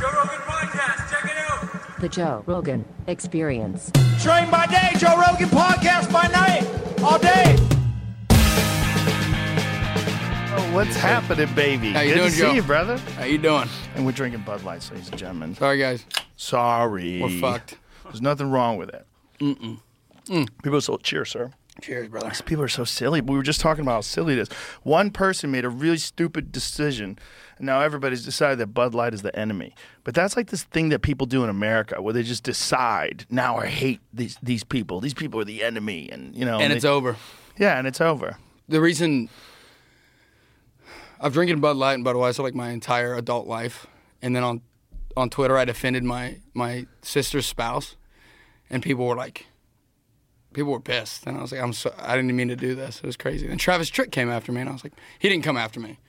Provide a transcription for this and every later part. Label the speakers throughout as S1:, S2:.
S1: Joe Rogan Podcast. Check it out.
S2: The Joe Rogan Experience.
S3: Train by day, Joe Rogan podcast by night, all day. Oh, what's happening, baby?
S4: How you
S3: Good
S4: doing,
S3: to
S4: Joe?
S3: see you, brother.
S4: How you doing?
S3: And we're drinking Bud Lights, ladies and gentlemen.
S4: Sorry, guys.
S3: Sorry,
S4: We're fucked. Mm.
S3: There's nothing wrong with it. Mm-mm. People are so cheer, sir.
S4: Cheers, brother.
S3: People are so silly. We were just talking about how silly it is. One person made a really stupid decision, and now everybody's decided that Bud Light is the enemy. But that's like this thing that people do in America, where they just decide now I hate these these people. These people are the enemy, and you know.
S4: And it's
S3: they-
S4: over.
S3: Yeah, and it's over.
S4: The reason I've drinking Bud Light and Budweiser like my entire adult life, and then on on Twitter I'd offended my my sister's spouse, and people were like, people were pissed, and I was like, I'm so I didn't mean to do this. It was crazy. Then Travis Tritt came after me, and I was like, he didn't come after me.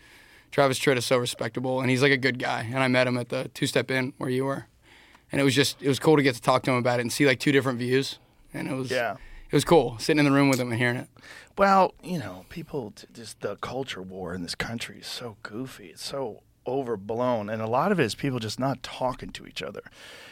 S4: Travis Tritt is so respectable, and he's like a good guy. And I met him at the Two Step Inn where you were, and it was just it was cool to get to talk to him about it and see like two different views, and it was
S3: Yeah.
S4: it was cool sitting in the room with him and hearing it.
S3: Well, you know, people t- just the culture war in this country is so goofy. It's so overblown, and a lot of it is people just not talking to each other.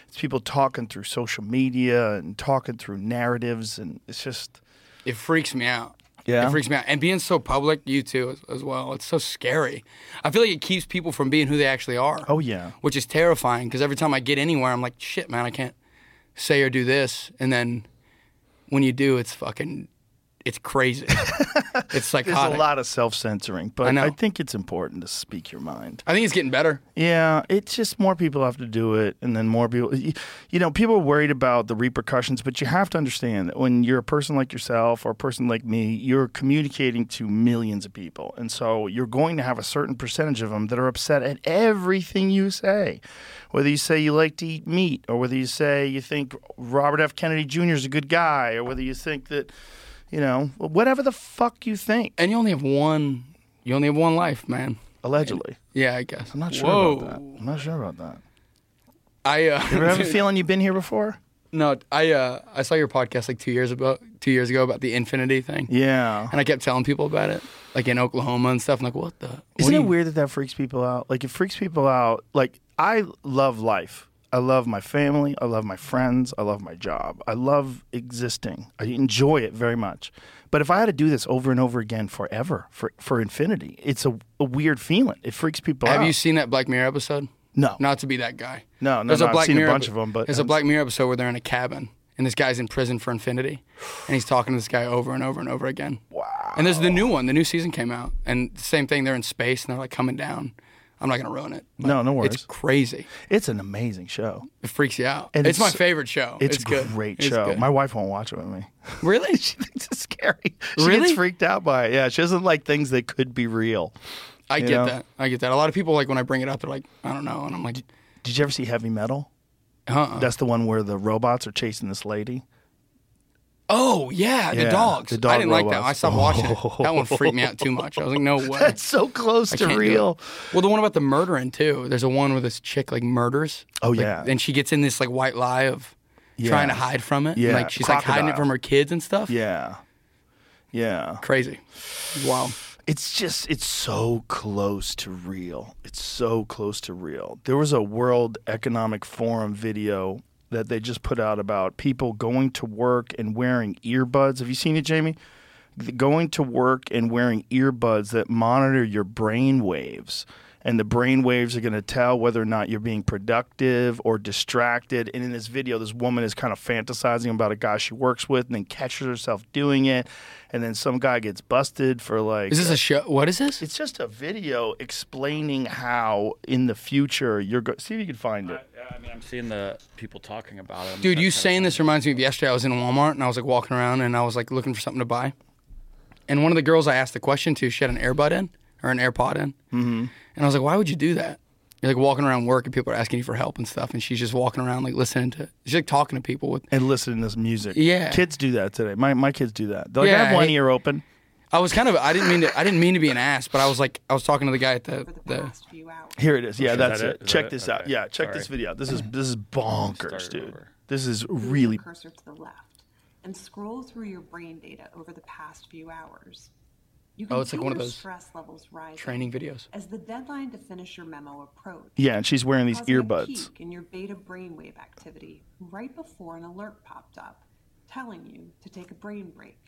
S3: It's people talking through social media and talking through narratives, and it's just
S4: it freaks me out.
S3: Yeah?
S4: It freaks me out. And being so public, you too, as, as well, it's so scary. I feel like it keeps people from being who they actually are.
S3: Oh, yeah.
S4: Which is terrifying because every time I get anywhere, I'm like, shit, man, I can't say or do this. And then when you do, it's fucking, it's crazy. it's
S3: there's
S4: psychotic.
S3: a lot of self censoring. But
S4: know.
S3: I, think it's important to speak your mind.
S4: I think it's getting better.
S3: Yeah, it's just more people have to do it, and then more people. You, you know, people are worried about the repercussions, but you have to understand that when you're a person like yourself or a person like me, you're communicating to millions of people, and so you're going to have a certain percentage of them that are upset at everything you say, whether you say you like to eat meat, or whether you say you think Robert F. Kennedy Jr. is a good guy, or whether you think that, you know, whatever the fuck you think,
S4: And you only have one, you only have one life, man.
S3: allegedly.
S4: Yeah, I guess.
S3: I'm not sure
S4: Whoa.
S3: about that. I'm not sure about that.
S4: I, uh,
S3: You ever have a
S4: dude,
S3: feeling you've been here before?
S4: no, I, uh, I saw your podcast like two years ago, two years ago about the infinity thing.
S3: Yeah.
S4: And I kept telling people about it, like in Oklahoma and stuff. I'm like, what the? what
S3: Isn't
S4: do
S3: it
S4: you-
S3: weird that that freaks people out? Like, it freaks people out. Like, I love life. I love my family. I love my friends. I love my job. I love existing. I enjoy it very much. But if I had to do this over and over again forever, for, for infinity, it's a, a weird feeling. It freaks people out.
S4: Have you seen that Black Mirror episode?
S3: No.
S4: Not to be that guy.
S3: No, no, no, I've seen a bunch of 'em, but-
S4: there's a Black Mirror episode where they're in a cabin and this guy's in prison for infinity, and he's talking to this guy over and over and over again. Wow. And there's the new one. The new season came out, and same thing. They're in space and they're like coming down. I'm not gonna ruin it. but
S3: No, no
S4: It's
S3: worries.
S4: crazy.
S3: It's an amazing show.
S4: It freaks you out.
S3: And
S4: it's, my
S3: it's-
S4: favorite show.
S3: It's,
S4: It's, good.
S3: a great
S4: It's
S3: show.
S4: good.
S3: My wife won't watch it with me.
S4: really?
S3: she thinks it's scary. She gets
S4: Really?
S3: freaked out by it. Yeah, she doesn't like things that could be real.
S4: I
S3: You
S4: get
S3: know?
S4: that. I get that. A lot of people like when I bring it up, they're like, I don't know, and I'm like,
S3: Did you ever see Heavy Metal?
S4: uh-uh.
S3: That's the one where the robots are chasing this lady.
S4: Oh yeah, the
S3: Yeah,
S4: dogs.
S3: the dog
S4: I didn't like that.
S3: robots.
S4: I stopped watching it. That one freaked me out too much. I was like, no way.
S3: That's so close
S4: I
S3: to
S4: can't do
S3: real.
S4: it. Well, the one about the murdering too. There's a one where this chick like murders.
S3: Oh,
S4: Like,
S3: yeah.
S4: and she gets in this like white lie of
S3: Yeah.
S4: trying to hide from it.
S3: Yeah,
S4: like she's like hiding it
S3: crocodile.
S4: from her kids and stuff.
S3: Yeah. Yeah.
S4: crazy. Wow.
S3: It's just it's so close to real. It's so close to real. There was a World Economic Forum video that they just put out about people going to work and wearing earbuds. Have you seen it, Jamie? The- Going to work and wearing earbuds that monitor your brain waves. And the brain waves are going to tell whether or not you're being productive or distracted. And in this video, this woman is kind of fantasizing about a guy she works with and then catches herself doing it. And then some guy gets busted for like.
S4: Is this a show? What is this?
S3: It's just a video explaining how in the future you're going. See if you can find it.
S5: I mean, I'm seeing the people talking about it.
S4: Dude, you saying this reminds me of yesterday. I was in Walmart and I was like walking around and I was like looking for something to buy. And one of the girls I asked the question to, she had an earbud in or an AirPod in. Mm-hmm. And I was like, why would you do that? You're like walking around work and people are asking you for help and stuff. And she's just walking around like listening to, she's like talking to people with,
S3: And listen to this music.
S4: Yeah.
S3: Kids do that today. My, my kids do that. They're like, I
S4: Yeah,
S3: have one
S4: I-
S3: ear open.
S4: I was kind of, I didn't mean to, I didn't mean to be an ass, but I was like, I was talking to the guy at the, the
S6: past few hours.
S3: Here it is. Yeah,
S5: Is
S3: that's
S5: that
S3: it.
S5: it? Is
S3: Check
S5: that it?
S3: this out.
S5: Okay.
S3: Yeah, check this
S5: Sorry.
S3: video. This is this is bonkers,
S5: Start
S3: dude.
S5: over.
S3: This is
S6: Move
S3: really
S6: your cursor to the left and scroll through your brain data over the past few hours. You
S4: Oh,
S6: can
S4: it's like
S6: feel
S4: one of
S6: your
S4: those
S6: stress levels rise
S4: Training videos.
S6: as the deadline to finish your memo approaches.
S3: Yeah, and she's wearing these
S6: causing a
S3: earbuds.
S6: peak in your beta brainwave activity right before an alert popped up, telling you to take a brain break.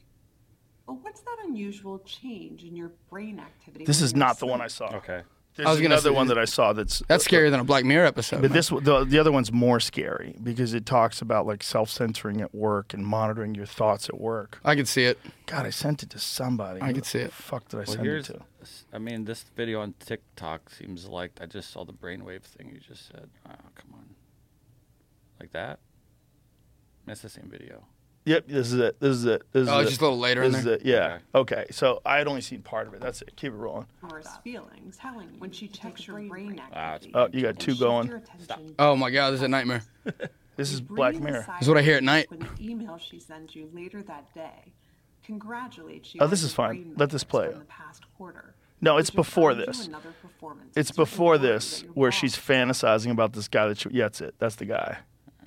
S6: But what's that unusual change in your brain activity?
S3: This
S6: when
S3: is
S6: you're
S3: not the one I
S6: asleep?
S3: saw.
S5: Okay.
S3: There's
S4: was gonna
S3: another
S4: say-
S3: one that I saw that's
S4: That's scarier than a Black Mirror episode.
S3: But
S4: man.
S3: this the the other one's more scary because it talks about like self censoring at work and monitoring your thoughts at work.
S4: I could see it.
S3: God, I sent it to somebody.
S4: I
S3: Who
S4: could
S3: the
S4: see it.
S3: Fuck, did I
S5: Well,
S3: send it
S5: here's.
S3: to?
S5: I mean, this video on TikTok seems like I just saw the brainwave thing you just said. Oh, come on. Like that. That's the same video.
S3: Yep, this is it. This is it. This is
S4: Oh,
S3: it.
S4: it's just a little later in
S3: This is
S4: there.
S3: it. Yeah. Okay. So I had only seen part of it. That's it. Keep it rolling.
S6: Worse feelings telling you when she checks your brain
S5: Ah, it's-
S6: activity.
S3: Oh, you got two going.
S4: Oh my God, this is a nightmare.
S3: This is Black Mirror.
S4: This is what I hear at night.
S6: When the email she sends you later that day congratulates you.
S3: Oh,
S6: on
S3: this
S6: your
S3: is fine.
S6: brain
S3: Let this
S6: metrics
S3: play.
S6: from the past quarter,
S3: No, it's
S6: which have
S3: before
S6: earned you
S3: this.
S6: another performance
S3: It's
S6: that you
S3: before
S6: confirm
S3: this
S6: that your
S3: where
S6: boss
S3: she's fantasizing about this guy that she. Yeah, that's it. That's the guy.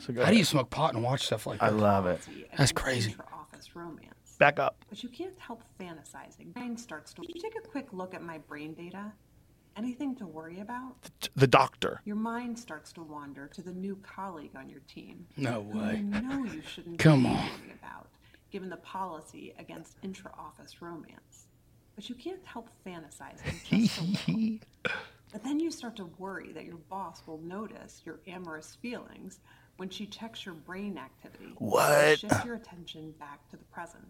S3: So go
S4: How do you
S3: ahead.
S4: smoke pot and watch stuff like
S3: I
S4: that?
S3: love it.
S6: see and
S4: That's
S6: your
S4: crazy.
S6: intra-office romance.
S3: Back up.
S6: But you can't help fantasizing. Brain starts to. Did you take a quick look at my brain data? Anything to worry about?
S3: The doctor.
S6: Your mind starts to wander to the new colleague on your team.
S4: No
S6: who
S4: way.
S6: You know you shouldn't
S4: Come
S6: be
S4: on.
S6: thinking about, given the policy against intra-office romance. But you can't help fantasizing. Just a little. But then you start to worry that your boss will notice your amorous feelings when she checks your brain activity.
S3: What?
S6: Shift your attention back to the present.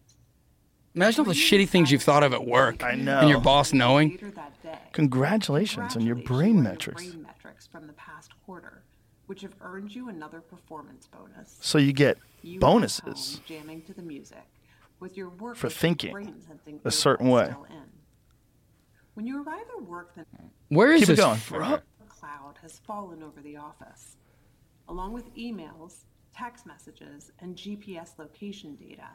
S4: Imagine all the shitty things you've thought of at work.
S3: I
S4: And your
S3: know.
S4: boss knowing.
S6: Later that day.
S3: Congratulations on your
S6: Congratulations
S3: brain
S6: on
S3: metrics.
S6: brain metrics from the past quarter, which have earned you another performance bonus.
S3: So you get
S6: You at
S3: bonuses.
S6: home jamming to the music with your work
S3: For
S6: with your
S3: thinking
S6: brain sensing
S3: a certain
S6: earbuds
S3: way.
S6: still in. When you arrive at work, the
S4: Where is
S3: Keep it
S4: this?
S3: going.
S4: fr-
S6: cloud has fallen over the office, along with emails, text messages, and GPS location data.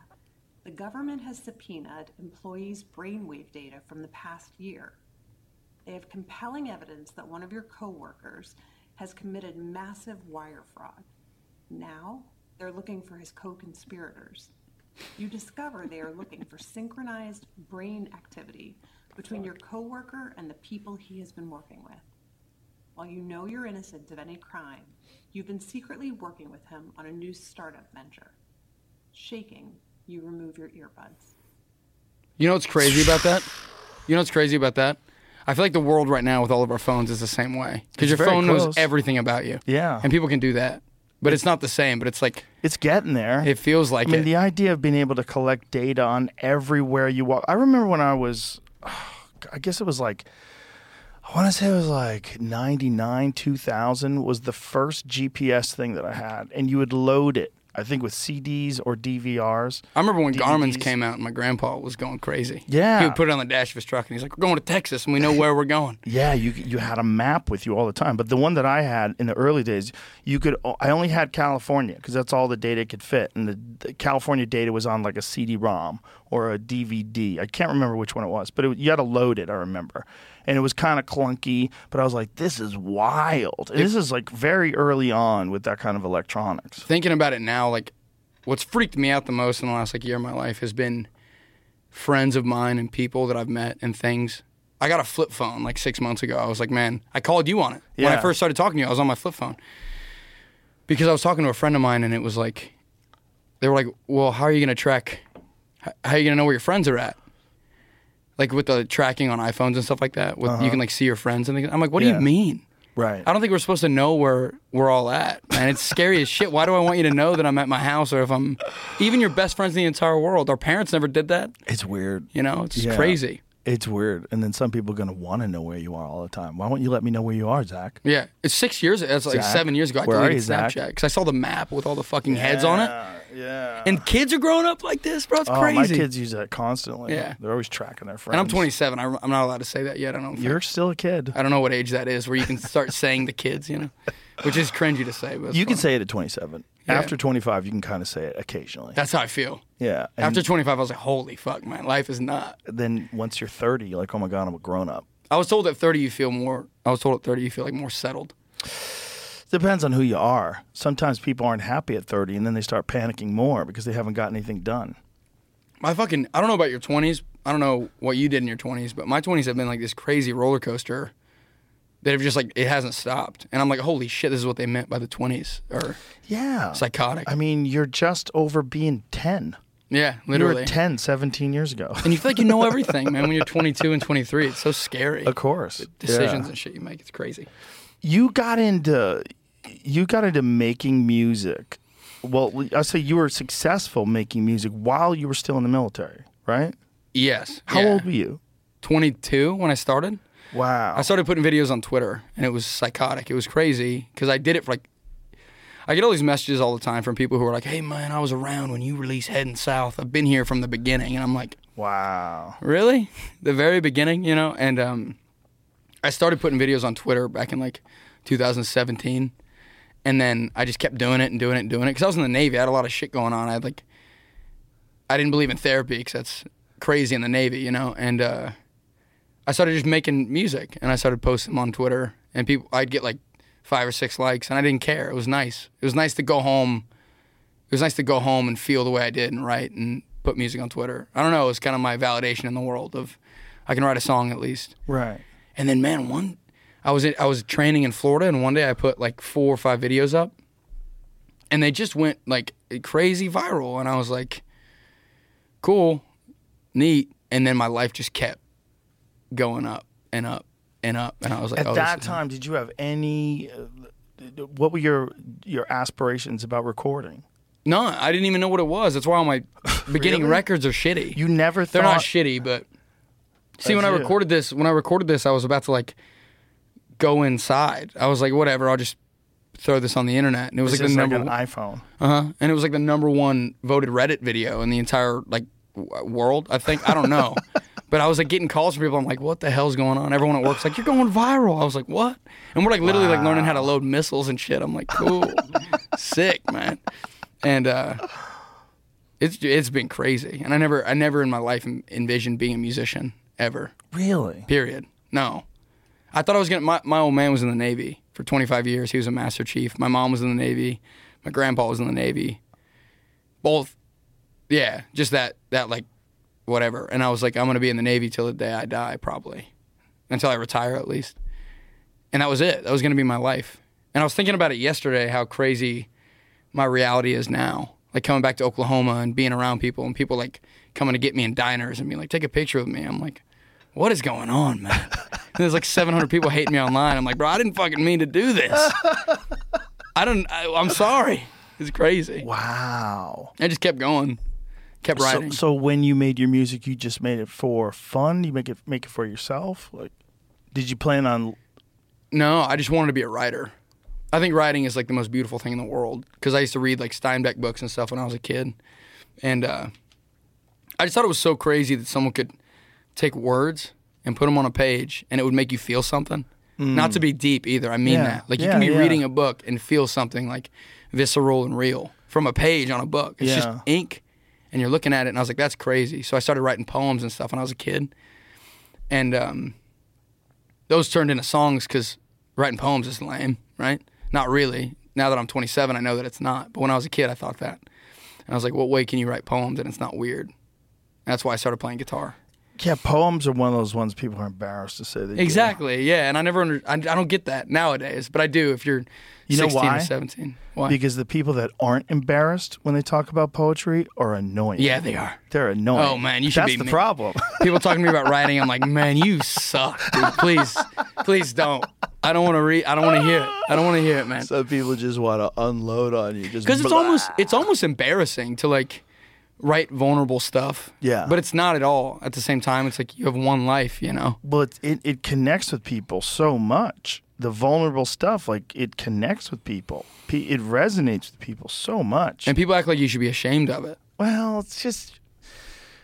S6: The government has subpoenaed employees' brainwave data from the past year. They have compelling evidence that one of your coworkers has committed massive wire fraud. Now they're looking for his co-conspirators. You discover they are looking for synchronized brain activity between your coworker and the people he has been working with. While you know you're innocent of any crime, you've been secretly working with him on a new startup venture. Shaking, you remove your earbuds.
S4: You know what's crazy about that? You know what's crazy about that? I feel like the world right now with all of our phones is the same way because
S3: It's
S4: your
S3: very
S4: phone
S3: close.
S4: knows everything about you.
S3: Yeah.
S4: and people can do that, but it's not the same. But it's like
S3: It's getting there.
S4: it feels like
S3: I mean,
S4: it.
S3: the idea of being able to collect data on everywhere you walk. I remember when I was, I guess it was like, I want to say it was like 99, 2000 was the first GPS thing that I had. And you would load it, I think, with CDs or DVRs.
S4: I remember when Garmin's
S3: DVDs.
S4: came out, and my grandpa was going crazy.
S3: Yeah.
S4: he would put it on the dash of his truck, and he's like, "We're going to Texas, and we know where we're going."
S3: Yeah, you you had a map with you all the time, but the one that I had in the early days, you could I only had California because that's all the data could fit, and the, the California data was on like a CD-ROM or a DVD. I can't remember which one it was, but it, you had to load it. I remember, and it was kind of clunky, but I was like, this is wild. And this is like very early on with that kind of electronics.
S4: Thinking about it now, like what's freaked me out the most in the last like year of my life has been friends of mine and people that I've met and things. I got a flip phone like six months ago. I was like, man, I called you on it. When
S3: Yeah.
S4: I first started talking to you, I was on my flip phone. Because I was talking to a friend of mine and it was like, they were like, well, how are you going to track? h- How are you going to know where your friends are at? Like with the tracking on iPhones and stuff like that, with, you can like see your friends and things. I'm like, what do
S3: Uh-huh. Yeah.
S4: you mean?
S3: Right.
S4: I don't think we're supposed to know where we're all at, and it's scary as shit. Why do I want you to know that I'm at my house or if I'm even your best friends in the entire world? Our parents never did that.
S3: It's weird.
S4: You know, it's
S3: Yeah.
S4: crazy.
S3: It's weird. And then some people are going to want to know where you are all the time. Why won't you let me know where you are, Zach?
S4: Yeah, it's six years. It's like
S3: Zach,
S4: seven years ago. I
S3: where are
S4: deleted
S3: you, Zach?
S4: Snapchat because I saw the map with all the fucking heads on it,
S3: Yeah.
S4: and kids are growing up like this, bro. It's
S3: Oh,
S4: crazy.
S3: my kids use that constantly.
S4: Yeah.
S3: They're always tracking their friends.
S4: and I'm 27. I, am not allowed to say that yet. I don't. Think.
S3: You're still a kid.
S4: I don't know what age that is where you can start saying the kids. You know, which is cringy to say. But it's
S3: You can
S4: funny.
S3: say it at 27. After 25, you can kind of say it occasionally.
S4: that's how I feel.
S3: yeah. And
S4: After 25, I was like, holy fuck, man, life is not.
S3: then once you're 30, you're like, oh my God, I'm a grown up.
S4: I was told at 30 you feel more. I was told at 30 you feel like more settled.
S3: Depends on who you are. Sometimes people aren't happy at 30 and then they start panicking more because they haven't got anything done.
S4: My fucking I don't know about your 20s, I don't know what you did in your 20s, but my 20s have been like this crazy roller coaster that have just like it hasn't stopped. And I'm like, holy shit, this is what they meant by the 20s or
S3: Yeah.
S4: psychotic.
S3: I mean, you're just over being 10.
S4: yeah,
S3: You
S4: literally.
S3: were 10 17 years ago.
S4: and you feel like you know everything, man. When you're 22 and 23, it's so scary.
S3: of course.
S4: Decisions
S3: Yeah.
S4: and shit you make, it's crazy.
S3: You got into you got into making music. Well, I say you were successful making music while you were still in the military, right?
S4: Yes.
S3: How
S4: yeah.
S3: old were you?
S4: 22 when I started.
S3: Wow.
S4: I started putting videos on Twitter, and it was psychotic. It was crazy because I did it for like. I get all these messages all the time from people who are like, "Hey man, I was around when you released Heading South. I've been here from the beginning." And I'm like,
S3: wow.
S4: "Really? The very beginning, you know?" And um, I started putting videos on Twitter back in like 2017, and then I just kept doing it and doing it and doing it because I was in the Navy. I had a lot of shit going on. I had like, I didn't believe in therapy because that's crazy in the Navy, you know. And uh, I started just making music and I started posting them on Twitter, and people I'd get like five or six likes, and I didn't care. It was nice. It was nice to go home. It was nice to go home and feel the way I did and write and put music on Twitter. I don't know. It was kind of my validation in the world of I can write a song at least.
S3: Right.
S4: And then man, one I was in, I was training in Florida, and one day I put like four or five videos up, and they just went like crazy viral, and I was like, cool, neat. And then my life just kept going up and up and up, and I was like,
S3: At
S4: oh, this
S3: that
S4: is-
S3: time, did you have any uh, what were your your aspirations about recording?
S4: no, I didn't even know what it was. That's why all my beginning
S3: Really?
S4: records are shitty.
S3: You never
S4: They're
S3: thought
S4: not shitty, but see,
S3: That's
S4: when I
S3: you.
S4: recorded this, when I recorded this, I was about to like go inside. I was like, whatever, I'll just throw this on the internet, and it was
S3: It's
S4: like the
S3: just
S4: number
S3: like an iPhone.
S4: one- Uh-huh. And it was like the number one voted Reddit video in the entire like w- world. I think I don't know, but I was like getting calls from people. I'm like, what the hell's going on? Everyone at work's like, you're going viral. I was like, what? And we're like literally like learning how to load missiles and shit. I'm like, cool, sick, man. And uh, it's it's been crazy. And I never I never in my life en- envisioned being a musician ever.
S3: Really?
S4: Period. No. I thought I was gonna. My, my old man was in the Navy for 25 years. He was a master chief. My mom was in the Navy. My grandpa was in the Navy. Both, yeah, just that that like, whatever. And I was like, I'm gonna be in the Navy till the day I die, probably, until I retire at least. And that was it. That was gonna be my life. And I was thinking about it yesterday, how crazy my reality is now. Like coming back to Oklahoma and being around people and people like coming to get me in diners and being like, take a picture with me. I'm like, what is going on, man? And there's like 700 people hating me online. I'm like, bro, I didn't fucking mean to do this. I don't, I, I'm sorry. It's crazy.
S3: Wow.
S4: I just kept going, kept
S3: So,
S4: writing.
S3: so when you made your music, you just made it for fun. You make it make it for yourself. Like, did you plan on?
S4: No, I just wanted to be a writer. I think writing is like the most beautiful thing in the world because I used to read like Steinbeck books and stuff when I was a kid, and uh, I just thought it was so crazy that someone could take words and put them on a page and it would make you feel something. Not to be deep either. I mean
S3: Mm. Yeah.
S4: that. Like you
S3: Yeah,
S4: can be
S3: yeah.
S4: reading a book and feel something like visceral and real from a page on a book. It's
S3: Yeah.
S4: just ink, and you're looking at it, and I was like, that's crazy. So I started writing poems and stuff when I was a kid, and um, those turned into songs because writing poems is lame, right? Not really. Now that I'm 27, I know that it's not. But when I was a kid, I thought that. And I was like, what way can you write poems and it's not weird? And that's why I started playing guitar.
S3: Yeah, poems are one of those ones people are embarrassed to say they do.
S4: Exactly. Yeah. And I never, under, I, I don't get that nowadays, but I do if you're
S3: You know
S4: 16
S3: why?
S4: or 17. Why?
S3: Because the people that aren't embarrassed when they talk about poetry are annoying.
S4: yeah, they are.
S3: they're annoying.
S4: Oh, man, you should
S3: That's
S4: be
S3: the
S4: me.
S3: problem.
S4: People talking to me about writing, I'm like, man, you suck, dude. Please, please don't. I don't want to read. I don't want to hear it. I don't want to hear it, man.
S3: Some people just want to unload on you. Just
S4: because it's
S3: blah.
S4: almost it's almost embarrassing to like write vulnerable stuff.
S3: Yeah.
S4: but it's not at all. At the same time, it's like you have one life, you know.
S3: Well, it, it it connects with people so much. The vulnerable stuff, like it connects with people. Pe- It resonates with people so much.
S4: And people act like you should be ashamed of it.
S3: well, it's just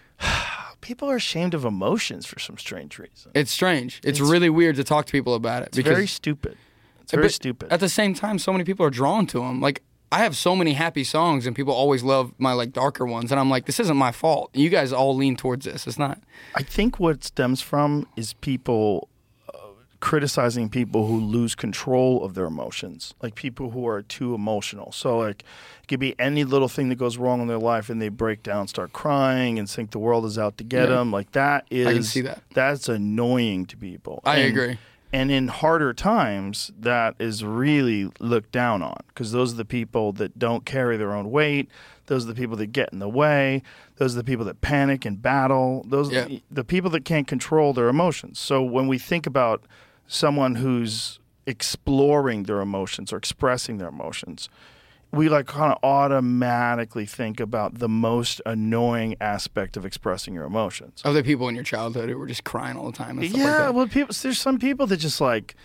S3: people are ashamed of emotions for some strange reason.
S4: It's strange. It's, really weird to talk to people about it.
S3: It's very stupid. It's very
S4: Uh, but
S3: stupid.
S4: At the same time, so many people are drawn to them. Like I have so many happy songs, and people always love my like darker ones. And I'm like, this isn't my fault. You guys all lean towards this. It's not.
S3: I think what stems from is people uh, criticizing people who lose control of their emotions, like people who are too emotional. So like it could be any little thing that goes wrong in their life and they break down, start crying and think the world is out to get them. Like that is
S4: can see that.
S3: that's annoying to people.
S4: I
S3: And-
S4: agree.
S3: And in harder times, that is really looked down on because those are the people that don't carry their own weight. Those are the people that get in the way. Those are the people that panic and battle. Those
S4: Yeah.
S3: the people that can't control their emotions. So when we think about someone who's exploring their emotions or expressing their emotions, we like kind of automatically think about the most annoying aspect of expressing your emotions.
S4: Of the people in your childhood who were just crying all the time and stuff
S3: Yeah,
S4: like that.
S3: well, people, there's some people that just like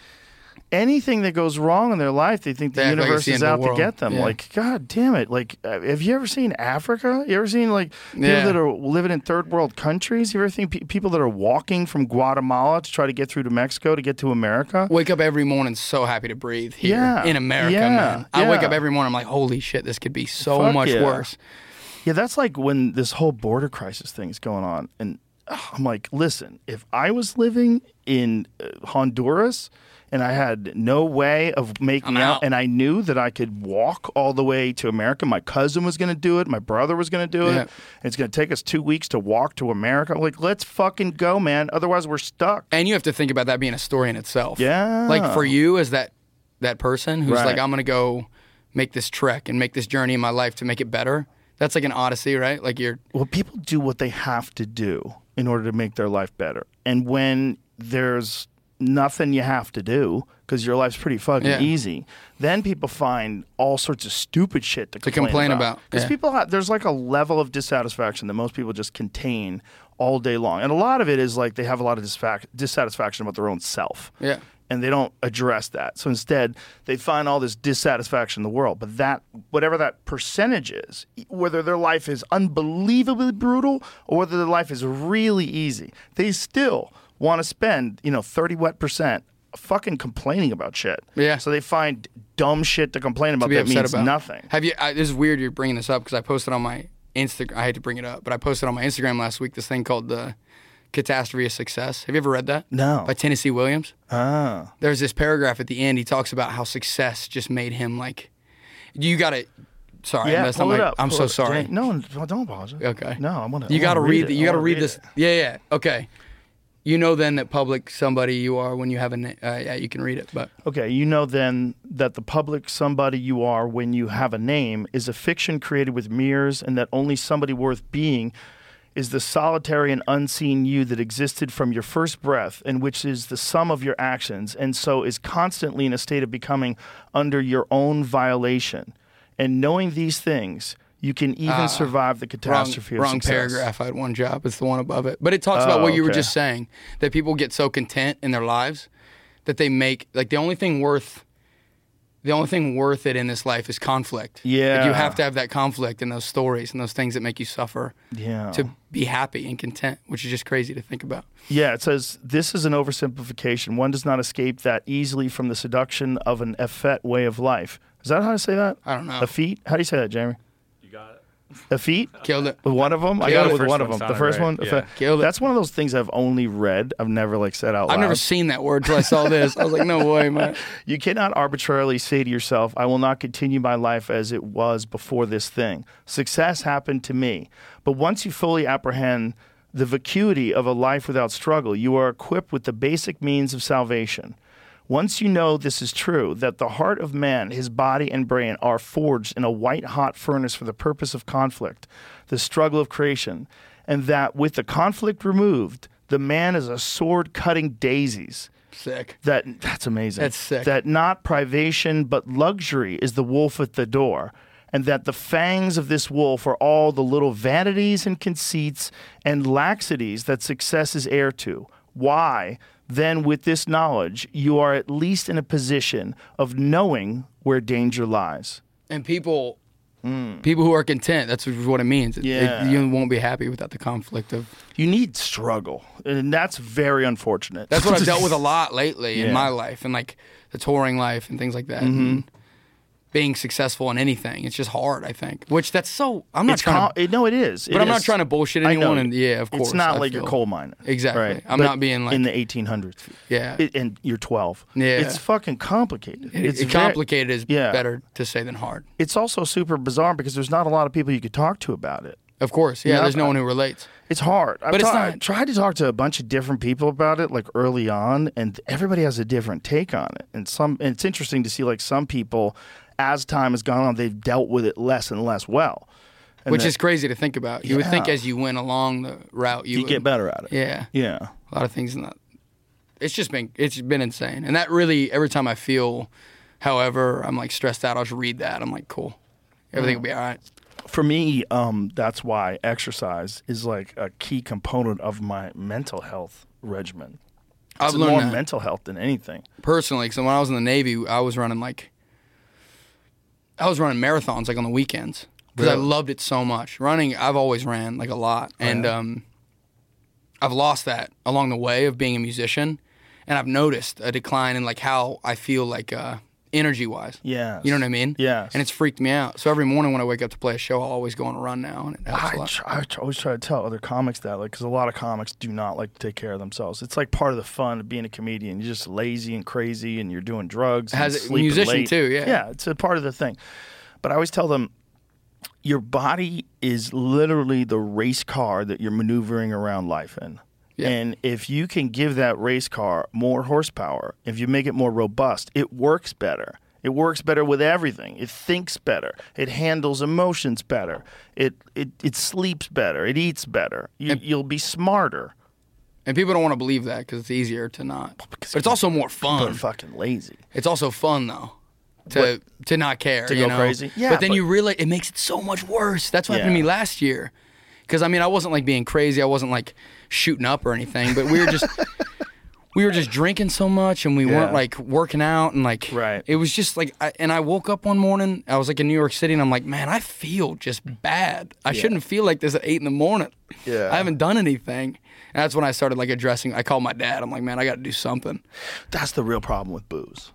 S3: anything that goes wrong in their life, they think the
S4: They act like
S3: universe
S4: it's the
S3: is
S4: end
S3: out
S4: of the
S3: to get
S4: world.
S3: them.
S4: Yeah.
S3: Like, god damn it! Like, uh, have you ever seen Africa? You ever seen like people
S4: Yeah.
S3: that are living in third world countries? You ever seen pe- people that are walking from Guatemala to try to get through to Mexico to get to America?
S4: wake up every morning so happy to breathe here
S3: Yeah.
S4: in America,
S3: Yeah.
S4: man. I wake
S3: Yeah.
S4: up every morning, I'm like, holy shit, this could be so
S3: Fuck
S4: much
S3: yeah.
S4: worse.
S3: Yeah, that's like when this whole border crisis thing is going on, and ugh, I'm like, listen, if I was living in uh, Honduras and I had no way of making
S4: I'm
S3: out,
S4: out.
S3: and I knew that I could walk all the way to America, my cousin was going to do it, my brother was going to do it,
S4: Yeah.
S3: and it's going to take us two weeks to walk to America. I'm like, let's fucking go, man. Otherwise, we're stuck.
S4: And you have to think about that being a story in itself.
S3: Yeah.
S4: Like for you as that that person who's
S3: Right.
S4: like, I'm gonna go make this trek and make this journey in my life to make it better. That's like an odyssey, right? Like you're
S3: Well, people do what they have to do in order to make their life better. And when there's nothing you have to do because your life's pretty fucking
S4: Yeah.
S3: easy, then people find all sorts of stupid shit to,
S4: complain about,
S3: Because
S4: yeah.
S3: people, ha- there's like a level of dissatisfaction that most people just contain all day long, and a lot of it is like they have a lot of disfac- dissatisfaction about their own self
S4: Yeah.
S3: and they don't address that. So instead, they find all this dissatisfaction in the world. But that, whatever that percentage is, e, whether their life is unbelievably brutal or whether their life is really easy, they still want to spend, you know, 30 wet percent fucking complaining about shit.
S4: Yeah.
S3: So they find dumb shit to complain about
S4: to be
S3: that
S4: upset
S3: means
S4: about.
S3: nothing.
S4: Have you? I, this is weird. You're bringing this up because I posted on my Instagram. I hate to bring it up, but I posted on my Instagram last week this thing called the Catastrophe of Success. Have you ever read that?
S3: No.
S4: By Tennessee Williams.
S3: Ah.
S4: There's this paragraph at the end. He talks about how success just made him like. You got to. Sorry,
S3: Yeah,
S4: unless
S3: pull
S4: I'm
S3: it
S4: like,
S3: up.
S4: I'm
S3: pull
S4: so
S3: it-
S4: sorry.
S3: Jane- No, no, don't apologize.
S4: Okay.
S3: No, I'm gonna.
S4: You
S3: got to
S4: read. the- You
S3: got to
S4: read this. Yeah, yeah. Okay. You know then that public somebody you are when you have a. na- Uh, yeah, you can read it, but
S3: Okay, you know then that the public somebody you are when you have a name is a fiction created with mirrors, and that only somebody worth being is the solitary and unseen you that existed from your first breath, and which is the sum of your actions, and so is constantly in a state of becoming under your own violation. And knowing these things, you can even survive the
S4: Ah, wrong,
S3: catastrophe of
S4: wrong
S3: success.
S4: paragraph. I had one job. It's the one above it. But it talks about
S3: Oh,
S4: what you were
S3: okay.
S4: just saying that people get so content in their lives that they make like the only thing worth the only thing worth it in this life is conflict. Like,
S3: Yeah.
S4: you have to have that conflict and those stories and those things that make you suffer
S3: Yeah.
S4: to be happy and content, which is just crazy to think about.
S3: Yeah, it says this is an oversimplification. One does not escape that easily from the seduction of an effete way of life. Is that how to say that?
S4: I don't know.
S3: Effete? How do you say that, Jamie?
S5: You got it.
S3: Effete?
S4: Killed it.
S3: One of them? I
S4: Yeah,
S3: got
S4: the
S3: it with
S5: first
S3: one of them.
S5: one
S3: The
S5: sounded
S3: first
S5: right.
S3: one?
S5: Yeah.
S3: Effete.
S4: Killed it.
S3: That's one of those things I've only read. I've never like said out loud.
S4: I've never seen that word till I saw this. I was like, no way, man.
S3: You cannot arbitrarily say to yourself, I will not continue my life as it was before this thing. Success happened to me. But once you fully apprehend the vacuity of a life without struggle, you are equipped with the basic means of salvation. Once you know this is true, that the heart of man, his body and brain are forged in a white hot furnace for the purpose of conflict, the struggle of creation, and that with the conflict removed, the man is a sword cutting daisies.
S4: Sick.
S3: That that's amazing.
S4: That's sick.
S3: That not privation but luxury is the wolf at the door, and that the fangs of this wolf are all the little vanities and conceits and laxities that success is heir to. Why then, with this knowledge, you are at least in a position of knowing where danger lies.
S4: and people people who are content that's what it means It- it-
S3: Hmm. Yeah.
S4: you won't be happy without the conflict of
S3: You need struggle, and that's very unfortunate.
S4: that's what i've dealt with a lot lately
S3: Yeah. Mm-hmm.
S4: in my life and like the touring life and things like that And being successful in anything. It's just hard, I think. Which that's so. I'm not
S3: it's
S4: trying.
S3: com-
S4: to,
S3: it- no, it is.
S4: but
S3: It
S4: I'm not
S3: is.
S4: trying to bullshit
S3: I know.
S4: anyone. And yeah, of course.
S3: It's not
S4: I
S3: like
S4: feel-
S3: your coal miner.
S4: Exactly.
S3: Right.
S4: I'm
S3: But
S4: not being like-
S3: in the 1800s.
S4: Yeah.
S3: It- and you're 12.
S4: Yeah.
S3: It's fucking complicated.
S4: It's
S3: It's ve-
S4: complicated is
S3: yeah.
S4: better to say than hard.
S3: It's also super bizarre because there's not a lot of people you could talk to about it.
S4: Of course. Yeah.
S3: Yeah.
S4: there's no one who relates.
S3: It's hard. I've
S4: But it's
S3: ta- I
S4: not-
S3: tried to talk to a bunch of different people about it, like early on, and everybody has a different take on it. And some, and it's interesting to see like some people, as time has gone on, they've dealt with it less and less well. And
S4: Which
S3: that
S4: is crazy to think about. You would think
S3: Yeah.
S4: as you went along the route, you,
S3: you
S4: would,
S3: get better at it.
S4: Yeah.
S3: Yeah.
S4: a lot of things in that. It's just been it's been insane, and that really every time I feel, however, I'm like stressed out. I'll just read that. I'm like, cool,
S3: Mm.
S4: everything will be all right.
S3: for me, um, that's why exercise is like a key component of my mental health regimen.
S4: I've
S3: It's
S4: learned
S3: more
S4: that.
S3: mental health than anything.
S4: personally because when I was in the Navy, I was running like I was running marathons like on the weekends because I
S3: Really? Oh,
S4: loved it so much. Running, I've always ran like a lot, and um, I've lost that along the way of being a musician, and I've noticed a decline in like how I feel like uh, energy wise.
S3: Yes.
S4: you know what I mean.
S3: Yes.
S4: and it's freaked me out. So every morning when I wake up to play a show, I'll always go on a run now, and it helps a
S3: I,
S4: lot.
S3: tr- I tr- always try to tell other comics that, like, because a lot of comics do not like to take care of themselves. It's like part of the fun of being a comedian. You're just lazy and crazy, and you're doing drugs. and
S4: Has it-
S3: sleeping
S4: musician
S3: late.
S4: too, yeah.
S3: yeah, it's a part of the thing. But I always tell them, your body is literally the race car that you're maneuvering around life in.
S4: Yeah.
S3: And if you can give that race car more horsepower, if you make it more robust, it works better. It works better with everything. It thinks better. It handles emotions better. It it, it sleeps better. It eats better. You, you'll be smarter.
S4: and people don't want to believe that because it's easier to not. But it's also more
S3: But
S4: fun.
S3: fucking lazy.
S4: It's also fun though. To, to not care
S3: To
S4: you
S3: go
S4: know?
S3: crazy? Yeah,
S4: but then
S3: but-
S4: you realize it makes it so much worse. That's what happened to
S3: Yeah.
S4: me last year, because I mean I wasn't like being crazy. I wasn't like shooting up or anything. But we were just we were just drinking so much and we
S3: Yeah.
S4: weren't like working out and like
S3: Right.
S4: It was just like I, and I woke up one morning. I was like in New York City and I'm like, man, I feel just bad. I shouldn't feel like this at eight in the morning.
S3: Yeah.
S4: I haven't done anything. And that's when I started like addressing. I called my dad. I'm like, man, I got to do something.
S3: That's the real problem with booze.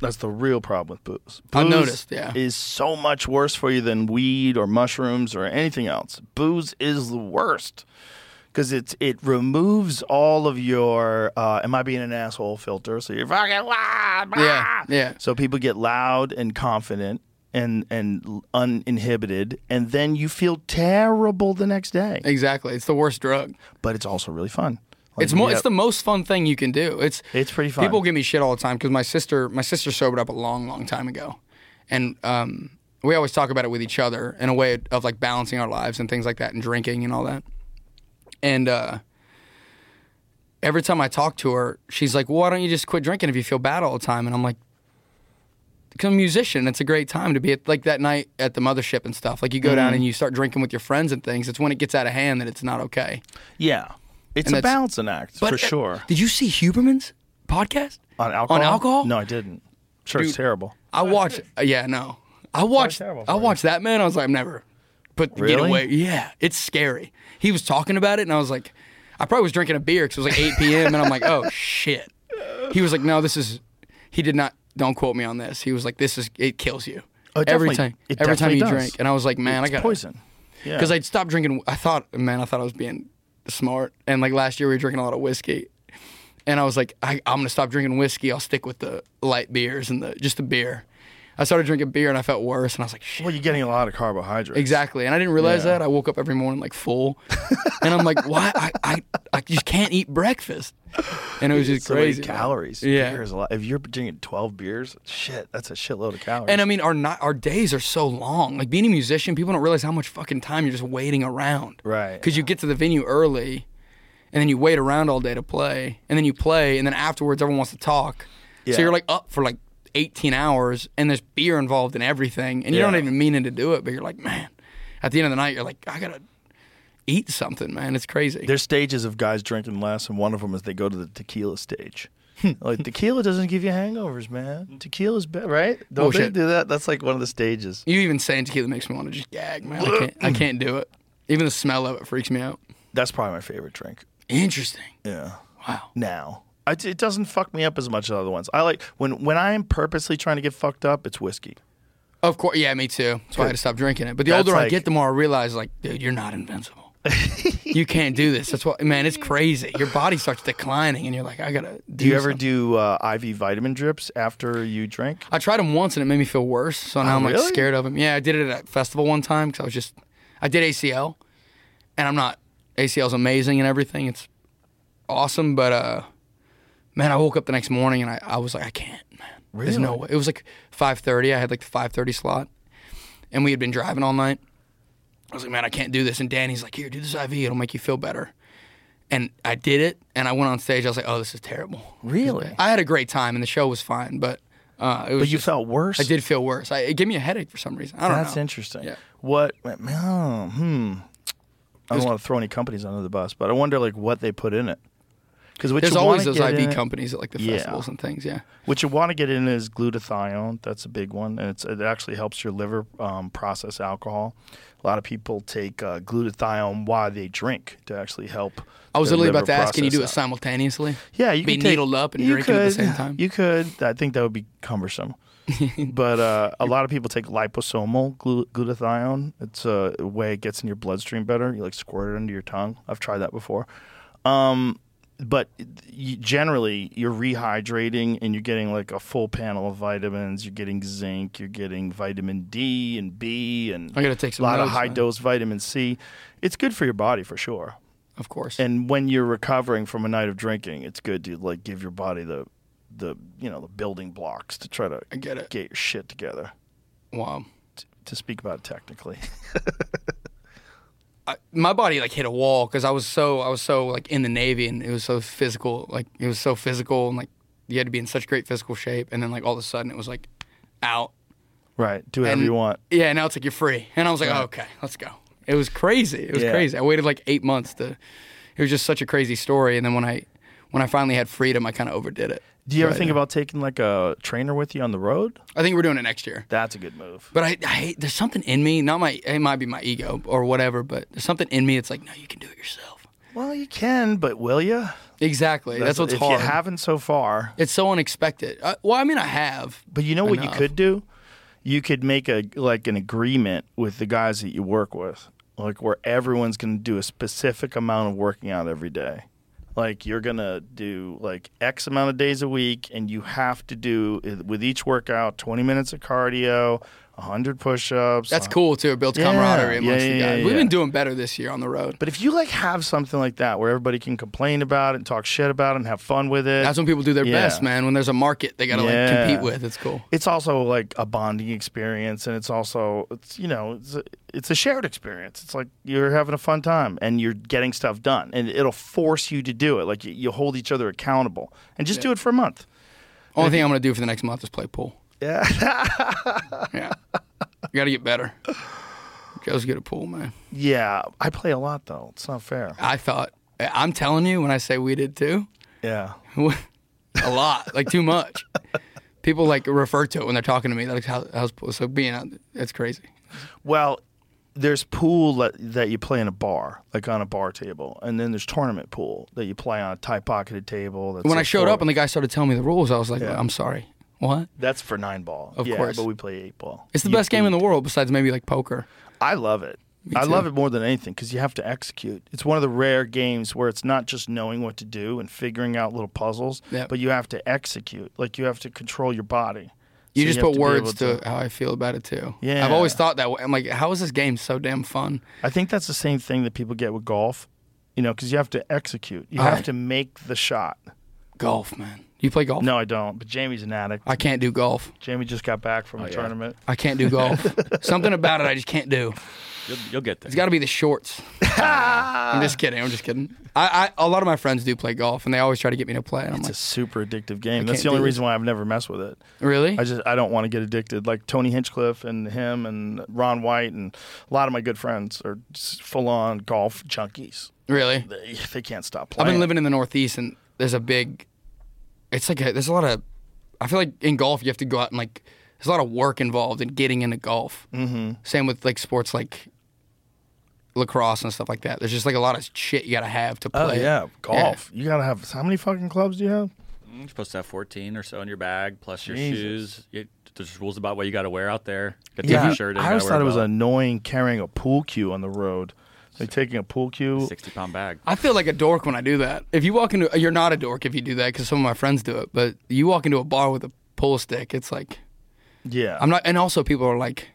S3: That's the real problem with booze. booze
S4: I noticed, yeah.
S3: Is so much worse for you than weed or mushrooms or anything else. Booze is the worst because it's it removes all of your uh, "Am I being an asshole?" filter. So you're fucking "Wah, blah."
S4: Yeah, yeah.
S3: So people get loud and confident and and uninhibited, and then you feel terrible the next day.
S4: Exactly. It's the worst drug.
S3: But it's also really fun. Like,
S4: It's more.
S3: yeah,
S4: It's the most fun thing you can do. It's
S3: It's pretty fun.
S4: People give me shit all the time because my sister, my sister sobered up a long, long time ago, and um, we always talk about it with each other in a way of like balancing our lives and things like that, and drinking and all that. And uh, every time I talk to her, she's like, "Why don't you just quit drinking if you feel bad all the time?" And I'm like, "Because I'm a musician. It's a great time to be at like that night at the mothership and stuff. Like you go
S3: Mm.
S4: down and you start drinking with your friends and things. It's when it gets out of hand that it's not okay."
S3: yeah. It's
S4: and
S3: a
S4: that's-
S3: balancing act for
S4: uh,
S3: sure.
S4: Did you see Huberman's podcast
S3: On alcohol?
S4: On alcohol?
S3: No, I didn't. Sure, it's
S4: Dude.
S3: terrible.
S4: I watched. uh, yeah, no, I watched.
S3: terrible
S4: I
S3: for you.
S4: watched that man. I was like, I'm never. But get
S3: Really?
S4: away. Yeah, it's scary. He was talking about it, and I was like, I probably was drinking a beer because it was like 8 p.m. and I'm like, oh shit. He was like, no, this is. He did not. Don't quote me on this. He was like, this is. It kills you.
S3: Oh, it
S4: every
S3: definitely-
S4: time.
S3: it
S4: every time
S3: definitely
S4: you
S3: does.
S4: drink, and I was like, man,
S3: it's
S4: I got
S3: poison. Yeah.
S4: because I'd stopped drinking. I thought, man, I thought I was being smart. And like last year, we were drinking a lot of whiskey, and I was like, I, I'm gonna stop drinking whiskey. I'll stick with the light beers and the just the beer. I started drinking beer, and I felt worse. And I was like, shit.
S3: well, you're getting a lot of carbohydrates.
S4: Exactly, and I didn't realize
S3: Yeah.
S4: that. I woke up every morning like full, and I'm like, "Why? I, I, I just can't eat breakfast." And it was just
S3: It's the way
S4: crazy. man.
S3: calories.
S4: Yeah.
S3: Beer is a lot. If you're drinking 12 beers, shit, that's a shitload of calories.
S4: And I mean, our not our days are so long. Like being a musician, people don't realize how much fucking time you're just waiting around.
S3: Right.
S4: Because you get to the venue early, and then you wait around all day to play, and then you play, and then afterwards everyone wants to talk.
S3: Yeah.
S4: So you're like up for like 18 hours, and there's beer involved in everything, and you
S3: Yeah.
S4: don't even meaning to do it, but you're like, man. At the end of the night, you're like, I gotta eat something, man. It's crazy.
S3: There's stages of guys drinking less, and one of them is they go to the tequila stage. Hmm. like tequila doesn't give you hangovers, man. Tequila's better,
S4: Oh,
S3: right? Don't
S4: Bullshit.
S3: they do that? That's like one of the stages.
S4: you even saying tequila makes me want to just gag, man. I can't. I can't do it. Even the smell of it freaks me out.
S3: That's probably my favorite drink.
S4: Interesting.
S3: Yeah.
S4: Wow.
S3: Now. I, it doesn't fuck me up as much as other ones. I like when when I am purposely trying to get fucked up, it's whiskey.
S4: Of course, yeah, me too. That's why I had to stop drinking it. But the
S3: That's
S4: older I
S3: like-
S4: get, the more I realize, like, dude, you're not invincible. you can't do this. That's what, man, it's crazy. Your body starts declining, and you're like, I gotta. Do,
S3: Do you ever
S4: something.
S3: do uh, IV vitamin drips after you drink?
S4: I tried them once, and it made me feel worse. So now
S3: Oh,
S4: I'm like
S3: really?
S4: scared of them. Yeah, I did it at a festival one time because I was just, I did ACL, and I'm not ACL's amazing and everything. It's awesome, but uh, man, I woke up the next morning and I, I was like, I can't, man. There's no
S3: Really?
S4: way. It was like 5:30. I had like the 5:30 slot, and we had been driving all night. I was like, man, I can't do this. And Danny's like, here, do this IV. It'll make you feel better. And I did it, and I went on stage. I was like, oh, this is terrible.
S3: Really?
S4: I had a great time, and the show was fine, but uh, it was.
S3: But you
S4: just-
S3: felt worse.
S4: I did feel worse. I, it gave me a headache for some reason. I don't
S3: That's
S4: know.
S3: interesting.
S4: Yeah.
S3: What? Oh, hmm. I don't want to throw any companies under the bus, but I wonder like what they put in it. Because what
S4: There's
S3: you
S4: always
S3: wanna
S4: those
S3: get in
S4: IV
S3: it-
S4: companies at like the
S3: Yeah.
S4: festivals and things. Yeah.
S3: What you want to get in is glutathione. That's a big one, and it's, it actually helps your liver um, process alcohol. A lot of people take uh, glutathione while they drink to actually help.
S4: I was
S3: their
S4: literally
S3: liver
S4: about to ask, can you do it
S3: process al-
S4: simultaneously?
S3: Yeah, you
S4: be
S3: could take-
S4: needled up and
S3: you
S4: drinking at the
S3: could-
S4: same time.
S3: You could. I think that would be cumbersome. but uh, a lot of people take liposomal glu- glutathione. It's a way it gets in your bloodstream better. You like squirt it under your tongue. I've tried that before. Um, but you, generally, you're rehydrating and you're getting like a full panel of vitamins. You're getting zinc. You're getting vitamin D and B and
S4: I gotta take some
S3: a lot of
S4: notes,
S3: high
S4: man.
S3: dose vitamin C. It's good for your body for sure.
S4: of course.
S3: And when you're recovering from a night of drinking, it's good to like give your body the the you know the building blocks to try to
S4: I get it.
S3: get your shit together.
S4: wow.
S3: t- To speak about it technically,
S4: I, my body like hit a wall because I was so I was so like in the Navy and it was so physical. Like it was so physical and like you had to be in such great physical shape. And then like all of a sudden it was like out.
S3: right? Do whatever
S4: And-
S3: you want.
S4: Yeah. Now it's like you're free. And I was like, oh, okay, let's go. It was crazy. It was
S3: Yeah.
S4: crazy. I waited like eight months to. It was just such a crazy story. And then when I when I finally had freedom, I kind of overdid it.
S3: Do you ever
S4: But,
S3: think
S4: uh,
S3: about taking like a trainer with you on the road?
S4: I think we're doing it next year.
S3: That's a good move.
S4: But I, I hate, there's something in me, not my, it might be my ego or whatever, but there's something in me that's like, no, you can do it yourself.
S3: Well, you can, but will you?
S4: Exactly. That's, what's
S3: if you
S4: hard.
S3: haven't so far.
S4: it's so unexpected. I, well, I mean, I have.
S3: But you know what
S4: enough.
S3: you could do? You could make a like an agreement with the guys that you work with, like where everyone's going to do a specific amount of working out every day. Like you're going to do like X amount of days a week and you have to do with each workout 20 minutes of cardio, 100 push-ups.
S4: That's
S3: uh,
S4: cool too. It builds
S3: Yeah,
S4: camaraderie
S3: yeah,
S4: amongst the
S3: yeah,
S4: guys.
S3: yeah,
S4: We've been
S3: yeah.
S4: doing better this year on the road.
S3: But if you like have something like that where everybody can complain about it and talk shit about it and have fun with it.
S4: That's when people do their
S3: Yeah.
S4: best, man. When there's a market they got to
S3: Yeah.
S4: like compete with. It's cool.
S3: it's also like a bonding experience and it's also it's you know it's a, it's a shared experience it's like you're having a fun time and you're getting stuff done and it'll force you to do it like you, you hold each other accountable and just do it for a month
S4: Only thing I'm going to do for the next month is play pool. Yeah. yeah. got to get better. Joe's good at pool, man.
S3: yeah i play a lot though it's not fair
S4: I thought, I'm telling you, when I say we did too,
S3: yeah
S4: a lot, like too much. People like refer to it when they're talking to me. They're like, How, how's pool? So being out, that's crazy.
S3: well there's pool that, that you play in a bar like on a bar table and then there's tournament pool that you play on a tight pocketed table that's
S4: When I
S3: like
S4: showed
S3: four-
S4: up and the guy started telling me the rules, I was like,
S3: Yeah.
S4: I'm sorry. What?
S3: that's for nine ball
S4: Of
S3: Yeah,
S4: course.
S3: but we play eight ball
S4: It's the
S3: You
S4: best game in
S3: eight
S4: the world besides maybe like poker.
S3: I love it. I
S4: too.
S3: love it more than anything because you have to execute. It's one of the rare games where it's not just knowing what to do and figuring out little puzzles,
S4: Yep.
S3: but you have to execute. Like you have to control your body.
S4: You
S3: So
S4: just
S3: have
S4: put
S3: to be
S4: words
S3: able
S4: to, how I feel about it too.
S3: Yeah.
S4: I've always thought that way. I'm like, how is this game so damn fun?
S3: I think that's the same thing that people get with golf, you know, because you have to execute. You have
S4: right.
S3: to make the shot.
S4: Golf, man. You play golf?
S3: No, I don't. But Jamie's an addict.
S4: I Oh, can't do golf.
S3: Jamie just got back from a tournament.
S4: I can't do golf. Something about it I just can't do.
S5: You'll, you'll get there.
S4: It's got to be the shorts. I'm just kidding. I'm just kidding. I, I a lot of my friends do play golf, and they always try to get me to play. And I'm
S3: It's a super addictive game.
S4: can't
S3: That's the only
S4: do it.
S3: reason why I've never messed with it.
S4: like, really?
S3: I just I don't want to get addicted. Like Tony Hinchcliffe and him and Ron White and a lot of my good friends are full on golf junkies.
S4: really?
S3: They, they can't stop
S4: I've
S3: playing.
S4: been living in the Northeast, and there's a big. It's like a, there's a lot of. I feel like in golf you have to go out and like there's a lot of work involved in getting into golf. Mm-hmm. Same with like sports like lacrosse and stuff like that. There's just like a lot of shit you gotta have to play.
S3: Oh yeah, golf. You gotta have how many fucking clubs do you have?
S5: You're supposed to have 14 or so in your bag, plus your
S3: Jesus.
S5: shoes. You,
S7: there's rules about what you got to wear out there. Got to
S3: Yeah,
S7: have a shirt. and
S3: I
S7: you
S3: always
S7: gotta wear
S3: thought
S7: a
S3: it was
S7: belt.
S3: annoying carrying a pool cue on the road. Like taking a pool cue.
S7: sixty pound bag.
S4: I feel like a dork when I do that. If you walk into, you're not a dork if you do that because some of my friends do it. But you walk into a bar with a pull stick, it's like
S3: Yeah,
S4: I'm not. And also, people are like,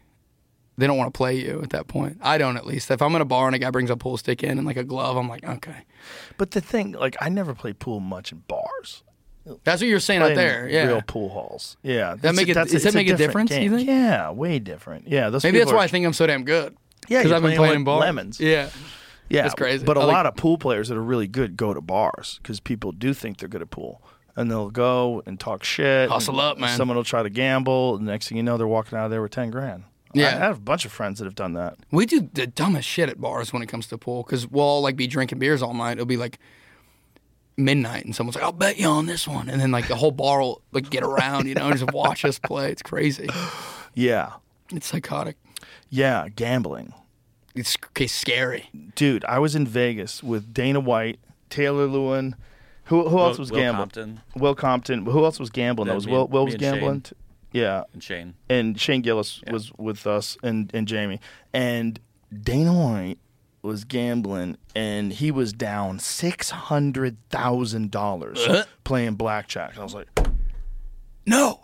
S4: they don't want to play you at that point. I don't at least. If I'm in a bar and a guy brings a pull stick in and like a glove, I'm like, okay,
S3: But the thing, like, I never play pool much in bars.
S4: that's what you're saying out
S3: Playing
S4: there. Yeah.
S3: real pool halls. Yeah,
S4: That make it- does that
S3: it's
S4: make a
S3: different
S4: difference, you
S3: game.
S4: think?
S3: Yeah, way different. Yeah, those
S4: Maybe
S3: people
S4: that's why
S3: are-
S4: I think I'm so damn good.
S3: Yeah,
S4: because
S3: you're
S4: I've been
S3: playing
S4: playing
S3: with
S4: in bars.
S3: lemons.
S4: Yeah.
S3: Yeah,
S4: That's crazy.
S3: But a
S4: I like-
S3: lot of pool players that are really good go to bars because people do think they're good at pool, and they'll go and talk shit. and
S4: Hustle up, man.
S3: Someone will try to gamble. And next thing you know, they're walking out of there with ten grand.
S4: Yeah.
S3: I have a bunch of friends that have done that.
S4: We do the dumbest shit at bars when it comes to pool because we'll all like be drinking beers all night. It'll be like midnight, and someone's like, "I'll bet you on this one," and then like the whole bar will like get around, you know, and just watch us play. It's crazy.
S3: Yeah,
S4: It's psychotic.
S3: yeah, gambling.
S4: It's okay, scary.
S3: Dude, I was in Vegas with Dana White, Taylor Lewin. Who, who else was
S5: Will
S3: gambling?
S5: Compton.
S3: Will Compton. Who else was gambling? That
S5: Yeah,
S3: was
S5: me
S3: Will.
S5: and-
S3: Will
S5: me
S3: was
S5: and Shane.
S3: gambling. t- Yeah,
S5: And Shane.
S3: and Shane Gillis was with us, and and Jamie, and Dana White was gambling, and he was down six hundred thousand dollars playing blackjack. And I was like,
S4: No,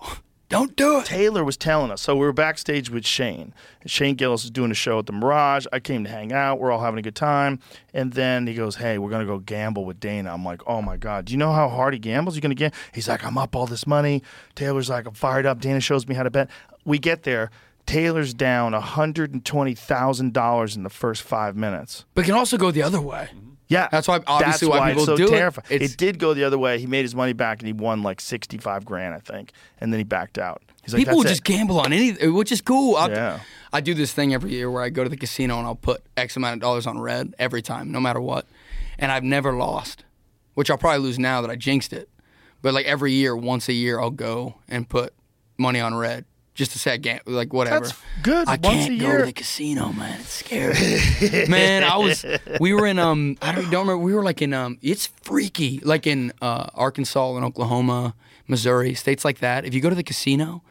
S4: don't do it.
S3: Taylor was telling us. So we were backstage with Shane. Shane Gillis is doing a show at the Mirage. I came to hang out. We're all having a good time. And then he goes, Hey, we're going to go gamble with Dana. I'm like, Oh my God. Do you know how hard he gambles? You're going to get. He's like, I'm up all this money. Taylor's like, I'm fired up. Dana shows me how to bet. We get there. Taylor's down $120,000 in the first five minutes.
S4: But it can also go the other way.
S3: Yeah,
S4: That's why- obviously why
S3: it's
S4: people
S3: so
S4: do it.
S3: terrifying.
S4: It's-
S3: It did go the other way. He made his money back and he won like sixty-five grand, I think, and then he backed out. He's like,
S4: People will
S3: "That's
S4: just
S3: it."
S4: gamble on anything, which is cool. I,
S3: Yeah.
S4: I do this thing every year where I go to the casino and I'll put X amount of dollars on red every time, no matter what. And I've never lost, which I'll probably lose now that I jinxed it. But like every year, once a year, I'll go and put money on red just to say I gam- like whatever.
S3: That's good.
S4: I
S3: Once
S4: can't
S3: a
S4: go
S3: year.
S4: to the casino, man. It's scary. man, I was. We were in um. I don't, don't remember. We were like in um. It's freaky. Like in uh, Arkansas and Oklahoma, Missouri, states like that. If you go to the casino,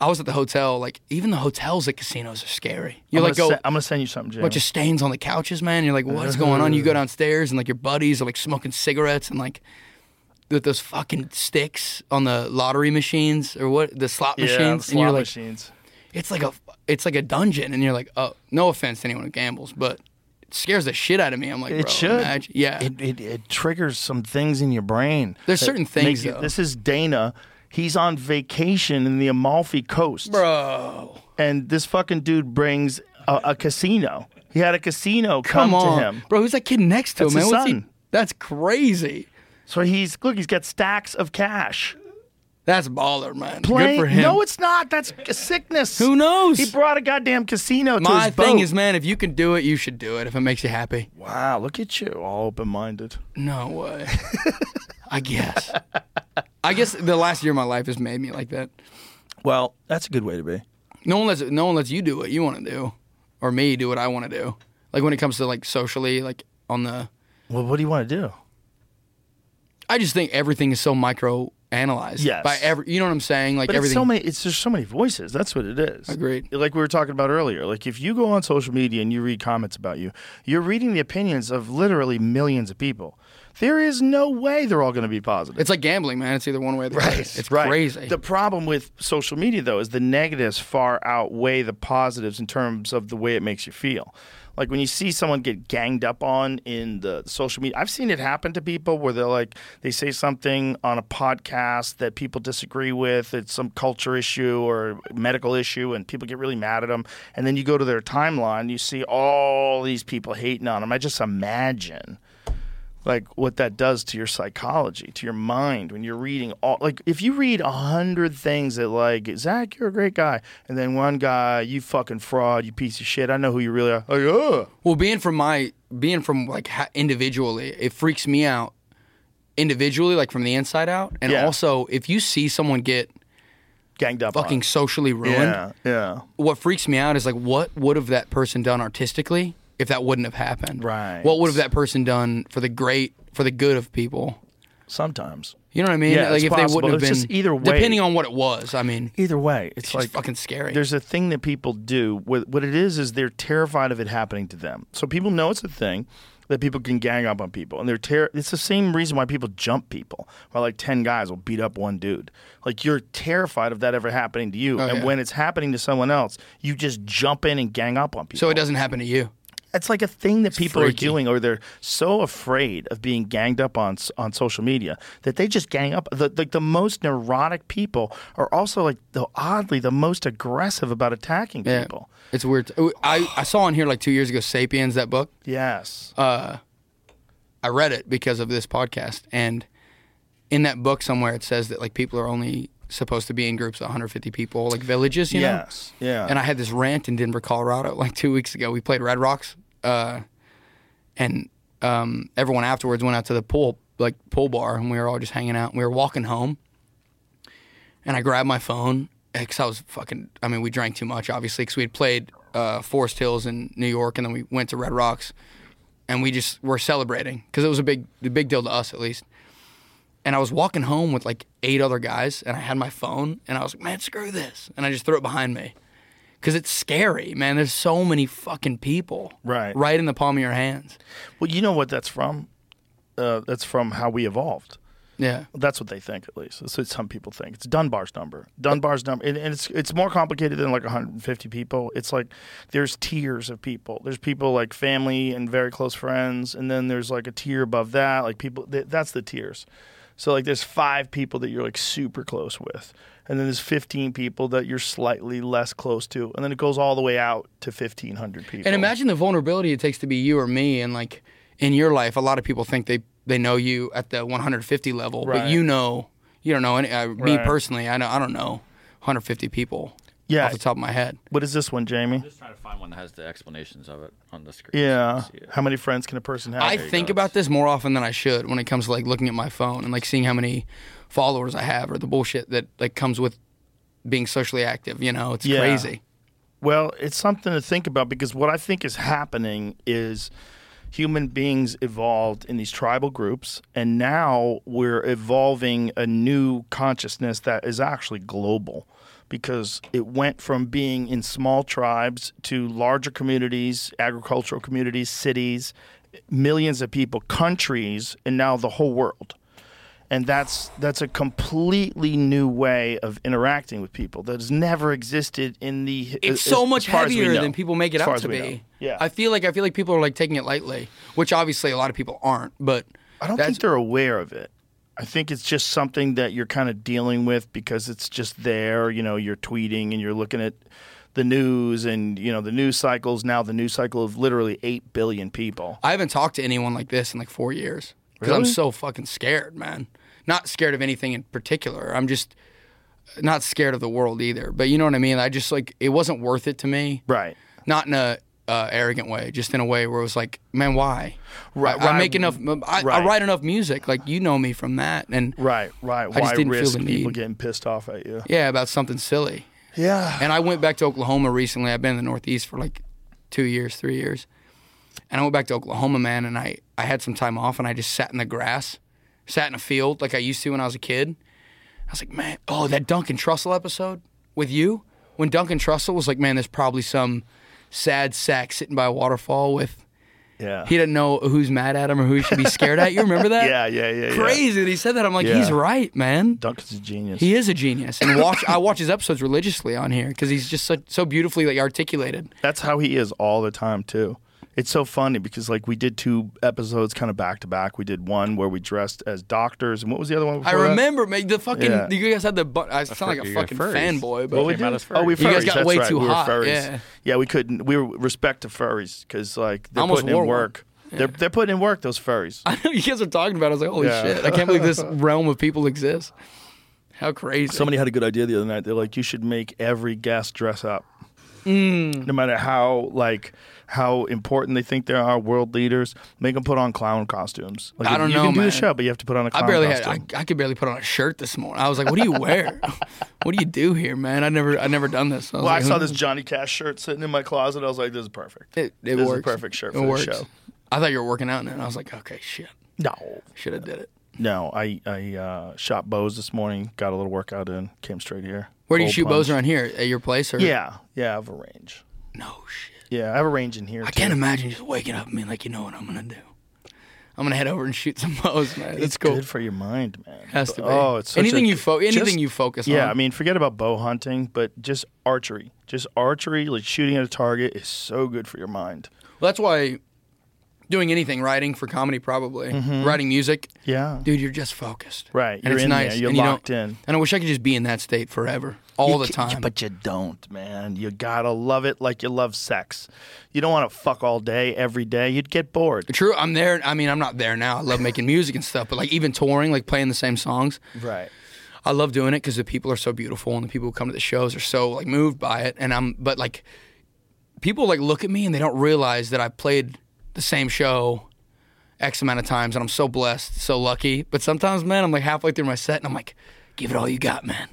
S4: I was at the hotel. Like even the hotels at casinos are scary. You
S3: I'm
S4: like
S3: gonna oh,
S4: go
S3: se- I'm gonna send you something, Jim.
S4: bunch of stains on the couches, man. You're like, what's going on? You go downstairs and like your buddies are like smoking cigarettes and like with those fucking sticks on the lottery machines or what the slot
S3: yeah,
S4: machines.
S3: the
S4: and
S3: slot
S4: you're like,
S3: machines.
S4: it's like a it's like a dungeon, and you're like, oh, no offense to anyone who gambles, but it scares the shit out of me. I'm like,
S3: It
S4: bro,
S3: should.
S4: imagine- yeah.
S3: It, it it triggers some things in your brain.
S4: There's
S3: that
S4: certain
S3: make
S4: things,
S3: you-
S4: though.
S3: this is Dana. He's on vacation in the Amalfi Coast,
S4: Bro,
S3: and this fucking dude brings a, a casino. He had a casino
S4: come,
S3: come,
S4: on,
S3: to him.
S4: bro. Who's that kid next to
S3: That's
S4: him, man?
S3: his
S4: What's he-
S3: son.
S4: That's crazy.
S3: So he's look, he's got stacks of cash.
S4: That's baller, man.
S3: Playing-
S4: Good for him.
S3: No, it's not. That's a sickness.
S4: Who knows?
S3: He brought a goddamn casino to
S4: my
S3: his
S4: thing
S3: boat.
S4: is, man. If you can do it, you should do it. If it makes you happy.
S3: wow, look at you, all open-minded.
S4: No way. I guess. I guess the last year of my life has made me like that.
S3: Well, that's a good way to be.
S4: No one lets no one lets you do what you want to do, or me do what I want to do. Like when it comes to like socially, like on the,
S3: Well, what do you want to do?
S4: I just think everything is so micro analyzed.
S3: Yes.
S4: By every, you know what I'm saying? Like
S3: But
S4: everything.
S3: it's so many. It's there's so many voices. That's what it is.
S4: Agreed.
S3: Like we were talking about earlier. Like if you go on social media and you read comments about you, you're reading the opinions of literally millions of people. There is no way they're all going to be positive.
S4: it's like gambling, man. It's either one way or the other. It's
S3: Right.
S4: crazy.
S3: The problem with social media though is the negatives far outweigh the positives in terms of the way it makes you feel. Like when you see someone get ganged up on in the social media, I've seen it happen to people where they're like, they say something on a podcast that people disagree with. It's some culture issue or medical issue, and people get really mad at them. And then you go to their timeline, you see all these people hating on them. I just imagine like what that does to your psychology, to your mind when you're reading all like if you read a hundred things that like Zach, you're a great guy, and then one guy, you fucking fraud, you piece of shit. I know who you really are. Oh, Like, ugh.
S4: Well, being from my being from like ha- individually, it freaks me out individually, like from the inside out, and
S3: Yeah.
S4: also if you see someone get
S3: ganged up.
S4: fucking socially
S3: on.
S4: ruined,
S3: yeah, yeah,
S4: what freaks me out is like what would have that person done artistically if that wouldn't have happened
S3: Right.
S4: what would have that person done for the great for the good of people
S3: Sometimes.
S4: You know what I mean?
S3: Yeah,
S4: like
S3: it's
S4: if
S3: possible.
S4: they wouldn't
S3: It's
S4: have been
S3: just either way.
S4: depending on what it was. I mean,
S3: Either way, it's,
S4: it's
S3: like
S4: just fucking scary.
S3: There's a thing that people do. What, what it is is they're terrified of it happening to them. So people know it's a thing that people can gang up on people, and they're ter- It's the same reason why people jump people. Why like ten guys will beat up one dude. Like you're terrified of that ever happening to you,
S4: Oh,
S3: and
S4: yeah.
S3: when it's happening to someone else, you just jump in and gang up on people.
S4: so it doesn't happen to you.
S3: It's like a thing that people
S4: freaky.
S3: are doing, or they're so afraid of being ganged up on s- on social media that they just gang up. The, like the most neurotic people are also like the oddly the most aggressive about attacking
S4: Yeah,
S3: people.
S4: it's weird. I I saw on here like two years ago, Sapiens that book.
S3: Yes,
S4: Uh, I read it because of this podcast, and in that book somewhere it says that like people are only supposed to be in groups of 150 people, like villages. You
S3: Yes,
S4: know?
S3: yeah.
S4: And I had this rant in Denver, Colorado, like two weeks ago. We played Red Rocks, uh, and um, everyone afterwards went out to the pool, like pool bar, and we were all just hanging out. And we were walking home, and I grabbed my phone because I was fucking. I mean, we drank too much, obviously, because we had played uh, Forest Hills in New York, and then we went to Red Rocks, and we just were celebrating because it was a big, a big deal to us at least. And I was walking home with like eight other guys, and I had my phone, and I was like, "Man, screw this!" And I just threw it behind me because it's scary, man. There's so many fucking people,
S3: Right.
S4: right in the palm of your hands.
S3: well, you know what that's from. Uh, that's from how we evolved.
S4: Yeah.
S3: That's what they think, at least. That's what some people think. It's Dunbar's number. Dunbar's number, and, and it's it's more complicated than like 150 people. It's like there's tiers of people. There's people like family and very close friends, and then there's like a tier above that, like people. Th- that's the tiers. So like there's five people that you're like super close with, and then there's 15 people that you're slightly less close to, and then it goes all the way out to 1,500 people.
S4: And imagine the vulnerability it takes to be you or me. And like in your life, a lot of people think they, they know you at the 150 level, but
S3: Right.
S4: you know, you don't know any. Uh, Me
S3: Right.
S4: personally, I know I don't know 150 people.
S3: Yeah.
S4: off the top of my head.
S3: What is this one, Jamie?
S5: Just trying to find one that has the explanations of it on the screen.
S3: Yeah.
S5: So you can see it.
S3: How many friends can a person have?
S4: I think about this more often than I should when it comes to like looking at my phone and like seeing how many followers I have or the bullshit that like comes with being socially active. You know, it's
S3: Yeah.
S4: crazy.
S3: Well, it's something to think about because what I think is happening is human beings evolved in these tribal groups, and now we're evolving a new consciousness that is actually global because it went from being in small tribes to larger communities, agricultural communities, cities, millions of people, countries, and now the whole world and that's that's a completely new way of interacting with people that has never existed in the.
S4: it's
S3: as-
S4: so much
S3: as far as we
S4: heavier
S3: know.
S4: than people make it
S3: As far
S4: out
S3: as
S4: to
S3: we know.
S4: be.
S3: Yeah,
S4: I feel like I feel like people are like taking it lightly, which obviously a lot of people aren't. But
S3: I don't
S4: that's-
S3: think they're aware of it. I think it's just something that you're kind of dealing with because it's just there. You know, you're tweeting and you're looking at the news and you know the news cycles now the news cycle of literally 8 billion people
S4: I haven't talked to anyone like this in like four years because I'm
S3: Really?
S4: so fucking scared, man. Not scared of anything in particular. I'm just not scared of the world either. But you know what I mean. I just like it wasn't worth it to me.
S3: right
S4: Not in a uh, arrogant way, just in a way where it was like, man, why?
S3: Right,
S4: I, I
S3: why-
S4: make enough. I, I
S3: right.
S4: write enough music. Like you know me from that, and
S3: right right
S4: just
S3: why
S4: didn't feel
S3: risk
S4: the
S3: people
S4: need.
S3: getting pissed off at you
S4: yeah, about something silly.
S3: yeah
S4: And I went back to Oklahoma recently. I've been in the Northeast for like two years, three years. And I went back to Oklahoma, man, and I, I had some time off and I just sat in the grass, sat in a field like I used to when I was a kid. I was like, man, oh, that Duncan Trussell episode with you, when Duncan Trussell was like, man, there's probably some sad sack sitting by a waterfall with,
S3: yeah
S4: he didn't know who's mad at him or who he should be scared at. You remember that?
S3: yeah yeah yeah yeah.
S4: Crazy that he said that. I'm like,
S3: Yeah.
S4: he's right, man.
S3: duncan's a genius
S4: He is a genius, and watch I watch his episodes religiously on here because he's just so, so beautifully like articulated.
S3: That's how he is all the time too. It's so funny because like we did two episodes kind of back to back. We did one where we dressed as doctors, and what was the other one?
S4: I
S3: Before that?
S4: remember, man, the fucking
S3: Yeah.
S4: you guys had the bu- I sound like a
S5: you got
S4: fucking
S5: furries.
S4: fanboy, but
S5: Well, we Came out
S3: did-
S5: as furries.
S3: Oh, we
S5: You
S4: guys
S3: furries,
S4: got
S3: that's
S4: way
S3: right.
S4: too
S3: we were
S4: hot,
S3: Furries.
S4: yeah.
S3: we couldn't. We were respect to furries because like they're
S4: Almost
S3: putting
S4: wore
S3: in
S4: one.
S3: work. They're they're putting in work. Those furries.
S4: I know you guys are talking about. It. I was like, holy
S3: Yeah.
S4: shit! I can't believe this realm of people exists. How crazy!
S3: Somebody had a good idea the other night. They're like, you should make every guest dress up.
S4: Mm.
S3: No matter how like how important they think they are, world leaders make them put on clown costumes. Like,
S4: I don't
S3: you
S4: know,
S3: can do
S4: man.
S3: the show, but you have to put on a
S4: I
S3: clown
S4: barely had
S3: costume.
S4: I, I could barely put on a shirt this morning. I was like, what do you wear? what do you do here, man? I never I never done this. I, was
S3: Well, I
S4: like,
S3: saw
S4: who-
S3: this Johnny Cash shirt sitting in my closet. I was like, "This is perfect.
S4: Mm-hmm. It, it
S3: this
S4: works.
S3: is a perfect shirt
S4: It
S3: for the
S4: works.
S3: show."
S4: I thought you were working out, and I was like, okay, shit,
S3: No,
S4: should have did it.
S3: No, I I uh, shot bows this morning. Got a little workout in. Came straight here.
S4: Where do you
S3: Cold
S4: shoot bows
S3: plunge.
S4: around here? At your place or?
S3: Yeah, yeah. I have a range.
S4: No shit.
S3: Yeah, I have a range in here.
S4: I can't imagine just waking up and being like, you know what I'm gonna do? I'm gonna head over and shoot some bows, man. That's
S3: It's
S4: cool.
S3: good for your mind, man.
S4: Has to be.
S3: Oh, it's such
S4: Anything
S3: a-
S4: you fo- anything
S3: just-
S4: you focus
S3: Yeah,
S4: on.
S3: I mean, forget about bow hunting, but just archery. Just archery, like shooting at a target, is so good for your mind.
S4: Well, that's why doing anything, writing for comedy, probably writing music.
S3: Mm-hmm. Yeah.
S4: Dude, you're just focused.
S3: Right,
S4: And
S3: you're
S4: it's
S3: in there,
S4: nice.
S3: you're
S4: and you don't-
S3: locked in.
S4: And I wish I could just be in that state forever, all
S3: You
S4: the
S3: ca-
S4: time.
S3: But you don't, man. You gotta love it like you love sex. You don't want to fuck all day, every day. You'd get bored.
S4: True. I'm there. I mean, I'm not there now. I love making music and stuff, but like even touring, like playing the same songs,
S3: Right.
S4: I love doing it because the people are so beautiful and the people who come to the shows are so like moved by it. And I'm, but like, people like look at me and they don't realize that I played the same show X amount of times and I'm so blessed, so lucky. But sometimes, man, I'm like halfway through my set and I'm like, give it all you got, man.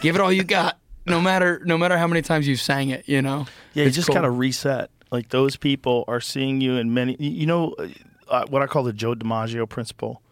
S4: give it all you got. No matter, no matter how many times you sang it, you know.
S3: Yeah,
S4: It's
S3: you just
S4: cool.
S3: gotta reset. Like those people are seeing you in many. You know uh, what I call the Joe DiMaggio principle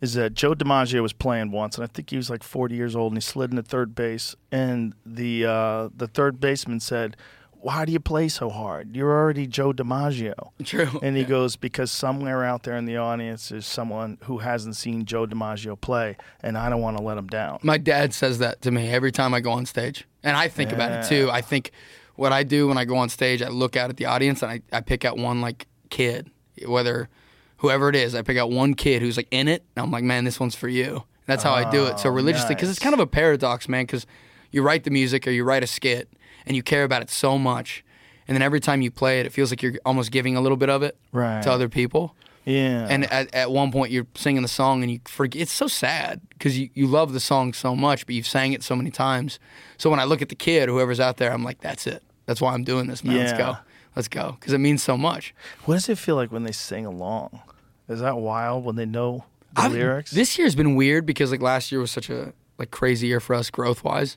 S3: is that Joe DiMaggio was playing once, and I think he was like 40 years old, and he slid into third base, and the uh, the third baseman said, "Why do you play so hard? You're already Joe DiMaggio."
S4: True.
S3: And he goes, "Because somewhere out there in the audience is someone who hasn't seen Joe DiMaggio play, and I don't want to let him down."
S4: My dad says that to me every time I go on stage. And I think about it too. I think what I do when I go on stage, I look out at the audience and I, I pick out one like kid, whether whoever it is, I pick out one kid who's like in it. And I'm like, man, this one's for you. That's how I do it. So religiously, because it's
S3: Oh, nice.
S4: kind of a paradox, man, because you write the music or you write a skit and you care about it so much. And then every time you play it, it feels like you're almost giving a little bit of it
S3: Right.
S4: to other people.
S3: Yeah.
S4: And at, at one point, you're singing the song and you forget. It's so sad because you, you love the song so much, but you've sang it so many times. So when I look at the kid, whoever's out there, I'm like, that's it. That's why I'm doing this, man. Let's
S3: Yeah.
S4: go. Let's go. Because it means so much.
S3: what does it feel like when they sing along? Is that wild when they know the
S4: I've-
S3: lyrics?
S4: This year's been weird because like last year was such a like crazy year for us growth wise.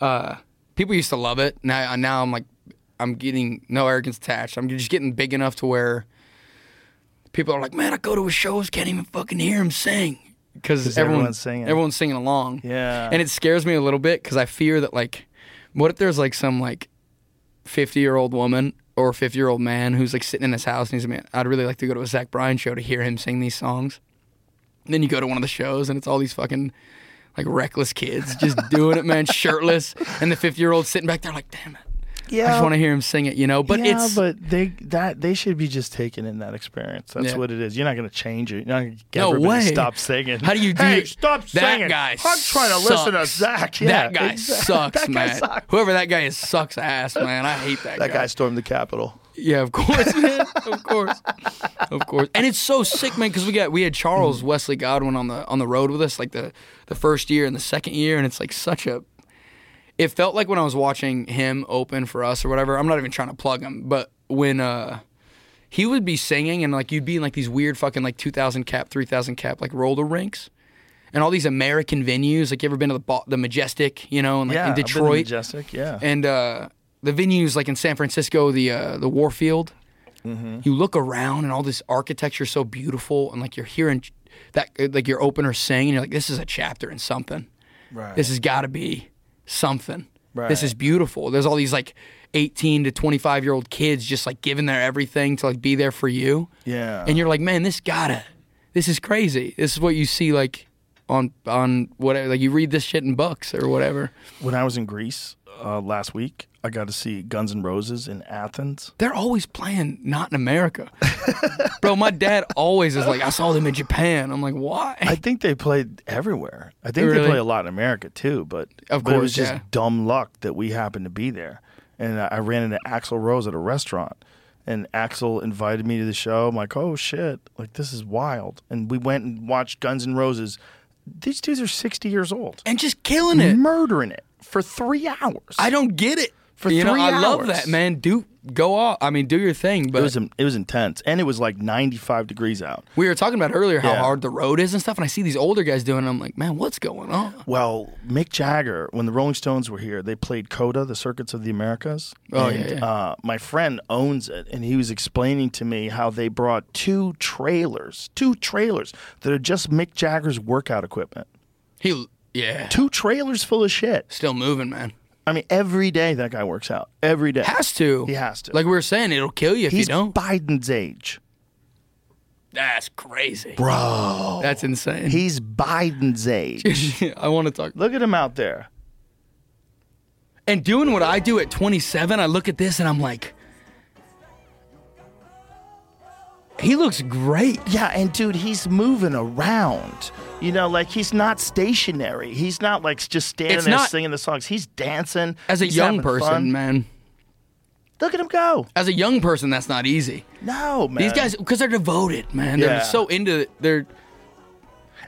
S4: Uh, people used to love it. Now uh, now I'm like I'm getting no arrogance attached. I'm just getting big enough to where people are like, man, I go to his shows, can't even fucking hear him sing because
S3: everyone's singing.
S4: Everyone's singing along.
S3: Yeah.
S4: and it scares me a little bit because I fear that like, what if there's like some like 50 year old woman or 50 year old man who's like sitting in his house and he's like, man, I'd really like to go to a Zach Bryan show to hear him sing these songs. And then you go to one of the shows and it's all these fucking like reckless kids just doing it, man, shirtless. And the 50 year old sitting back there like, damn it. I just want to hear him sing it, you know? But
S3: yeah,
S4: it's.
S3: but they that they should be just taking in that experience. That's
S4: Yeah.
S3: what it is. You're not going to change it. You're not going to get
S4: No
S3: everybody to
S4: way.
S3: stop singing.
S4: How do you do-
S3: Hey, stop
S4: that
S3: singing.
S4: guy
S3: I'm trying to listen to
S4: sucks.
S3: Zach. Yeah,
S4: that guy
S3: exact-
S4: sucks,
S3: that guy
S4: man.
S3: sucks.
S4: Whoever that guy is sucks ass, man. I hate that,
S3: That guy stormed the Capitol.
S4: Yeah, of course, man. of course, of course. And it's so sick, man, because we got we had
S3: Mm.
S4: Charles Wesley Godwin on the on the road with us, like the the first year and the second year, and it's like such a. It felt like when I was watching him open for us or whatever. I'm not even trying to plug him, but when uh he would be singing and like you'd be in like these weird fucking like 2,000 cap, 3,000 cap like roller rinks. And all these American venues, like you ever been to the Bo- the Majestic, you know, and like
S3: Yeah,
S4: in
S3: I've been to
S4: Detroit,
S3: Majestic. Yeah,
S4: and uh, the venues like in San Francisco, the uh, the Warfield.
S3: Mm-hmm.
S4: You look around and all this architecture is so beautiful, and like you're hearing ch- that uh, like your opener sing, and you're like, this is a chapter in something.
S3: right.
S4: This has got to be something. This is
S3: Right.
S4: beautiful. There's all these like 18 to 25 year old kids just like giving their everything to like be there for you.
S3: yeah,
S4: And you're like, man, this gotta, this is crazy. This is what you see like on on whatever. Like you read this shit in books or whatever.
S3: when I was in Greece uh, last week, I got to see Guns N' Roses in Athens.
S4: they're always playing not in America. Bro, my dad always is like, I saw them in Japan. I'm like, why?
S3: I think they played everywhere. I think
S4: Really?
S3: they play a lot in America too, but,
S4: Of
S3: but it was
S4: course,
S3: just
S4: yeah.
S3: dumb luck that we happened to be there. And I I ran into Axel Rose at a restaurant, and Axel invited me to the show. I'm like, oh shit, like this is wild. And we went and watched Guns N' Roses. These dudes are 60 years old,
S4: and just killing it.
S3: murdering it for three hours.
S4: I don't get it.
S3: for
S4: you know,
S3: three
S4: I
S3: hours.
S4: love that, man. Do go off. I mean, do your thing.
S3: It
S4: But
S3: was it was intense, and it was like 95 degrees out.
S4: we were talking about earlier how
S3: Yeah.
S4: hard the road is and stuff, and I see these older guys doing. it, I'm like, man, what's going on?
S3: Well, Mick Jagger, when the Rolling Stones were here, they played Coda, the Circuits of the Americas.
S4: Oh,
S3: and,
S4: yeah, yeah.
S3: Uh, my friend owns it, and he was explaining to me how they brought two trailers, two trailers that are just Mick Jagger's workout equipment.
S4: He, yeah,
S3: Two trailers full of shit.
S4: still moving, man.
S3: I mean, every day that guy works out. Every day.
S4: Has to.
S3: He has to.
S4: Like we were saying, it'll kill you if
S3: He's
S4: you don't.
S3: Biden's age.
S4: That's crazy, bro. That's insane.
S3: He's Biden's age.
S4: I want to talk.
S3: Look at him out there.
S4: And doing what I do at 27, I look at this and I'm like, he looks great.
S3: Yeah, and dude, he's moving around. You know, like he's not stationary. He's not like just standing
S4: It's
S3: there
S4: not-
S3: singing the songs. He's dancing.
S4: As a
S3: He's
S4: young
S3: having
S4: person,
S3: fun.
S4: man.
S3: Look at him go.
S4: As a young person, that's not easy.
S3: No, man.
S4: These guys, because they're devoted, man. They're
S3: Yeah.
S4: so into it. They're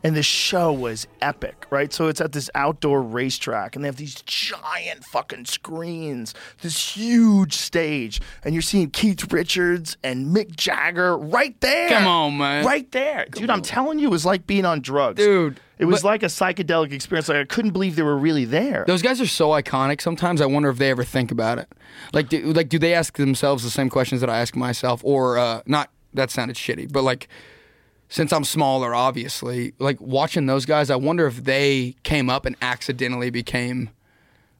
S3: And the show was epic, right? So it's at this outdoor racetrack, and they have these giant fucking screens, this huge stage, and you're seeing Keith Richards and Mick Jagger right there.
S4: Come on, man.
S3: Right there. dude, I'm telling you, it was like being on drugs.
S4: Dude,
S3: It was
S4: but-
S3: like a psychedelic experience. Like, I couldn't believe they were really there.
S4: those guys are so iconic. Sometimes I wonder if they ever think about it. Like, do, like, do they ask themselves the same questions that I ask myself? Or uh, not? That sounded shitty, but like, since I'm smaller, obviously, like watching those guys, I wonder if they came up and accidentally became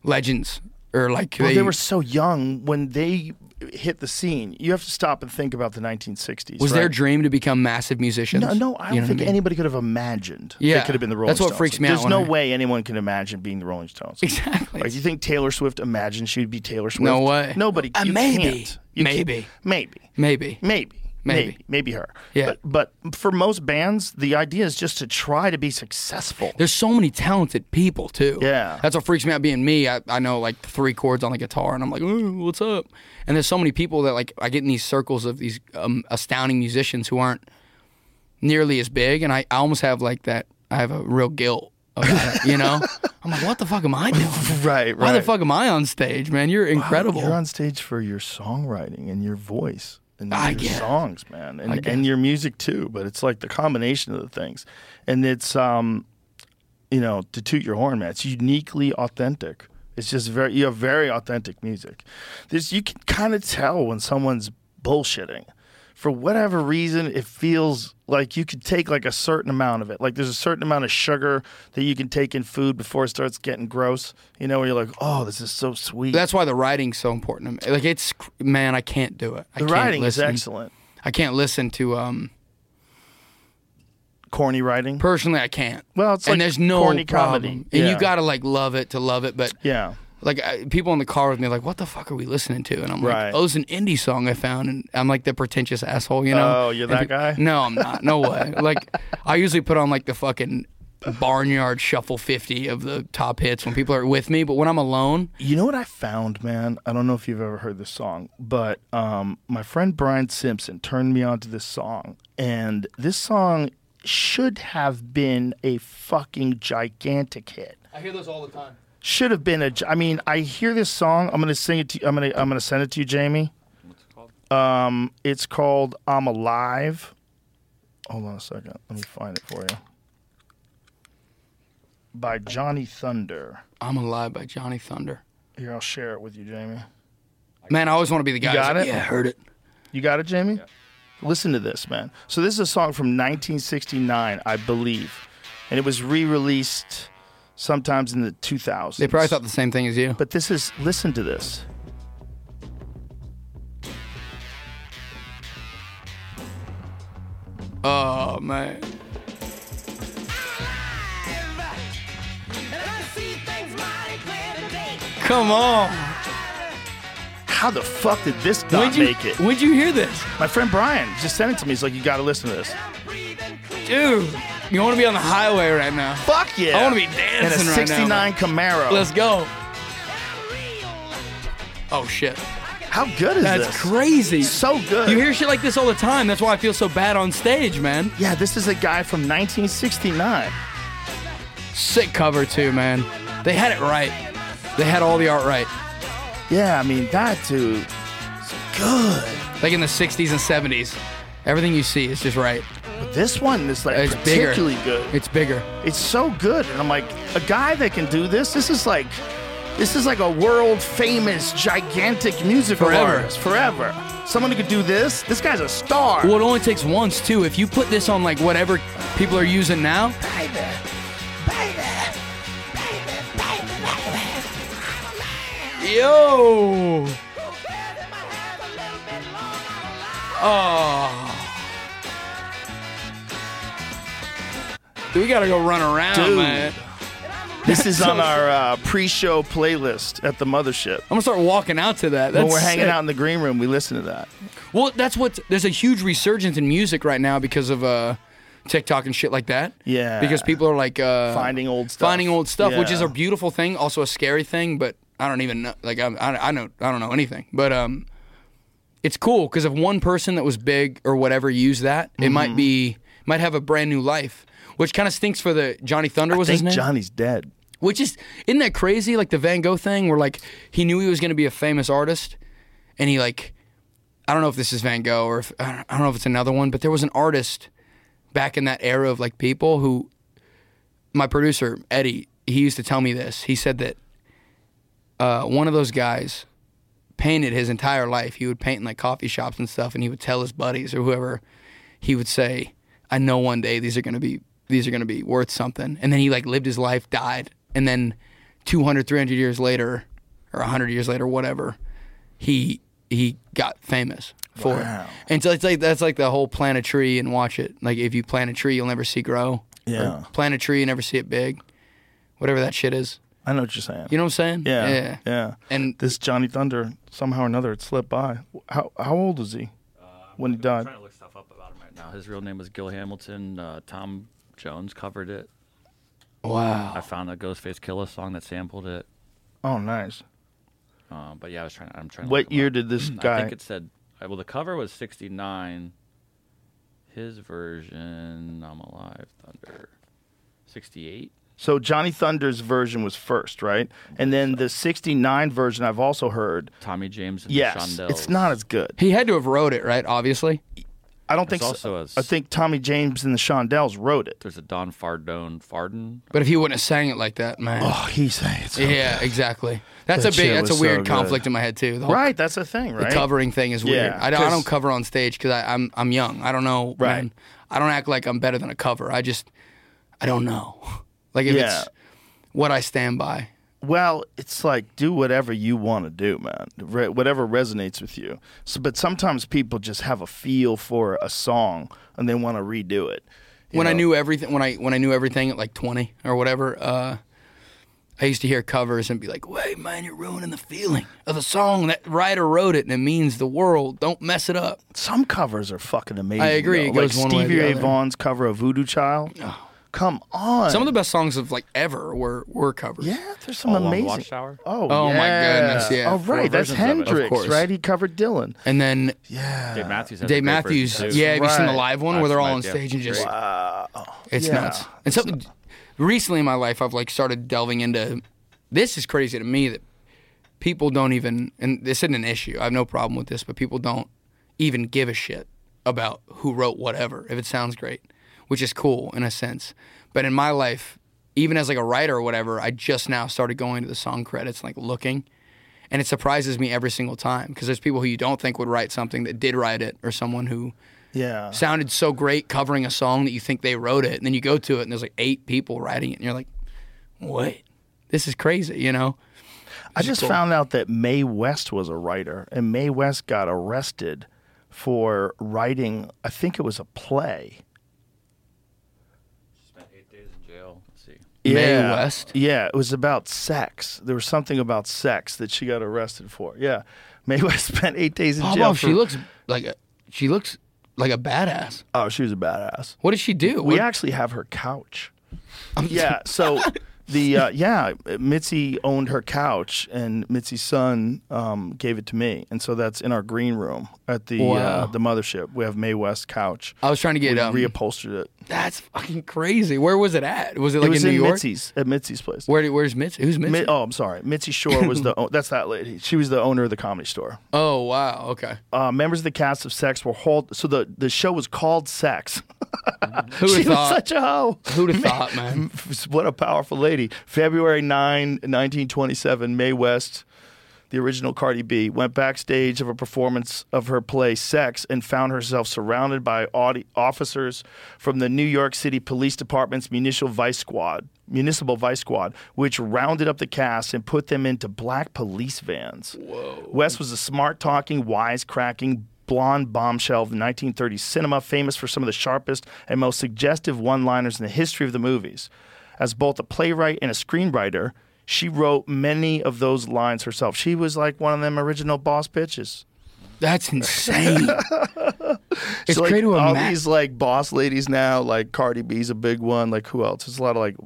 S4: legends, or like
S3: Well,
S4: they,
S3: they, were so young when they hit the scene. You have to stop and think about the 1960s.
S4: was their
S3: right?
S4: dream to become massive musicians?
S3: No, no, I don't
S4: You know what
S3: think
S4: mean?
S3: anybody could have imagined. they
S4: Yeah.
S3: could have been the Rolling
S4: That's what
S3: Stones.
S4: freaks me out
S3: There's
S4: when
S3: no
S4: I-
S3: way anyone can imagine being the Rolling Stones.
S4: Exactly.
S3: Like you think Taylor Swift imagined she'd be Taylor Swift?
S4: No way.
S3: Nobody.
S4: Uh,
S3: you
S4: maybe.
S3: can't. You can't.
S4: Maybe.
S3: Maybe.
S4: Maybe.
S3: Maybe.
S4: Maybe.
S3: Maybe. Maybe her.
S4: Yeah.
S3: But, but for most bands, the idea is just to try to be successful.
S4: There's so many talented people too.
S3: Yeah.
S4: that's what freaks me out. Being me, I, I know like three chords on the guitar, and I'm like, Ooh, what's up? And there's so many people that like I get in these circles of these um, astounding musicians who aren't nearly as big, and I, I almost have like that. I have a real guilt about it, you know. I'm like, what the fuck am I doing?
S3: Right,
S4: Why the
S3: right.
S4: fuck am I on stage, man? You're incredible.
S3: You're on stage for your songwriting and your voice and
S4: I
S3: your
S4: get it.
S3: songs, man,
S4: I
S3: and
S4: get
S3: and your music too. But it's like the combination of the things, and it's um, you know, to toot your horn, man. It's uniquely authentic. It's just very you have very authentic music. This you can kind of tell when someone's bullshitting. For whatever reason, it feels like you could take like a certain amount of it. Like there's a certain amount of sugar that you can take in food before it starts getting gross. You know, where you're like, oh, this is so sweet.
S4: That's why the writing's so important to me. Like it's cr- man, I can't do it. I
S3: The
S4: can't
S3: writing
S4: listen.
S3: is excellent.
S4: I can't listen to um.
S3: Corny writing.
S4: Personally, I can't.
S3: Well, it's
S4: and
S3: like
S4: there's no
S3: corny
S4: problem.
S3: comedy.
S4: and
S3: Yeah.
S4: you gotta like love it to love it. But
S3: yeah.
S4: like I, people in the car with me, are like, what the fuck are we listening to? And I'm
S3: Right.
S4: like, oh, it's an indie song I found, and I'm like the pretentious asshole, you know?
S3: Oh, you're
S4: And
S3: that
S4: pe-
S3: guy?
S4: No, I'm not. No way. like I usually put on like the fucking barnyard shuffle 50 of the top hits when people are with me, but when I'm alone,
S3: You know what I found, man? I don't know if you've ever heard this song, but um, my friend Brian Simpson turned me on to this song. And this song should have been a fucking gigantic hit.
S4: I hear those all the time.
S3: Should have been a. gi- I mean, I hear this song. I'm gonna sing it to. I'm gonna. I'm gonna send it to you, Jamie.
S5: What's it called?
S3: Um, it's called "I'm Alive." Hold on a second. Let me find it for you. By Johnny Thunder.
S4: I'm Alive by Johnny Thunder.
S3: Here, I'll share it with you, Jamie.
S4: Man, I always want to be the guy. who's
S3: got
S4: like,
S3: it?
S4: Yeah, I heard it.
S3: You got it, Jamie? Listen to this, man. So this is a song from 1969, I believe, and it was re-released sometimes in the 2000s.
S4: They probably thought the same thing as you.
S3: But this is listen to this.
S4: Oh man. Come on.
S3: How the fuck did this
S4: When'd
S3: not
S4: you,
S3: make it?
S4: when'd you hear this?
S3: My friend Brian just sent it to me. He's like, you got to listen to this.
S4: Dude, you want to be on the highway right now.
S3: Fuck yeah!
S4: I wanna be
S3: in a
S4: dancing right now,
S3: '69
S4: man.
S3: Camaro.
S4: Let's go. Oh shit.
S3: How good is
S4: That's
S3: this?
S4: crazy.
S3: So good.
S4: You hear shit like this all the time. That's why I feel so bad on stage, man.
S3: Yeah, this is a guy from 1969.
S4: Sick cover too, man. They had it right. They had all the art right.
S3: Yeah, I mean that dude. is Good.
S4: Like in the 60s and 70s, everything you see is just right.
S3: But this one is like
S4: It's bigger.
S3: particularly good.
S4: It's bigger.
S3: It's so good, and I'm like, a guy that can do this. This is like, this is like a world famous gigantic musical
S4: Forever.
S3: artist forever. Someone who could do this. This guy's a star.
S4: Well, it only takes once too. If you put this on like whatever people are using now, yo. Oh. Dude, we gotta go run around,
S3: Dude.
S4: man.
S3: This is on our uh, pre-show playlist at the mothership.
S4: I'm gonna start walking out to that. Oh, That's
S3: when we're hanging
S4: sick.
S3: out in the green room, we listen to that.
S4: Well, that's what there's a huge resurgence in music right now because of uh, TikTok and shit like that.
S3: Yeah.
S4: Because people are like uh,
S3: Finding old stuff.
S4: finding old stuff, which is
S3: Yeah.
S4: a beautiful thing, also a scary thing. But I don't even know. Like I'm, I, I know I don't know anything. But um, it's cool because if one person that was big or whatever used that, it
S3: Mm-hmm.
S4: might be might have a brand new life. Which kind of stinks for the Johnny Thunder was
S3: I
S4: his
S3: think
S4: name.
S3: Johnny's dead.
S4: Which is isn't that crazy? Like the Van Gogh thing, where like he knew he was gonna be a famous artist, and he like, I don't know if this is Van Gogh or if, I don't- I don't know if it's another one, but there was an artist back in that era of like people who, my producer Eddie, he used to tell me this. He said that uh, one of those guys painted his entire life. He would paint in like coffee shops and stuff, and he would tell his buddies or whoever, he would say, "I know one day these are gonna be these are gonna be worth something." And then he like lived his life, died, and then 200, 300 years later, or 100 years later, whatever, he he got famous for
S3: Wow.
S4: it. And so it's like that's like the whole plant a tree and watch it. Like if you plant a tree, you'll never see grow. Or
S3: Yeah.
S4: plant a tree, you never see it big. Whatever that shit is.
S3: I know what you're saying.
S4: You know what I'm saying?
S3: yeah,
S4: Yeah.
S3: yeah,
S4: And
S3: this Johnny Thunder somehow or another it slipped by. How how old was he when he
S5: I'm
S3: died?
S5: trying to look stuff up about him right now. His real name was Gil Hamilton. Uh, Tom Jones covered it.
S4: wow.
S5: I found a Ghostface Killer song that sampled it.
S3: Oh, nice.
S5: Um, but yeah, I was trying. I'm trying. To
S3: What
S5: look him
S3: year
S5: up.
S3: did this
S5: I
S3: guy?
S5: think it said. uh, Well, the cover was '69. His version, I'm Alive Thunder, '68.
S3: So Johnny Thunder's version was first, right? And then the '69 version I've also heard.
S5: Tommy James and
S3: Yes,
S5: the Shondells.
S3: it's not as good.
S4: He had to have wrote it, right? Obviously.
S3: I don't think.
S5: There's
S3: so.
S5: also a s-
S3: I think Tommy James and the Shondells wrote it.
S5: There's a Don Fardone Farden.
S4: But if he wouldn't have sang it like that, man.
S3: Oh, he's saying it's
S4: yeah, exactly. That's
S3: That
S4: a big.
S3: shit
S4: That's a
S3: was so
S4: weird
S3: good.
S4: conflict in my head too. The whole
S3: right. That's a thing, right?
S4: covering thing is weird.
S3: Yeah,
S4: I, don't, I
S3: 'cause-
S4: don't cover on stage because I'm I'm young. I don't know.
S3: Right.
S4: man. I don't act like I'm better than a cover. I just I don't know. Like if
S3: Yeah.
S4: it's what I stand by.
S3: Well, it's like do whatever you want to do, man. Re- whatever resonates with you. So, but sometimes people just have a feel for a song and they want to redo it. you
S4: when I
S3: know?
S4: knew everything, when I when I knew everything at like 20 or whatever, uh, I used to hear covers and be like, "Wait, man, you're ruining the feeling of the song. That writer wrote it, and it means the world. Don't mess it up."
S3: some covers are fucking amazing.
S4: I agree,
S3: though.
S4: it goes
S3: like
S4: one way or
S3: Stevie
S4: the
S3: Ray
S4: other. Oh.
S3: Vaughan's cover of Voodoo Child. Come on.
S4: Some of the best songs of like ever were were covers.
S3: yeah, there's some
S5: All on
S3: amazing.
S5: Watchtower?
S3: Oh,
S4: Oh, my
S3: yeah.
S4: goodness, yeah.
S3: Oh
S5: Four
S3: right, that's
S5: versions of it. Of
S3: Hendrix,
S4: course.
S3: right? He covered Dylan.
S4: And then
S3: Yeah.
S5: Dave Matthews. Has a
S4: Dave
S5: great version,
S4: Matthews.
S5: too.
S4: Yeah, have you seen the
S3: Right.
S4: live one where
S5: That's
S4: they're all
S5: right,
S4: on
S5: yeah.
S4: stage and just it's
S3: Yeah.
S4: nuts. And something recently in my life, I've like started delving into. This is crazy to me that people don't even, and this isn't an issue. I have no problem with this, but people don't even give a shit about who wrote whatever if it sounds great, which is cool in a sense. But in my life, even as like a writer or whatever, I just now started going to the song credits and like looking. And it surprises me every single time because there's people who you don't think would write something that did write it, or someone who
S3: Yeah.
S4: sounded so great covering a song that you think they wrote it, and then you go to it and there's like eight people writing it, and you're like, "What? This is crazy," you know?
S3: I just found out that Mae West was a writer, and Mae West got arrested for writing. I think it was a play.
S5: Spent eight days in jail. Let's see.
S4: Mae West?
S3: Yeah, it was about sex. There was something about sex that she got arrested for. Yeah, Mae West spent eight days in
S4: Oh,
S3: jail.
S4: well, she
S3: for-
S4: looks like a she looks like a badass.
S3: Oh, she was a badass.
S4: What did she do?
S3: We
S4: What-
S3: actually have her couch. Yeah, so the uh, yeah, Mitzi owned her couch, and Mitzi's son um, gave it to me, and so that's in our green room at the uh,
S4: Wow.
S3: the mothership. We have May West couch.
S4: I was trying to get
S3: we
S4: um,
S3: reupholstered it.
S4: That's fucking crazy. Where was it at? Was it like
S3: it was
S4: in New York?
S3: Mitzi's at Mitzi's place.
S4: Where do- where's Mitzi? Who's Mitzi?
S3: Mi- oh, I'm sorry. Mitzi Shore was the o- that's that lady. She was the owner of the comedy store.
S4: oh wow. Okay.
S3: Uh, members of the cast of Sex were hauled. So the the show was called Sex.
S4: Who'd
S3: she was
S4: have thought?
S3: such a hoe.
S4: Who'd have thought, man?
S3: what a powerful lady. February 9, 1927, Mae West, the original Cardi B, went backstage of a performance of her play Sex and found herself surrounded by audi- officers from the New York City Police Department's Municipal Vice Squad, Municipal Vice Squad, which rounded up the cast and put them into black police vans. Whoa. West was a smart talking, wise cracking, blonde bombshell of the 1930s cinema, famous for some of the sharpest and most suggestive one liners in the history of the movies. As both a playwright and a screenwriter, she wrote many of those lines herself. She was like one of them original boss bitches.
S4: That's insane. it's
S3: so like,
S4: great to
S3: all
S4: imagine.
S3: these like boss ladies now, like Cardi B's a big one. Like who else? There's a lot of like,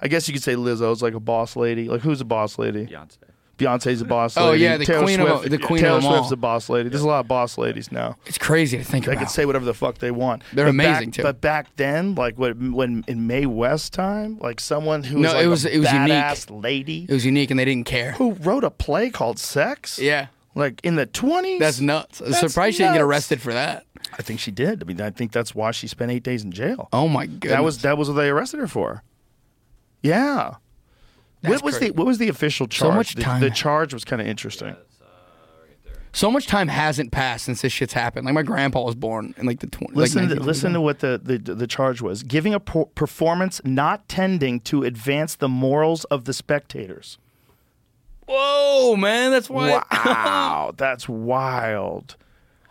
S3: I guess you could say Lizzo's like a boss lady. Like who's a boss lady?
S5: Beyonce.
S3: Beyonce's a boss lady.
S4: Oh, yeah, the
S3: Taylor
S4: queen of
S3: Swift,
S4: all- the queen
S3: Taylor
S4: of them all.
S3: Swift's a boss lady. There's a lot of boss ladies now.
S4: it's crazy to think
S3: They
S4: about.
S3: can say whatever the fuck they want.
S4: They're
S3: But back-
S4: amazing, too.
S3: But back then, like when, when in May West time, like someone who
S4: No,
S3: was like
S4: it was-
S3: a
S4: it was unique.
S3: badass lady
S4: it was unique, and they didn't care.
S3: who wrote a play called Sex.
S4: Yeah.
S3: like in the twenties.
S4: That's nuts. I'm
S3: That's
S4: surprised she didn't get
S3: nuts.
S4: arrested for that.
S3: I think she did. I mean, I think that's why she spent eight days in jail.
S4: Oh my goodness.
S3: that was that was what they arrested her for. Yeah.
S4: That's
S3: what was
S4: crazy.
S3: the what was the official charge?
S4: much
S3: The-
S4: time.
S3: The, charge was kind of interesting.
S4: so much time hasn't passed since this shit's happened. Like my grandpa was born in like the 20s.
S3: Listen, to, listen to what the, the, the charge was giving a per- performance not tending to advance the morals of the spectators.
S4: Whoa, man, that's why.
S3: Wow, that's wild.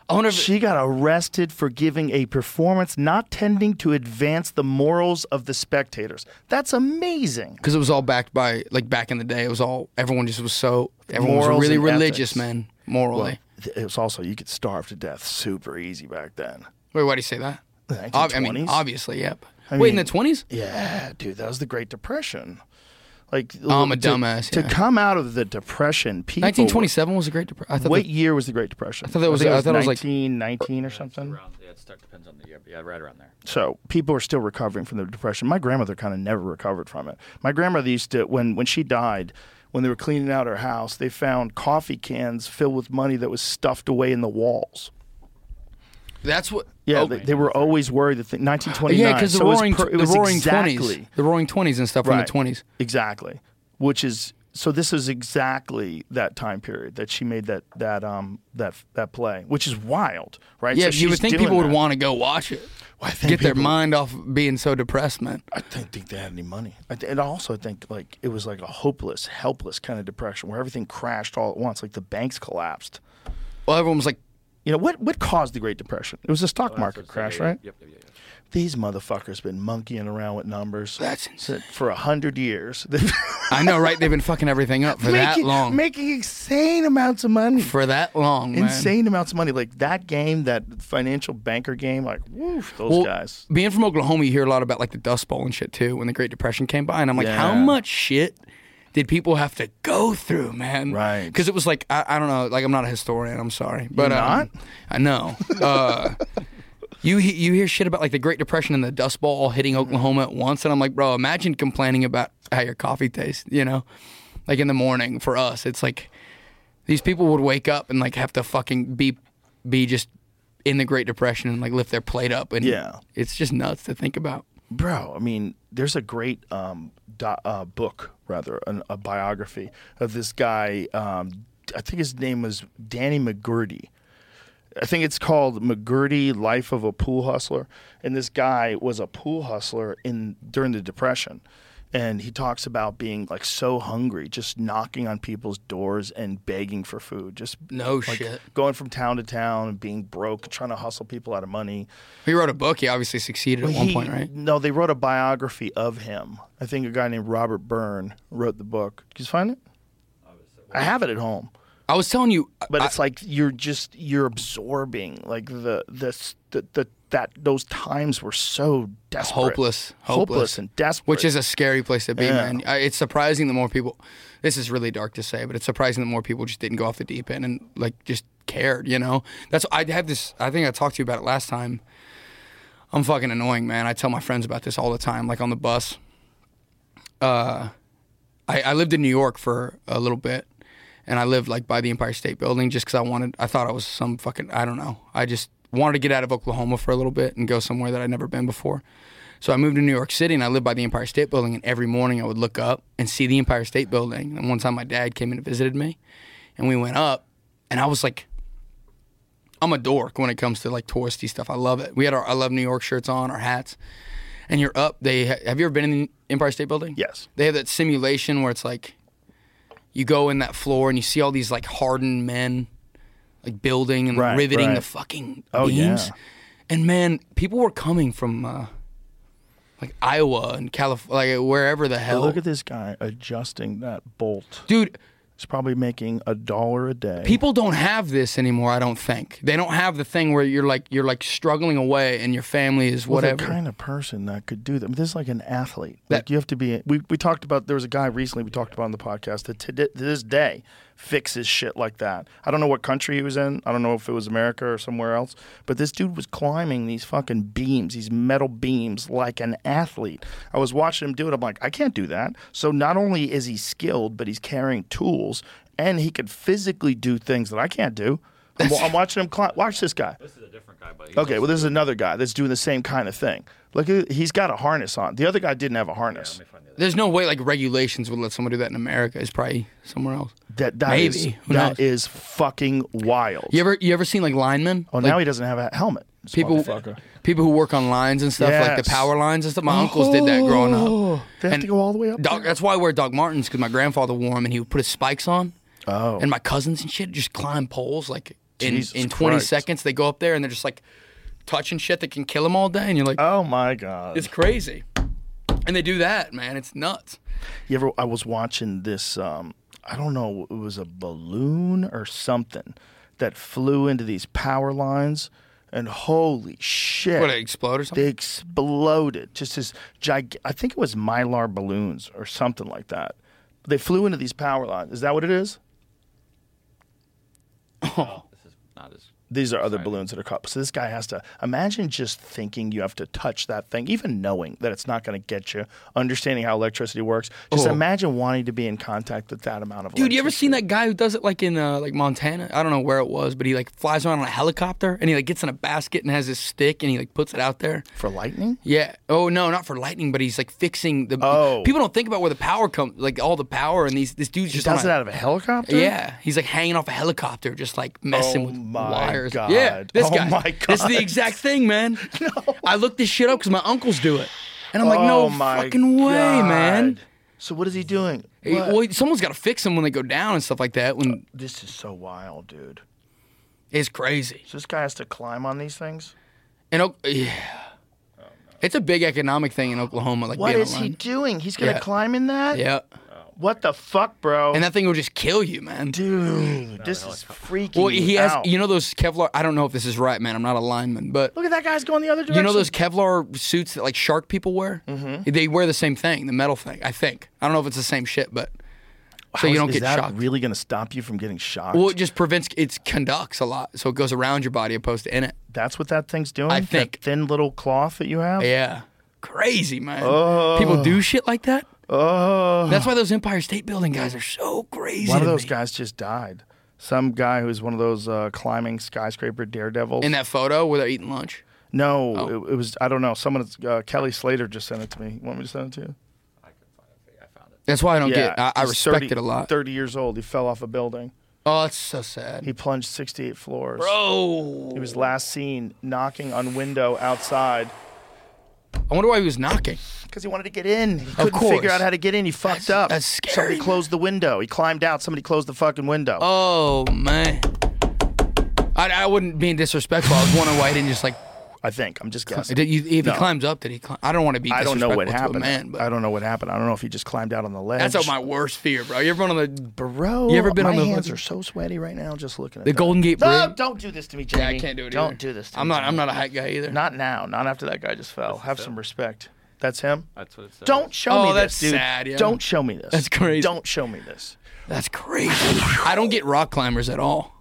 S4: I wonder if
S3: She got arrested for giving a performance not tending to advance the morals of the spectators. That's amazing.
S4: because it was all backed by like back in the day. It was all everyone just was so everyone
S3: Morals
S4: was really
S3: and
S4: religious,
S3: ethics.
S4: man. Morally.
S3: Well, th- it was also you could starve to death super easy back then.
S4: Wait, why do you say that?
S3: The
S4: Ob- I mean,
S3: 1920s?
S4: obviously, yep.
S3: I
S4: Wait, in the
S3: mean-
S4: twenties?
S3: Yeah, dude, that was the Great Depression. Like
S4: Oh, I'm a
S3: to-
S4: dumbass,
S3: To
S4: yeah.
S3: come out of the depression, people.
S4: Nineteen twenty-seven was a great depression. I thought.
S3: What
S4: that-
S3: year was the Great Depression? I
S4: thought that was-
S3: think
S4: I thought it was like-
S3: 1919 or something.
S5: Around, yeah, it start, depends on the year, but yeah, right around there.
S3: So people are still recovering from the depression. My grandmother kind of never recovered from it. My grandmother used to when when she died, when they were cleaning out her house, they found coffee cans filled with money that was stuffed away in the walls.
S4: that's what.
S3: Yeah,
S4: Oh,
S3: they, they were always worried that the 1929.
S4: yeah, because the
S3: so it was
S4: roaring,
S3: per- it
S4: the
S3: was
S4: roaring
S3: exactly,
S4: twenties, the roaring twenties and stuff from the
S3: Right.
S4: twenties.
S3: Exactly. Which is so this is exactly that time period that she made that that um that that play, which is wild, right?
S4: Yeah,
S3: so
S4: you would
S3: she's
S4: think
S3: doing
S4: people would
S3: that.
S4: want to go watch it,
S3: Well, I think
S4: get their
S3: people-
S4: mind off being so depressed, man.
S3: I didn't think they had any money. I th- and I also think like it was like a hopeless, helpless kind of depression where everything crashed all at once, like the banks collapsed.
S4: Well, everyone was like,
S3: You know what? What caused the Great Depression? It was the stock market
S5: So,
S3: crash,
S5: yeah,
S3: right?
S5: Yep, yep, yep. yep.
S3: These motherfuckers been monkeying around with numbers
S4: That's
S3: s- for a hundred years. They've
S4: I know, right? They've been fucking everything up for that
S3: making-
S4: long,
S3: making insane amounts of money.
S4: for that long, man.
S3: insane amounts of money. Like that game, that financial banker game, like woof, those
S4: Well,
S3: guys.
S4: Being from Oklahoma, you hear a lot about like the Dust Bowl and shit too. When the Great Depression came by, and I'm like, how
S3: Yeah.
S4: much shit did people have to go through, man?
S3: Right.
S4: Because it was like I, I don't know. Like I'm not a historian. I'm sorry, but
S3: You're
S4: um,
S3: not?
S4: I know. Uh, you he- you hear shit about like the Great Depression and the Dust Bowl all hitting Oklahoma at once, and I'm like, bro, imagine complaining about how your coffee tastes. You know, like in the morning for us, it's like these people would wake up and like have to fucking be be just in the Great Depression and like lift their plate up and
S3: Yeah.
S4: it's just nuts to think about.
S3: Bro, I mean, there's a great um, do- uh, book, rather, an, a biography of this guy. Um, I think his name was Danny McGurdy. I think it's called McGurdy Life of a Pool Hustler. And this guy was a pool hustler in during the Depression. And he talks about being like so hungry, just knocking on people's doors and begging for food, just
S4: No
S3: like,
S4: shit.
S3: going from town to town and being broke, trying to hustle people out of money.
S4: He wrote a book. He obviously succeeded at one
S3: He-
S4: point, right?
S3: No, they wrote a biography of him. I think a guy named Robert Byrne wrote the book. Did you find it? I have it at home.
S4: I was telling you, uh,
S3: but
S4: I-
S3: it's like you're just you're absorbing like the the s- the, the that those times were so desperate,
S4: Hopeless.
S3: hopeless,
S4: Hopeless.
S3: and desperate.
S4: which is a scary place to be,
S3: Yeah.
S4: man. I, it's surprising the more people. This is really dark to say, but it's surprising the more people just didn't go off the deep end and like just cared. You know, that's I have this. I think I talked to you about it last time. I'm fucking annoying, man. I tell my friends about this all the time, like on the bus. Uh, I, I lived in New York for a little bit, and I lived like by the Empire State Building just because I wanted. I thought I was some fucking. I don't know. I just wanted to get out of Oklahoma for a little bit and go somewhere that I'd never been before. So I moved to New York City and I lived by the Empire State Building. And every morning I would look up and see the Empire State Building. And one time my dad came and visited me, and we went up, and I was like, I'm a dork when it comes to like touristy stuff. I love it. We had our I love New York shirts on, our hats, and you're up. They ha- have you ever been in the Empire State Building?
S3: Yes.
S4: They have that simulation where it's like, you go in that floor and you see all these like hardened men, like building and like,
S3: Right,
S4: riveting the
S3: right.
S4: fucking
S3: Oh,
S4: beams.
S3: yeah.
S4: And man, people were coming from uh, like Iowa and California, like wherever the hell.
S3: Look at this guy adjusting that bolt.
S4: Dude,
S3: He's probably making a dollar a day.
S4: people don't have this anymore. I don't think they don't have the thing where you're like you're like struggling away and your family is
S3: Well,
S4: whatever.
S3: The kind of person that could do that. I mean, this is like an athlete. like
S4: That-
S3: you have to be. We, we talked about there was a guy recently we talked about on the podcast that to, di- to this day fixes shit like that. I don't know what country he was in. I don't know if it was America or somewhere else. But this dude was climbing these fucking beams, these metal beams, like an athlete. I was watching him do it. I'm like, I can't do that. So not only is he skilled, but he's carrying tools and he could physically do things that I can't do. I'm, I'm watching him climb. Watch this guy.
S7: This is a different guy, but
S3: Okay, well, there's another guy that's doing the same kind of thing. Look, at- he's got a harness on. The other guy didn't have a harness.
S4: There's no way like regulations would let someone do that in America. It's probably somewhere else.
S3: That that
S4: Maybe.
S3: is-
S4: Who
S3: that
S4: knows?
S3: is fucking wild.
S4: You ever you ever seen like linemen?
S3: oh,
S4: Like,
S3: now he doesn't have a helmet. This
S4: people
S3: motherfucker.
S4: people who work on lines and stuff like
S3: Yes.
S4: the power lines and stuff. My uncles did that growing
S3: Oh,
S4: up.
S3: they have
S4: And
S3: to go all the way up.
S4: Doc,
S3: there?
S4: that's why I wear Doc Martens because my grandfather wore them and he would put his spikes on.
S3: Oh.
S4: And my cousins and shit just climb poles like in,
S3: Jesus
S4: in 20
S3: Christ.
S4: seconds. They go up there and they're just like touching shit that can kill them all day. And you're like,
S3: oh my god.
S4: it's crazy. And they do that, man. It's nuts.
S3: You ever? I was watching this. Um, I don't know. It was a balloon or something that flew into these power lines, and holy shit!
S4: What, it explode or something?
S3: They exploded. Just as gig. I think it was mylar balloons or something like that. They flew into these power lines. Is that what it is?
S5: This is not as.
S3: These are other balloons that are caught. So this guy has to imagine just thinking you have to touch that thing, even knowing that it's not going to get you, understanding how electricity works. Just
S4: Oh.
S3: imagine wanting to be in contact with that amount of.
S4: Dude, you ever seen that guy who does it like in uh, like Montana? I don't know where it was, but he like flies around on a helicopter and he like gets in a basket and has his stick and he like puts it out there.
S3: for lightning?
S4: Yeah. Oh no, not for lightning, but he's like fixing the.
S3: Oh.
S4: People don't think about where the power comes, like all the power, and these this dude's
S3: He
S4: just
S3: does
S4: on
S3: it
S4: a-
S3: out of a helicopter.
S4: Yeah, he's like hanging off a helicopter, just like messing
S3: Oh
S4: with
S3: my
S4: wires.
S3: God.
S4: Yeah, this
S3: Oh
S4: guy.
S3: my
S4: This is
S3: God.
S4: the exact thing, man. I looked this shit up because my uncles do it, and I'm like,
S3: oh
S4: no
S3: my
S4: fucking way, man.
S3: God. So what is he doing?
S4: Hey,
S3: What?
S4: well, someone's got to fix them when they go down and stuff like that. When
S3: this is so wild, dude.
S4: it's crazy.
S3: So this guy has to climb on these things.
S4: And Oak- yeah. It's a big economic thing in Oklahoma. Like
S3: What
S4: being
S3: is he
S4: online.
S3: doing? He's gonna
S4: Yeah.
S3: climb in that?
S4: Yeah,
S3: What the fuck, bro?
S4: and that thing will just kill you, man.
S3: Dude, this is freaking.
S4: well, he has.
S3: out.
S4: You know those Kevlar. I don't know if this is right, man. I'm not a lineman, but
S3: Look at that guy's going the other direction.
S4: you know those Kevlar suits that like shark people wear. Mm-hmm. They wear the same thing, the metal thing. I think. I don't know if it's the same shit, but so
S3: How
S4: you
S3: is-
S4: don't
S3: is
S4: get
S3: that
S4: shocked.
S3: Really gonna stop you from getting shocked?
S4: well, it just prevents. It conducts a lot, so it goes around your body opposed to in it.
S3: That's what that thing's doing.
S4: I
S3: That
S4: think-
S3: thin little cloth that you have.
S4: Yeah, crazy man. People do shit like that.
S3: Oh.
S4: That's why those Empire State Building guys are so crazy.
S3: One of
S4: to
S3: those
S4: me.
S3: guys just died. Some guy who's one of those uh, climbing skyscraper daredevils.
S4: in that Oh. photo where they're eating lunch.
S3: no, it, it was I don't know. Someone uh, Kelly Slater just sent it to me. Want me to send it to you?
S4: That's why I don't
S3: yeah,
S4: get. I, I
S3: he's
S4: respect
S3: 30
S4: it a lot.
S3: Thirty years old, he fell off a building.
S4: Oh, that's so sad.
S3: He plunged sixty-eight floors.
S4: Bro,
S3: He was last seen knocking on window outside
S4: I wonder why he was knocking.
S3: because he wanted to get in. He couldn't figure
S4: course.
S3: out how to get in. He fucked
S4: That's-
S3: up.
S4: that's
S3: Somebody
S4: scary,
S3: closed the window. He climbed out. Somebody closed the fucking window.
S4: Oh man, I, I wouldn't be disrespectful. I was wondering why he didn't just like
S3: I think. I'm just guessing.
S4: Did you, if
S3: No.
S4: he climbs up, did he climb? I don't want to be.
S3: I don't know what
S4: disrespectful to
S3: happened.
S4: a Man, but
S3: I don't know what happened. I don't know if he just climbed out on the ledge.
S4: that's how my worst fear, bro. You ever been on the?
S3: bro.
S4: You ever been
S3: my
S4: on the
S3: hands
S4: fucking-
S3: are so sweaty right now just looking at
S4: The
S3: that.
S4: Golden Gate
S3: No,
S4: Bridge?
S3: don't do this to me, Jamie.
S4: Yeah, I can't do it.
S3: Don't
S4: either.
S3: do this. To
S4: I'm
S3: me,
S4: not. I'm
S3: Jamie.
S4: not a height guy either.
S3: Not now. Not after that guy just fell. Have some respect. That's him.
S5: That's what it says.
S3: Don't show
S4: Oh,
S3: me
S4: that's
S3: this, dude.
S4: sad, yeah.
S3: Don't show me this.
S4: That's crazy.
S3: Don't show me this,
S4: That's crazy. I don't get rock climbers at all.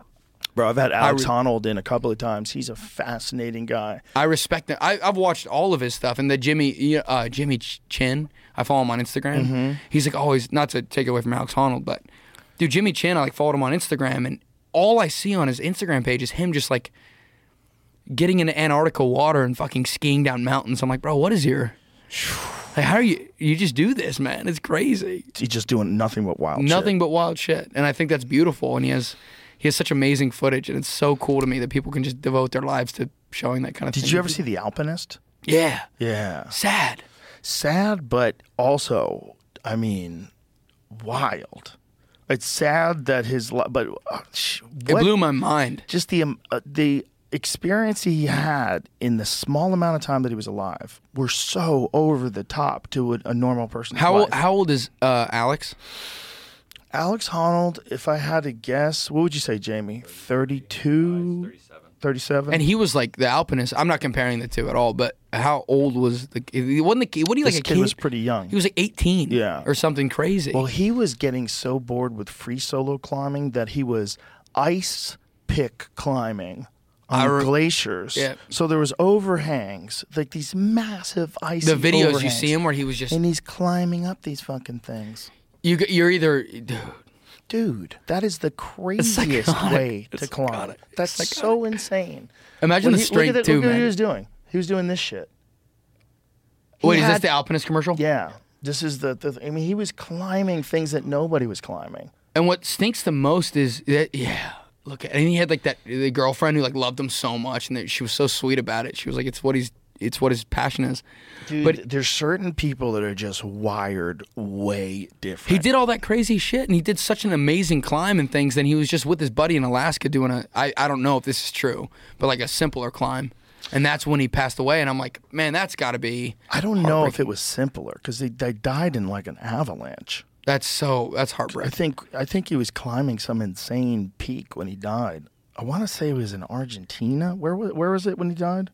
S3: bro. I've had Alex
S4: re-
S3: Honnold in a couple of times. He's a fascinating guy.
S4: I respect him. I, I've watched all of his stuff, and the Jimmy uh, Jimmy Ch- Chin. I follow him on Instagram. He's like always not to take away from Alex Honnold, but dude, Jimmy Chin. I like followed him on Instagram, and all I see on his Instagram page is him just like getting into Antarctica water and fucking skiing down mountains. I'm like, bro, what is your like? How are you? You just do this, man. It's crazy.
S3: He's just doing nothing but wild. shit.
S4: Nothing but wild shit, and I think that's beautiful. And he has he has such amazing footage, and it's so cool to me that people can just devote their lives to showing that kind of.
S3: Did
S4: thing.
S3: you ever see The Alpinist?
S4: Yeah.
S3: Yeah.
S4: Sad.
S3: sad, but also, I mean, wild. It's sad that his, li- but uh, sh-
S4: It
S3: what-
S4: blew my mind.
S3: just the um, uh, the experience he had in the small amount of time that he was alive were so over the top to a, a normal person.
S4: How
S3: life.
S4: old, how old is uh, Alex?
S3: Alex Honnold, if I had to guess, what would you say, Jamie? 32, 37?
S4: And he was like the alpinist. I'm not comparing the two at all, but how old was the? He wasn't the kid? What do you like?
S3: This
S4: a
S3: kid was pretty young.
S4: He was like 18,
S3: Yeah.
S4: or something crazy.
S3: Well, he was getting so bored with free solo climbing that he was ice pick climbing
S4: I
S3: on
S4: re-
S3: glaciers.
S4: Yeah.
S3: So there was overhangs, like these massive ice.
S4: the videos you see him where he was just
S3: and he's climbing up these fucking things.
S4: you. g- You're either dude,
S3: Dude, that is the craziest
S4: psychotic.
S3: way to
S4: It's
S3: climb.
S4: psychotic. It's
S3: That's so insane.
S4: Imagine
S3: When
S4: the
S3: he- look at
S4: strength
S3: that-
S4: too,
S3: Look at what he
S4: man.
S3: was doing. He was doing this shit. He
S4: Wait, is this
S3: had-
S4: the alpinist commercial?
S3: Yeah. This is the, the. I mean, he was climbing things that nobody was climbing.
S4: And what stinks the most is that yeah. Look at and he had like that the girlfriend who like loved him so much and that she was so sweet about it. She was like, it's what he's it's what his passion is.
S3: Dude,
S4: But-
S3: there's certain people that are just wired way different.
S4: He did all that crazy shit, and he did such an amazing climb and things. Then he was just with his buddy in Alaska doing a I, I don't know if this is true, but like a simpler climb, and that's when he passed away. And I'm like, man, that's got to be
S3: I don't know if it was simpler because they, they died in like an avalanche.
S4: that's so that's
S3: I
S4: heartbreaking.
S3: think I think he was climbing some insane peak when he died. I want to say it was in Argentina. Where was where was it when he died?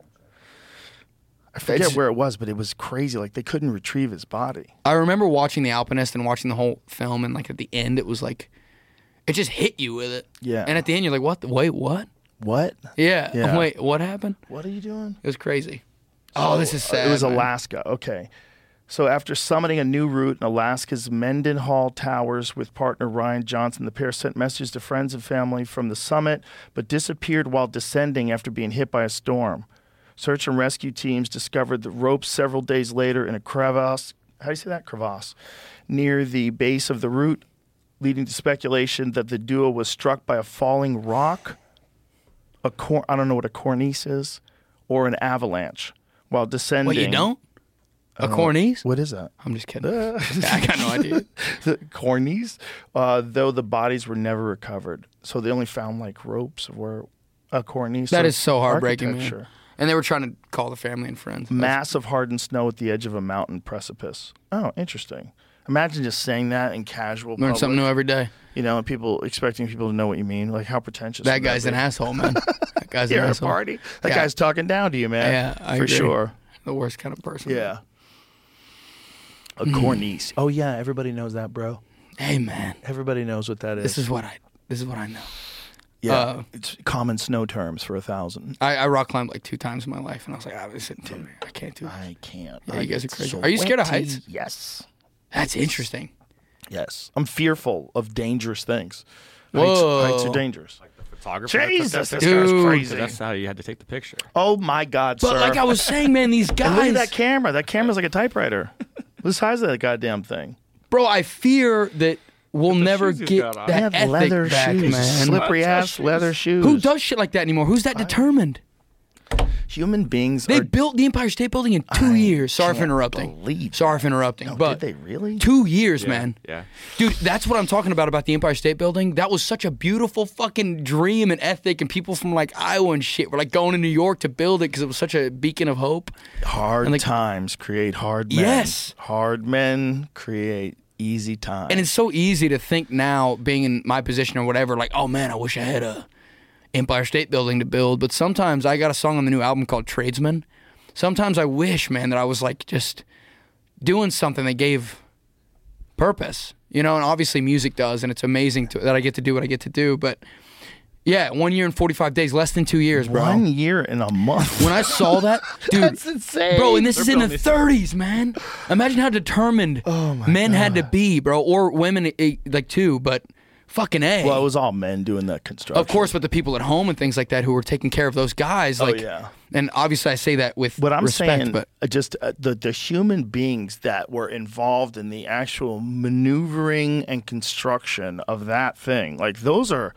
S3: I forget
S4: It's-
S3: where it was, but it was crazy. Like they couldn't retrieve his body.
S4: I remember watching The Alpinist and watching the whole film, and like at the end, it was like, it just hit you with it.
S3: Yeah.
S4: And at the end, you're like, what? the- Wait, what?
S3: What?
S4: Yeah.
S3: Yeah.
S4: Wait, what happened?
S3: What are you doing?
S4: It was crazy. Oh, this is sad.
S3: Uh, It was
S4: man.
S3: Alaska. Okay. So after summiting a new route in Alaska's Mendenhall Towers with partner Ryan Johnson, the pair sent messages to friends and family from the summit, but disappeared while descending after being hit by a storm. Search and rescue teams discovered the ropes several days later in a crevasse. How do you say that? Crevasse. Near the base of the route, leading to speculation that the duo was struck by a falling rock a cor- I don't know what a cornice is, or an avalanche while descending.
S4: What you don't? A cornice?
S3: Uh, What is that?
S4: I'm just kidding. I got no idea.
S3: The cornice, uh, though the bodies were never recovered, so they only found like ropes of where a cornice. of
S4: That is so heartbreaking, man.
S3: architecture.
S4: And they were trying to call the family and friends.
S3: Massive hardened snow at the edge of a mountain precipice. Oh, interesting. Imagine just saying that in casual
S4: Learn
S3: public,
S4: something new every day.
S3: you know, and people expecting people to know what you mean. Like how pretentious
S4: That
S3: would
S4: guy's
S3: be?
S4: an asshole, man. That guy's an
S3: You're at a
S4: asshole.
S3: party. That
S4: Yeah.
S3: guy's talking down to you, man.
S4: Yeah, I
S3: for
S4: agree.
S3: sure.
S4: The worst kind of person.
S3: Yeah. A
S4: Hmm.
S3: cornice.
S8: Oh yeah, everybody knows that, bro.
S4: Hey, man.
S8: Everybody knows what that is.
S4: This is what I. This is what I know.
S3: Yeah.
S4: Uh,
S3: it's common snow terms for a thousand.
S4: I, I rock climbed like two times in my life, and I was like, ah, this isn't for me. I can't do it.
S3: I can't.
S4: Yeah,
S3: I
S4: you guys
S3: get
S4: are crazy. Are you scared of
S3: sweaty.
S4: heights?
S3: Yes.
S4: That's interesting.
S3: Yes. I'm fearful of dangerous things.
S4: Whoa.
S3: Heights, heights are dangerous.
S5: Photographer. that took
S3: Jesus,
S5: that
S3: this
S5: picture?
S3: guy's
S4: Dude.
S5: So
S3: crazy.
S5: That's how you had to take the picture.
S3: Oh my God,
S4: But
S3: sir.
S4: like I was saying, man, these
S3: and look
S4: guys,
S3: at that camera. That camera's like a typewriter. the size of that goddamn thing.
S4: bro, I fear that we'll never
S5: shoes he's
S4: get
S5: got
S4: that
S5: on.
S3: They have
S4: ethic
S3: leather
S4: back,
S3: shoes,
S4: man.
S3: slippery ass leather shoes.
S4: Who does shit like that anymore? Who's that determined?
S3: Human beings
S4: They
S3: are
S4: built the Empire State Building in two
S3: I
S4: years. Sorry for
S3: can't
S4: interrupting.
S3: believe
S4: Sorry for interrupting.
S3: No, did
S4: but
S3: they really?
S4: Two years,
S7: Yeah,
S4: man.
S7: yeah.
S4: Dude, that's what I'm talking about about the Empire State Building. That was such a beautiful fucking dream and ethic, and people from like Iowa and shit were like going to New York to build it because it was such a beacon of hope.
S3: hard
S4: and, like-
S3: times create hard men.
S4: Yes.
S3: Hard men create easy times.
S4: And it's so easy to think now, being in my position or whatever, like, oh man, I wish I had a Empire State Building to build. But sometimes I got a song on the new album called Tradesman. Sometimes I wish, man, that I was like just doing something that gave purpose, you know. And obviously, music does, and it's amazing to, that I get to do what I get to do. But yeah, one year and forty-five days, less than two years, bro.
S3: one year and a month.
S4: When I saw that, dude,
S3: That's insane.
S4: bro, and this
S3: They're
S4: is in the
S3: building-
S4: 30s, man. Imagine how determined
S3: Oh
S4: men had to be, bro, or women eh, like too, but fucking a.
S3: well, it was all men doing that construction.
S4: of course, with the people at home and things like that who were taking care of those guys, like,
S3: Oh, yeah.
S4: and obviously I say that with
S3: What I'm
S4: respect,
S3: saying,
S4: but
S3: uh, just uh, the the human beings that were involved in the actual maneuvering and construction of that thing, like those are,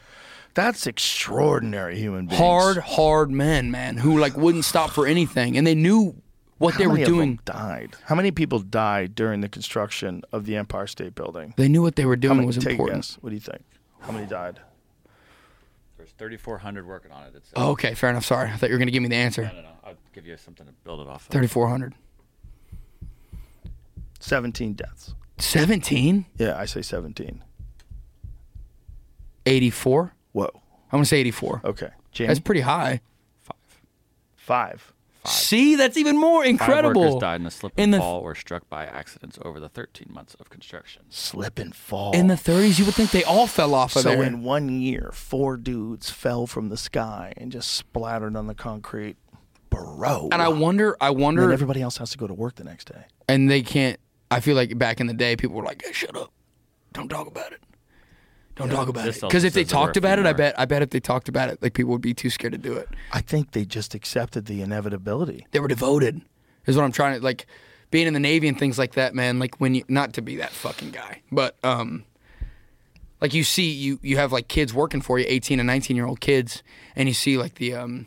S3: that's extraordinary human beings.
S4: hard, hard men, man, who like wouldn't stop for anything, and they knew what they
S3: How
S4: were
S3: many of them
S4: doing.
S3: died. How many people died during the construction of the Empire State Building?
S4: They knew what they were
S3: How
S4: doing
S3: many?
S4: was
S3: take a
S4: important.
S3: guess. What do you think? How many died?
S5: There's 3,400 working on it. It's,
S4: Oh, okay, fair enough. Sorry, I thought you were gonna give me the answer.
S5: I don't know. I'll give you something to build it off of.
S4: Thirty-four hundred.
S3: Seventeen deaths.
S4: 17?
S3: Yeah, I say seventeen.
S4: 84?
S3: Whoa.
S4: I'm gonna say 84.
S3: Okay. Jamie,
S4: That's pretty high.
S3: five.
S4: See, that's even more
S5: Five
S4: incredible.
S5: workers died in a slip
S4: In
S5: and
S4: the-
S5: fall or struck by accidents over the 13 months of construction.
S3: Slip and fall.
S4: In the 30s, you would think they all fell off of
S3: so
S4: there.
S3: in one year, four dudes fell from the sky and just splattered on the concrete. Bro.
S4: and I wonder, I
S3: And then
S4: wonder,
S3: everybody else has to go to work the next day.
S4: and they can't. I feel like back in the day, people were like, hey, "Shut up, don't talk about it, don't talk about it."
S5: This also
S4: Because if they
S5: says there were
S4: talked
S5: a few
S4: about it, I
S5: more.
S4: bet, I bet if they talked about it, like people would be too scared to do it.
S3: I think they just accepted the inevitability.
S4: They were devoted, is what I'm trying to like. Being in the Navy and things like that, man. Like when you, not to be that fucking guy, but um, like you see, you you have like kids working for you, 18 and 19 year old kids, and you see like the um,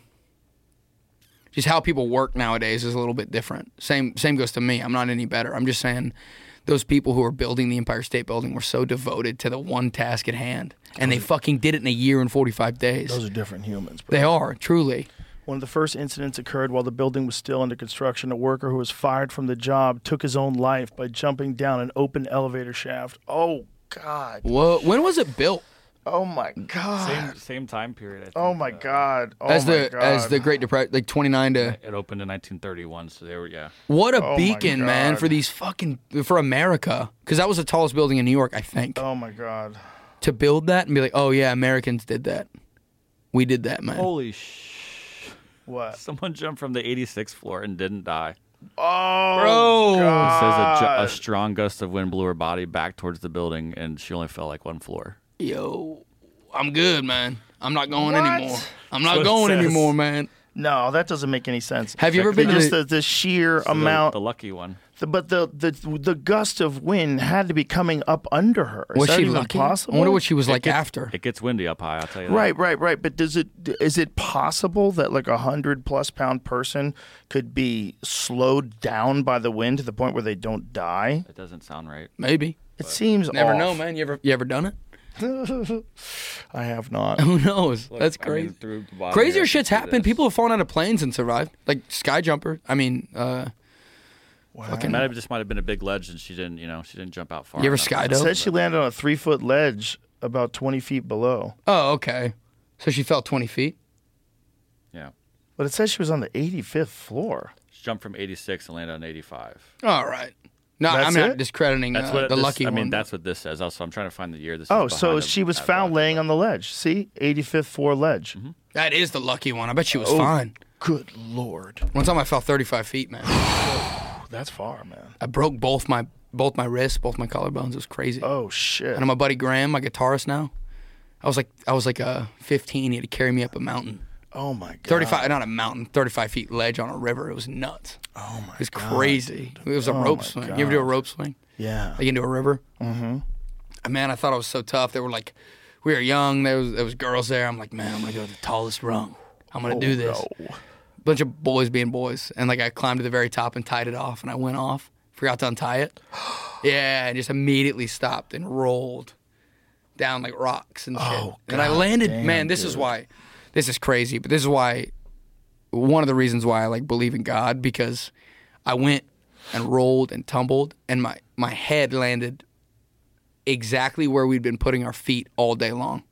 S4: just how people work nowadays is a little bit different. Same same goes to me. I'm not any better. I'm just saying those people who are building the Empire State Building were so devoted to the one task at hand. And they fucking did it in a year and
S3: Those
S4: 45 days.
S3: are different humans, bro.
S4: They are, truly.
S3: One of the first incidents occurred while the building was still under construction. A worker who was fired from the job took his own life by jumping down an open elevator shaft. Oh God.
S4: Whoa. When was it built?
S3: Oh my God.
S5: Same same time period. I think.
S3: Oh my God. Oh
S4: as
S3: my
S4: the
S3: God.
S4: as the Great Depression, like 29 to
S5: It opened in 1931, so they were yeah.
S4: what a
S3: Oh my
S4: beacon, man,
S3: God.
S4: for these fucking for America, because that was the tallest building in New York, I think.
S3: Oh my God.
S4: To build that and be like, oh yeah, Americans did that, we did that, man.
S5: Holy sh!
S3: What?
S5: Someone jumped from the 86th floor and didn't die.
S3: Oh,
S4: Bro.
S5: It says a, ju- a
S3: God.
S5: strong gust of wind blew her body back towards the building, and she only fell like one floor.
S4: Yo, I'm good, man. I'm not going
S3: What?
S4: anymore. I'm not
S5: what it
S4: going
S5: says.
S4: anymore, man.
S3: no, that doesn't make any sense.
S4: Have you ever
S3: They
S4: been to
S3: just
S4: the-
S3: the, the sheer
S5: So the-
S3: amount,
S5: the, lucky one.
S3: the- but the, the the gust of wind had to be coming up under her. Is
S4: Was
S3: that
S4: she
S3: even
S4: lucky?
S3: possible?
S4: I wonder what she was like after.
S5: It gets windy up high. I'll tell you. that.
S3: Right, right, right. But does it is it possible that like a hundred plus pound person could be slowed down by the wind to the point where they don't die?
S5: It doesn't sound right.
S4: Maybe.
S3: It seems
S4: Never
S3: off.
S4: know, man. You ever you ever done it?
S3: I have not.
S4: Who knows?
S5: Look,
S4: That's
S5: I mean,
S4: crazy.
S5: through the bottom
S4: Crazier
S5: here, I can
S4: shit's
S5: see
S4: happened.
S5: this.
S4: People have fallen out of planes and survived, like sky jumper. I mean, uh,
S5: It might have just might have been a big ledge, and she didn't. You know, she didn't jump out far.
S4: You ever
S5: enough.
S4: skydived?
S3: It says she landed on a three foot ledge about twenty feet below,
S4: oh okay. So she fell 20 feet.
S5: Yeah,
S3: but it says she was on the eighty fifth floor.
S5: she jumped from 86 and landed on 85.
S4: All right. No, I'm
S3: That's
S4: not
S3: it?
S4: discrediting
S5: That's
S4: uh,
S5: what
S4: the
S5: this-
S4: lucky
S5: I mean,
S4: one.
S5: that's what this says. Also, I'm trying to find the year. This.
S3: Oh,
S5: is
S3: so
S5: behind
S3: she
S5: a-
S3: was
S5: a-
S3: found laying on the ledge. See, 85th floor ledge.
S4: that is the lucky one. I bet she was
S3: Oh.
S4: fine.
S3: Good lord,
S4: One time I fell 35 feet, man.
S3: that's far, man.
S4: I broke both my both my wrists, both my collarbones. It was crazy.
S3: Oh shit.
S4: and my buddy Graham, my guitarist now. I was like, I was like uh, 15. He had to carry me up a mountain,
S3: oh my god.
S4: 35, not a mountain, 35 feet ledge on a river. It was nuts.
S3: Oh my.
S4: It was crazy. It was a
S3: Oh
S4: rope
S3: my
S4: swing. You ever do a
S3: God.
S4: rope swing?
S3: Yeah.
S4: Like into a river? Mm-hmm. Man, I thought I was so tough. They were like, we
S3: Oh,
S4: were young. There was there was girls there. I'm like, man, I'm gonna go to the tallest rung. I'm gonna do this. bunch of boys being boys, and like I climbed to the very top and tied it off, and I went off, forgot to untie it, yeah, and just immediately stopped and rolled down like rocks and shit.
S3: Oh,
S4: and I
S3: God
S4: landed,
S3: damn,
S4: man. This is
S3: dude.
S4: why, this is crazy, but this is why, one of the reasons why I like believe in God because I went and rolled and tumbled, and my my head landed exactly where we'd been putting our feet all day long.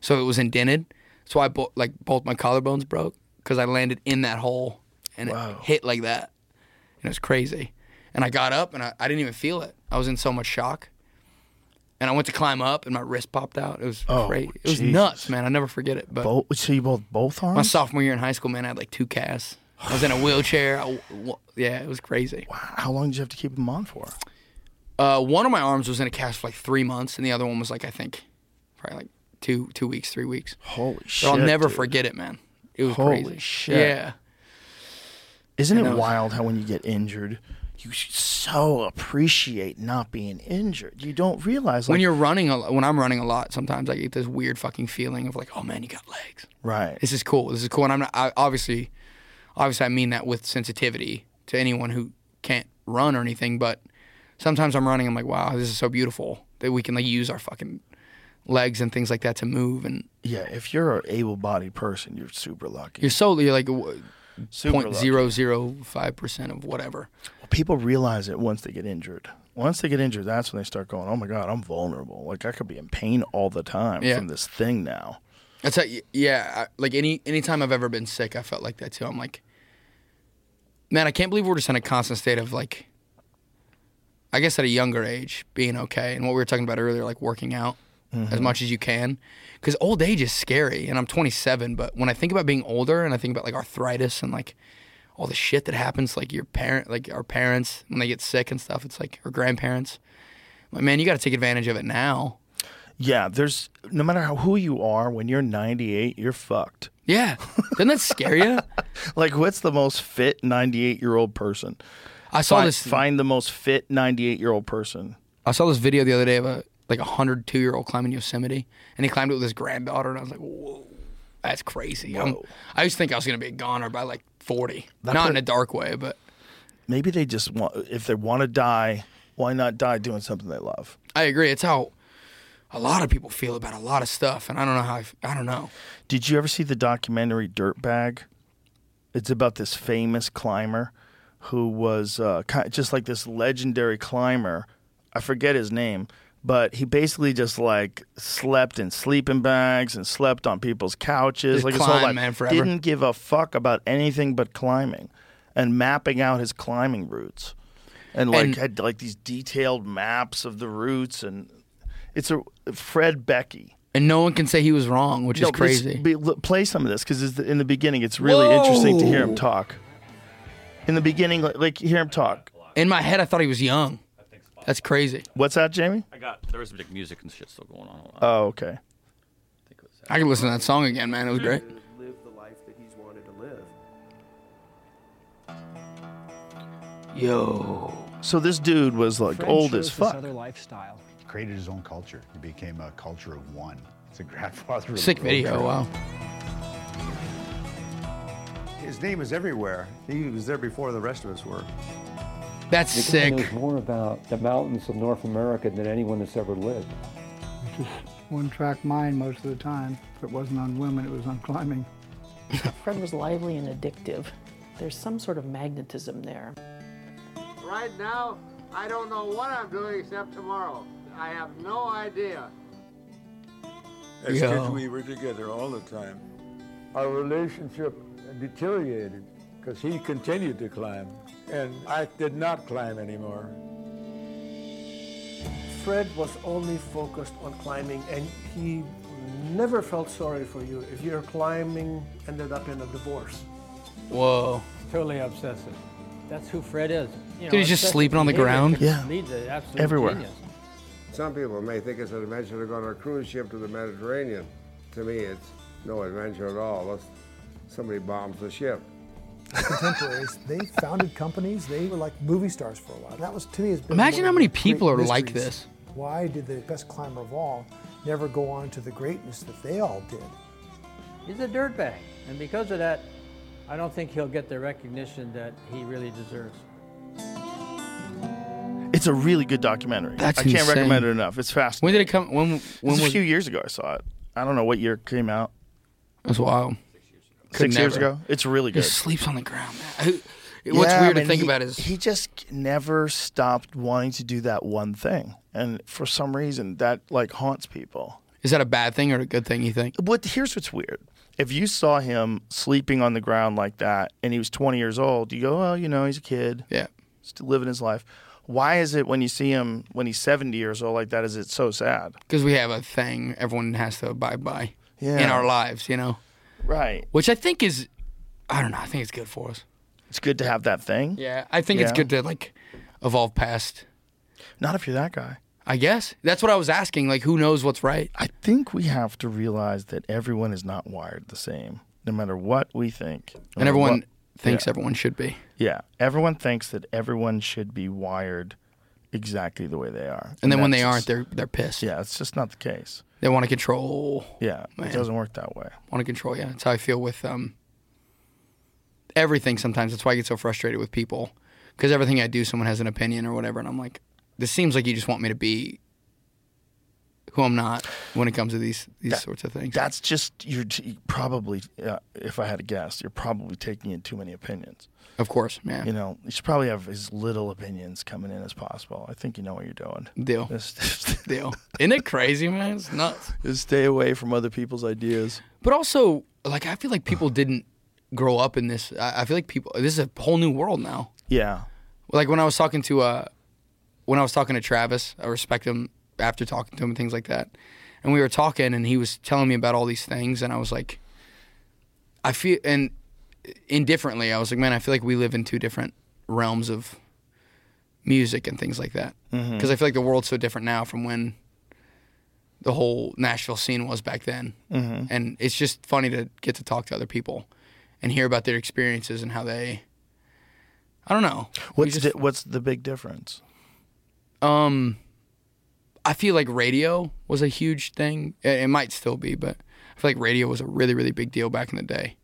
S4: So it was indented. So I bo- like both my collarbones broke because I landed in that hole and
S3: Wow.
S4: it hit like that, and it was crazy. And I got up and I, I didn't even feel it. I was in so much shock. And I went to climb up and my wrist popped out. It was
S3: Oh,
S4: crazy. It was
S3: Jesus.
S4: nuts, man. I never forget it. But
S3: Both, so you both both
S4: my
S3: arms?
S4: sophomore year in high school, man, I had like two casts. I was in a wheelchair. I w- w- yeah, it was crazy.
S3: How long did you have to keep them on for?
S4: Uh, one of my arms was in a cast for like three months, and the other one was like I think probably like two two weeks, three weeks.
S3: Holy shit!
S4: So I'll never
S3: dude.
S4: forget it, man. It was
S3: Holy
S4: crazy.
S3: shit.
S4: Yeah.
S3: Isn't
S4: I
S3: it
S4: know.
S3: wild how when you get injured, you should so appreciate not being injured? You don't realize like,
S4: When you're running a lot, when I'm running a lot, sometimes I get this weird fucking feeling of like, oh man, you got legs.
S3: right.
S4: This is cool. This is cool. And I'm not I, obviously, obviously, I mean that with sensitivity to anyone who can't run or anything. But sometimes I'm running, I'm like, wow, this is so beautiful that we can like use our fucking legs and things like that to move. And
S3: Yeah, if you're an able-bodied person, you're super lucky.
S4: you're so you're like w-
S3: super
S4: point
S3: lucky.
S4: zero zero five percent of whatever.
S3: people realize it once they get injured. Once they get injured, that's when they start going, "Oh my god, I'm vulnerable. Like I could be in pain all the time
S4: Yeah.
S3: from this thing now."
S4: That's how, yeah. I, like any any time I've ever been sick, I felt like that too. I'm like, man, I can't believe we're just in a constant state of like, I guess at a younger age being okay, and what we were talking about earlier, like working out as much as you can, because old age is scary. And I'm 27, but when I think about being older, and I think about like arthritis and like all the shit that happens, like your parent, like our parents when they get sick and stuff, it's like our grandparents. Like, man, you got to take advantage of it now.
S3: Yeah, there's no matter how who you are, when you're 98, you're fucked.
S4: Yeah, doesn't that scare you?
S3: Like what's the most fit 98-year-old person?
S4: I saw
S3: Fi-
S4: this.
S3: find the most fit 98-year-old person.
S4: I saw this video the other day of a like a hundred two year old climbing Yosemite, and he climbed it with his granddaughter, and I was like, whoa, that's crazy. I'm-
S3: Whoa.
S4: I used to think I was gonna be a goner by like forty,
S3: That
S4: not
S3: put-
S4: in a dark way, but
S3: Maybe they just want if they want to die, why not die doing something they love?
S4: I agree. It's how a lot of people feel about a lot of stuff, and I don't know how I, f- I don't know.
S3: Did you ever see the documentary Dirtbag? It's about this famous climber who was uh, ki just like this legendary climber. I forget his name, but he basically just like slept in sleeping bags and slept on people's couches.
S4: Just
S3: like his whole
S4: climb,
S3: life.
S4: man, forever.
S3: Didn't give a fuck about anything but climbing and mapping out his climbing routes. And like
S4: And-
S3: had like these detailed maps of the routes and it's a Fred Becky.
S4: And no one can say he was wrong, which
S3: No,
S4: is
S3: but it's-
S4: crazy.
S3: but look, play some of this because in the beginning, it's really interesting to hear him talk. In the beginning, like, like hear him talk.
S4: in my head, I thought he was young. That's crazy.
S3: What's that, Jamie?
S5: I got there was like music and shit still going on. Hold on.
S3: Oh, okay.
S5: I think it was that.
S4: I could listen to that song again, man. It was great.
S9: live the life that he's wanted to live.
S4: Yo,
S3: So this dude was like
S10: Fred
S3: old
S10: chose
S3: as
S10: this
S3: fuck.
S10: other lifestyle.
S9: Created his own culture. He became a culture of one. It's a grandfather. of
S4: sick
S9: the road
S4: video.
S9: trip.
S4: Wow.
S9: His name is everywhere. He was there before the rest of us were.
S4: That's
S11: The guy knows
S4: sick.
S11: more about the mountains of North America than anyone that's ever lived.
S10: One track mind most of the time. If it wasn't on women, it was on climbing.
S12: Fred was lively and addictive. There's some sort of magnetism there.
S1: Right now, I don't know what I'm doing except tomorrow. I have no idea.
S4: As kids, Yo. we
S1: were together all the time.
S11: Our relationship deteriorated because he continued to climb, and I did not climb anymore.
S10: Fred was only focused on climbing and he never felt sorry for you if your climbing ended up in a divorce.
S4: Whoa.
S11: Totally obsessive. That's who Fred is. You
S4: Dude, he's just sleeping on the ground.
S3: Yeah.
S11: Leads an absolute
S3: Everywhere.
S11: genius.
S9: Some people may think it's an adventure to go on a cruise ship to the Mediterranean. To me, it's no adventure at all. Unless somebody bombs the ship.
S10: Contemporaries, they founded companies, they were like movie stars for a while. That was to me has been
S4: Imagine
S10: one
S4: how
S10: of
S4: many
S10: the great
S4: people are like
S10: mysteries.
S4: this.
S10: Why did the best climber of all never go on to the greatness that they all did?
S11: He's a dirtbag, and because of that,
S13: I don't think he'll get the recognition that he really deserves.
S3: It's a really good documentary.
S4: That's
S3: I can't
S4: insane.
S3: recommend it enough. It's fascinating.
S4: When did it come? When? When
S3: was a
S4: was-
S3: few years ago? I saw it. I don't know what year it came out.
S4: That's wild.
S3: Six
S4: Could
S3: years
S4: never.
S3: ago. It's really
S4: He
S3: good.
S4: sleeps on the ground, man. Who- What's
S3: Yeah,
S4: weird
S3: man,
S4: to think
S3: he-
S4: about is
S3: he just never stopped wanting to do that one thing, and for some reason that like haunts people.
S4: is that a bad thing or a good thing? You think?
S3: What? Here's what's weird. If you saw him sleeping on the ground like that, and he was 20 years old, you go, well, you know, he's a kid.
S4: Yeah.
S3: Still living his life. Why is it when you see him when he's 70 years old like that? Is it so sad?
S4: Because we have a thing everyone has to abide by in
S3: Yeah.
S4: our lives, you know.
S3: Right.
S4: Which I think is, I don't know. I think it's good for us.
S3: It's good to have that thing.
S4: Yeah, I think it's
S3: Yeah.
S4: good to like evolve past.
S3: Not if you're that guy.
S4: I guess that's what I was asking. Like, who knows what's right?
S3: I think we have to realize that everyone is not wired the same, no matter what we think. no
S4: And
S3: matter
S4: everyone
S3: Uh, what-
S4: thinks
S3: Yeah.
S4: everyone should be.
S3: Yeah, everyone thinks that everyone should be wired exactly the way they are.
S4: And then when they
S3: that's
S4: aren't,
S3: just-
S4: they're they're pissed.
S3: Yeah, it's just not the case.
S4: They want to control.
S3: Yeah,
S4: Man.
S3: it doesn't work that way.
S4: Want to control. Yeah, that's how I feel with um everything. Sometimes that's why I get so frustrated with people because everything I do, someone has an opinion or whatever, and I'm like, this seems like you just want me to be who I'm not when it comes to these these
S3: That-
S4: sorts of things.
S3: That's just you're t- probably, uh, if I had to guess, you're probably taking in too many opinions.
S4: Of course, man.
S3: You know, you should probably have as little opinions coming in as possible. I think you know what you're doing.
S4: Deal.
S3: Just,
S4: Deal. Isn't it crazy, man? It's nuts.
S3: just stay away from other people's ideas.
S4: But also, like, I feel like people didn't grow up in this. I, I feel like people. This is a whole new world now.
S3: Yeah.
S4: Like when I was talking to uh, when I was talking to Travis, I respect him after talking to him and things like that. And we were talking, and he was telling me about all these things, and I was like, I feel and indifferently, I was like, man, I feel like we live in two different realms of music and things like that.
S3: Mhm.
S4: Because I feel like the world's so different now from when the whole Nashville scene was back then.
S3: Mhm.
S4: And it's just funny to get to talk to other people and hear about their experiences and how they. I don't know. We
S3: What's the, what's the big difference?
S4: um, I feel like radio was a huge thing. It, it might still be, but I feel like radio was a really, really big deal back in the day.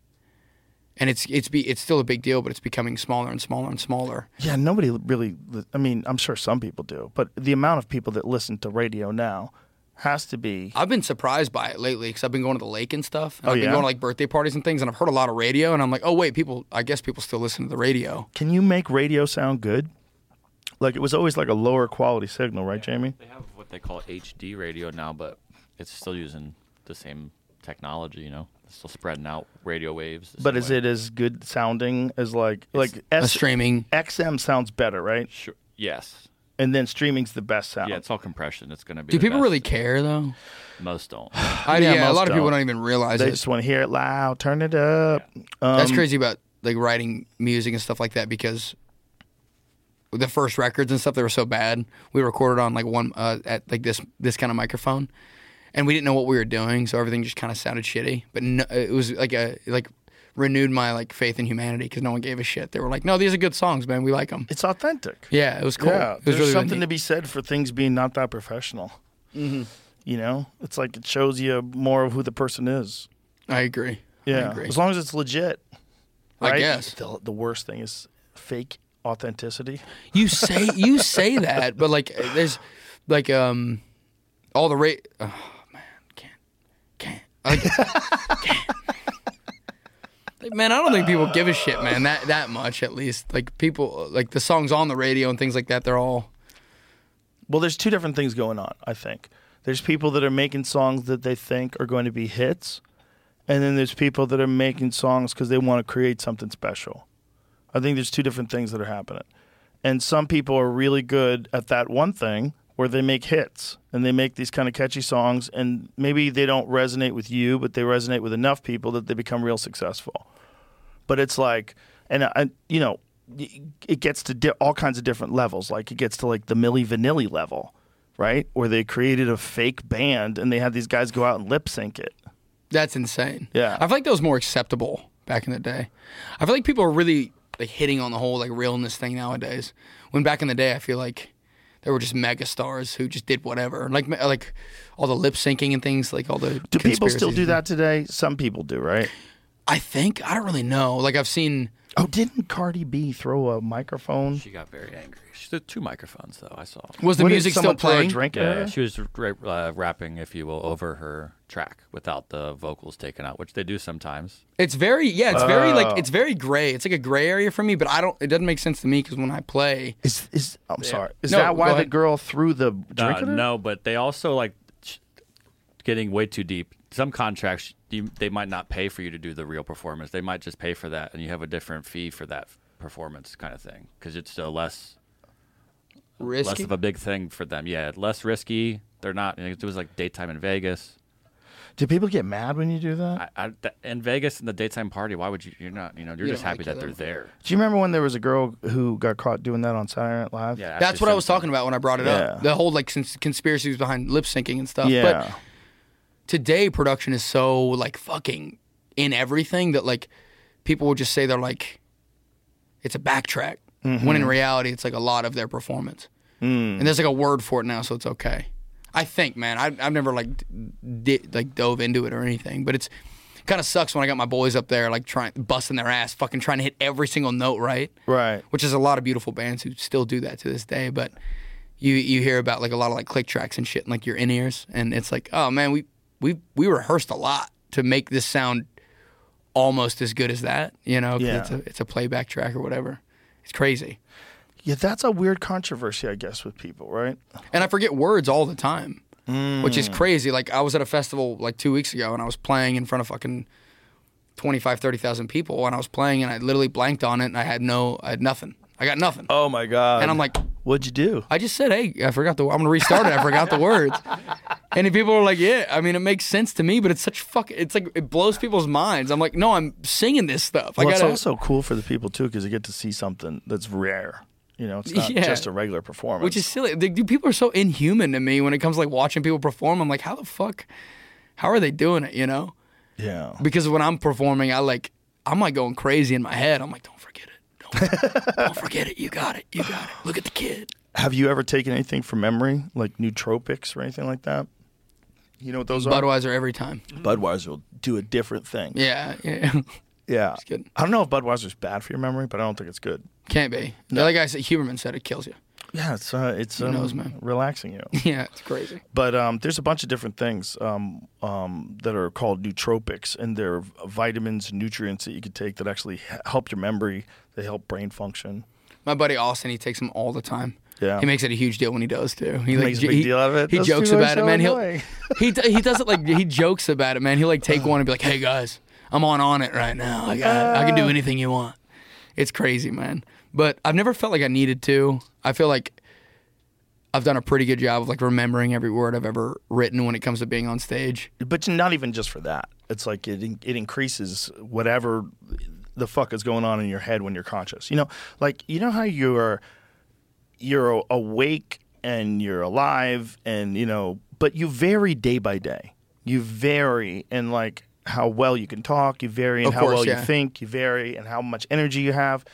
S4: And it's it's be it's still a big deal, but it's becoming smaller and smaller and smaller.
S3: Yeah, nobody really. li- I mean, I'm sure some people do, but the amount of people that listen to radio now has to be.
S4: I've been surprised by it lately because I've been going to the lake and stuff. And
S3: Oh,
S4: I've been
S3: yeah?
S4: going to like birthday parties and things, and I've heard a lot of radio, and I'm like, oh wait, people, I guess people still listen to the radio.
S3: Can you make radio sound good? Like it was always like a lower quality signal, right, Jamie?
S5: They have what they call HD radio now, but it's still using the same technology. You know, it's still spreading out radio waves. the
S3: But
S5: same
S3: is
S5: way.
S3: it as good sounding as like like
S5: a
S4: streaming
S3: XM sounds better, right?
S5: Sure. Yes.
S3: And then streaming's the best sound.
S5: Yeah, it's all compression. It's going to be.
S4: Oh. Do
S5: the
S4: people
S5: best.
S4: really care though?
S5: Most don't.
S4: I, yeah, a
S3: most
S4: lot of people don't even realize
S3: they
S4: it.
S3: just want to hear it loud. Turn it up.
S4: That's
S3: Um,
S4: crazy about like writing music and stuff like that because the first records and stuff they were so bad. We recorded on like one uh, at like this this kind of microphone, and we didn't know what we were doing, so everything just kind of sounded shitty. But no, it was like a like renewed my like faith in humanity because no one gave a shit. They were like, "No, these are good songs, man. We like them."
S3: It's authentic.
S4: Yeah, it was cool.
S3: Yeah,
S4: it was
S3: there's
S4: really,
S3: something to be said for things being not that professional.
S4: Mhm.
S3: You know, it's like it shows you more of who the person is.
S4: I agree.
S3: Yeah,
S4: I agree.
S3: as long as it's legit.
S4: I
S3: Right?
S4: guess.
S3: the, the worst thing is fake authenticity.
S4: You say you say that, but like there's like um all the rate. Oh man, can't can't. I can't- can't. Like, man, I don't think people give a shit, man. That that much at least. Like people like the songs on the radio and things like that. They're all
S3: Well, there's two different things going on. I think there's people that are making songs that they think are going to be hits, and then there's people that are making songs because they want to create something special. I think there's two different things that are happening, and some people are really good at that one thing where they make hits and they make these kind of catchy songs, and maybe they don't resonate with you, but they resonate with enough people that they become real successful. but it's like and I, you know y- it gets to di- all kinds of different levels like it gets to like the milli vanilli level right where they created a fake band and they had these guys go out and lip sync it
S4: that's insane.
S3: Yeah.
S4: I feel like that was more acceptable back in the day. I feel like people are really like hitting on the whole like realness thing nowadays. When back in the day, I feel like there were just mega stars who just did whatever, like like all the lip syncing and things, like all the.
S3: do people still
S4: conspiracies
S3: do
S4: and-
S3: that today some people do right
S4: I think I don't really know. Like I've seen.
S3: Oh, didn't Cardi B throw a microphone?
S5: She got very angry. She did two microphones though. I saw.
S4: Was the
S3: What, did
S4: music still
S3: someone throw a
S4: playing?
S3: drink at
S5: Yeah,
S3: her?
S5: she was ra- uh, rapping, if you will, over her track without the vocals taken out, which they do sometimes.
S4: It's very yeah. It's very
S5: Oh.
S4: like it's very gray. It's like a gray area for me, but I don't. It doesn't make sense to me because when I play,
S3: is is I'm sorry. Is
S4: No,
S3: that
S4: go
S3: why the
S4: ahead.
S3: girl threw the drink
S5: Uh,
S3: at her?
S5: no, but they also like ch- getting way too deep. Some contracts you, they might not pay for you to do the real performance. They might just pay for that, and you have a different fee for that performance kind of thing because it's a less less
S4: Risky?
S5: of a big thing for them. Yeah, less risky. They're not. It was like daytime in Vegas.
S3: Do people get mad when you do that?
S5: I, I, th- in Vegas in the daytime party, why would you? You're not. You know, you're
S4: You
S5: just
S4: don't
S5: happy
S4: like
S5: that they're there.
S3: Do you remember when there was a girl who got caught doing that on Saturday Night Live?
S5: Yeah,
S4: that's what I was talking about when I brought it up. The whole like cons- conspiracies behind lip syncing and stuff.
S3: Yeah.
S4: But today production is so like fucking in everything that like people will just say they're like it's a backtrack when in
S3: Mhm.
S4: reality it's like a lot of their performance.
S3: Mm.
S4: And there's like a word for it now, so it's okay. I think, man. I, I've never like d- di- like dove into it or anything, but it's kind of sucks when I got my boys up there like trying busting their ass, fucking trying to hit every single note right.
S3: Right.
S4: Which is a lot of beautiful bands who still do that to this day, but you you hear about like a lot of like click tracks and shit, and like your in ears, and it's like, oh man, we we we rehearsed a lot to make this sound almost as good as that, you know? 'cause
S3: Yeah.
S4: It's a it's a playback track or whatever. It's crazy.
S3: Yeah, that's a weird controversy, I guess, with people, right?
S4: and I forget words all the time, which
S3: Mm.
S4: is crazy. Like I was at a festival like two weeks ago, and I was playing in front of fucking 25, 30,000 people, and I was playing, and I literally blanked on it, and I had no, I had nothing. I got nothing.
S3: Oh my god!
S4: And I'm like,
S3: what'd you do?
S4: I just said, hey, I forgot the. I'm gonna restart it. I forgot the words. And if people are like, yeah, I mean, it makes sense to me, but it's such fuck. It's like it blows people's minds. I'm like, no, I'm singing this stuff.
S3: Well,
S4: I
S3: it's
S4: gotta.
S3: also cool for the people too because they get to see something that's rare. You know, it's not
S4: Yeah.
S3: just a regular performance.
S4: Which is silly. Like, dude, people are so inhuman to me when it comes to like watching people perform. I'm like, how the fuck, how are they doing it? You know?
S3: Yeah.
S4: Because when I'm performing, I like, I'm like going crazy in my head. I'm like, don't forget it. Don't, don't forget it. You got it. You got it. Look at the kid.
S3: Have you ever taken anything from memory, like nootropics or anything like that? You know what those
S4: Budweiser every time.
S3: are? Budweiser will do a different thing.
S4: Yeah, yeah.
S3: Yeah. I don't know if Budweiser's bad for your memory, but I don't think it's good.
S4: Can't be. The other guy said Huberman said it kills you.
S3: Yeah, it's uh, it's
S4: Who
S3: um,
S4: knows, man?
S3: relaxing you.
S4: Yeah, it's crazy.
S3: But um, there's a bunch of different things um, um, that are called nootropics, and they're vitamins, nutrients that you could take that actually h- help your memory. They help brain function.
S4: My buddy Austin, he takes them all the time.
S3: Yeah.
S4: He makes it a huge deal when he does too. He, like,
S3: makes a
S4: j-
S3: big
S4: he-
S3: deal out of it?
S4: He
S3: Those
S4: jokes
S3: people are
S4: about
S3: so
S4: it, man.
S3: annoying.
S4: He'll he d- he does it like he jokes about it, man. He'll like take one and be like, "Hey guys, I'm on on it right now. I got, I can
S3: Uh.
S4: do anything you want." It's crazy, man. But I've never felt like I needed to. I feel like I've done a pretty good job of like remembering every word I've ever written when it comes to being on stage.
S3: But not even just for that. It's like it in- it increases whatever the fuck is going on in your head when you're conscious. You know, like you know how you're you're awake and you're alive and you know, but you vary day by day. You vary in like how well you can talk. You vary in
S4: Of
S3: how
S4: course,
S3: well
S4: yeah.
S3: you think. You vary in how much energy you have.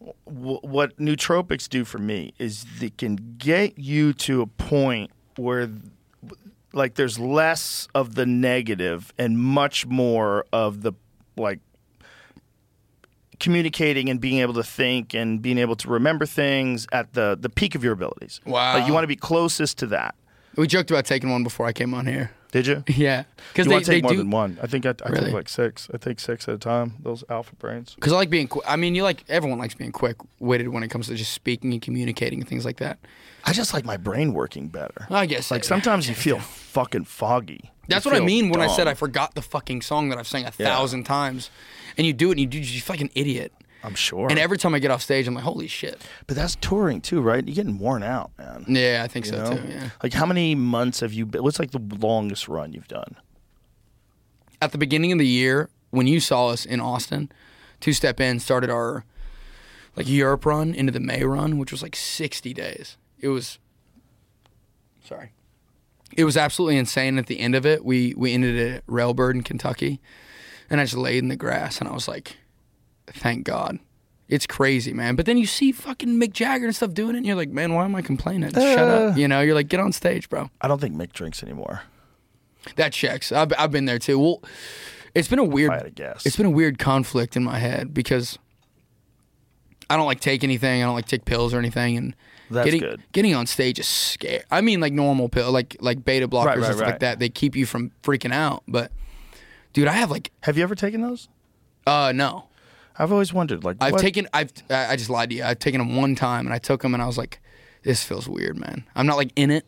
S3: Wh- what nootropics do for me is they can get you to a point where like there's less of the negative and much more of the like communicating and being able to think and being able to remember things at the the peak of your abilities.
S4: Wow.
S3: Like you want to be closest to that.
S4: We joked about taking one before I came on here.
S3: Did you?
S4: Yeah,
S3: You
S4: because they,
S3: want to
S4: they
S3: take more
S4: do.
S3: than one. I think I, I
S4: Really?
S3: take like six. I take six at a time. Those alpha brains.
S4: Because I like being. Qu- I mean, you like everyone likes being quick witted when it comes to just speaking and communicating and things like that.
S3: I just like my brain working better.
S4: I guess
S3: Like sometimes you feel fucking foggy.
S4: That's
S3: You
S4: what I
S3: feel
S4: mean when I said
S3: dumb.
S4: I forgot the fucking song that I've sang a
S3: Yeah.
S4: thousand times, and you do it and you do you fucking idiot.
S3: I'm sure.
S4: And every time I get off stage, I'm like, holy shit.
S3: But that's touring too, right? You're getting worn out, man.
S4: Yeah, I think so
S3: know?
S4: too. Yeah.
S3: Like how many months have you been? What's like the longest run you've done?
S4: At the beginning of the year, when you saw us in Austin, Two Step In started our like Europe run into the May run, which was like 60 days. It was sorry. It was absolutely insane. At the end of it, we we ended it at Railbird in Kentucky, and I just laid in the grass and I was like, "Thank God." It's crazy, man. But then you see fucking Mick Jagger and stuff doing it, and you're like, "Man, why am I complaining? Shut
S3: Uh.
S4: up." You know, you're like, "Get on stage, bro."
S3: I don't think Mick drinks anymore.
S4: That checks. I've, I've been there too. Well, It's been a weird.
S3: I had to guess.
S4: It's been a weird conflict in my head because I don't like take anything. I don't like take pills or anything. And
S3: That's
S4: getting,
S3: good.
S4: Getting on stage is scary. I mean, like normal pill, like like beta blockers
S3: Right,
S4: and
S3: right,
S4: stuff
S3: right.
S4: like that. They keep you from freaking out. But dude, I have like.
S3: Have you ever taken those?
S4: Uh, no.
S3: I've always wondered, like,
S4: I've
S3: what-
S4: taken. I've. I I just lied to you. I've taken them one time, and I took them, and I was like, "This feels weird, man. I'm not like in it,"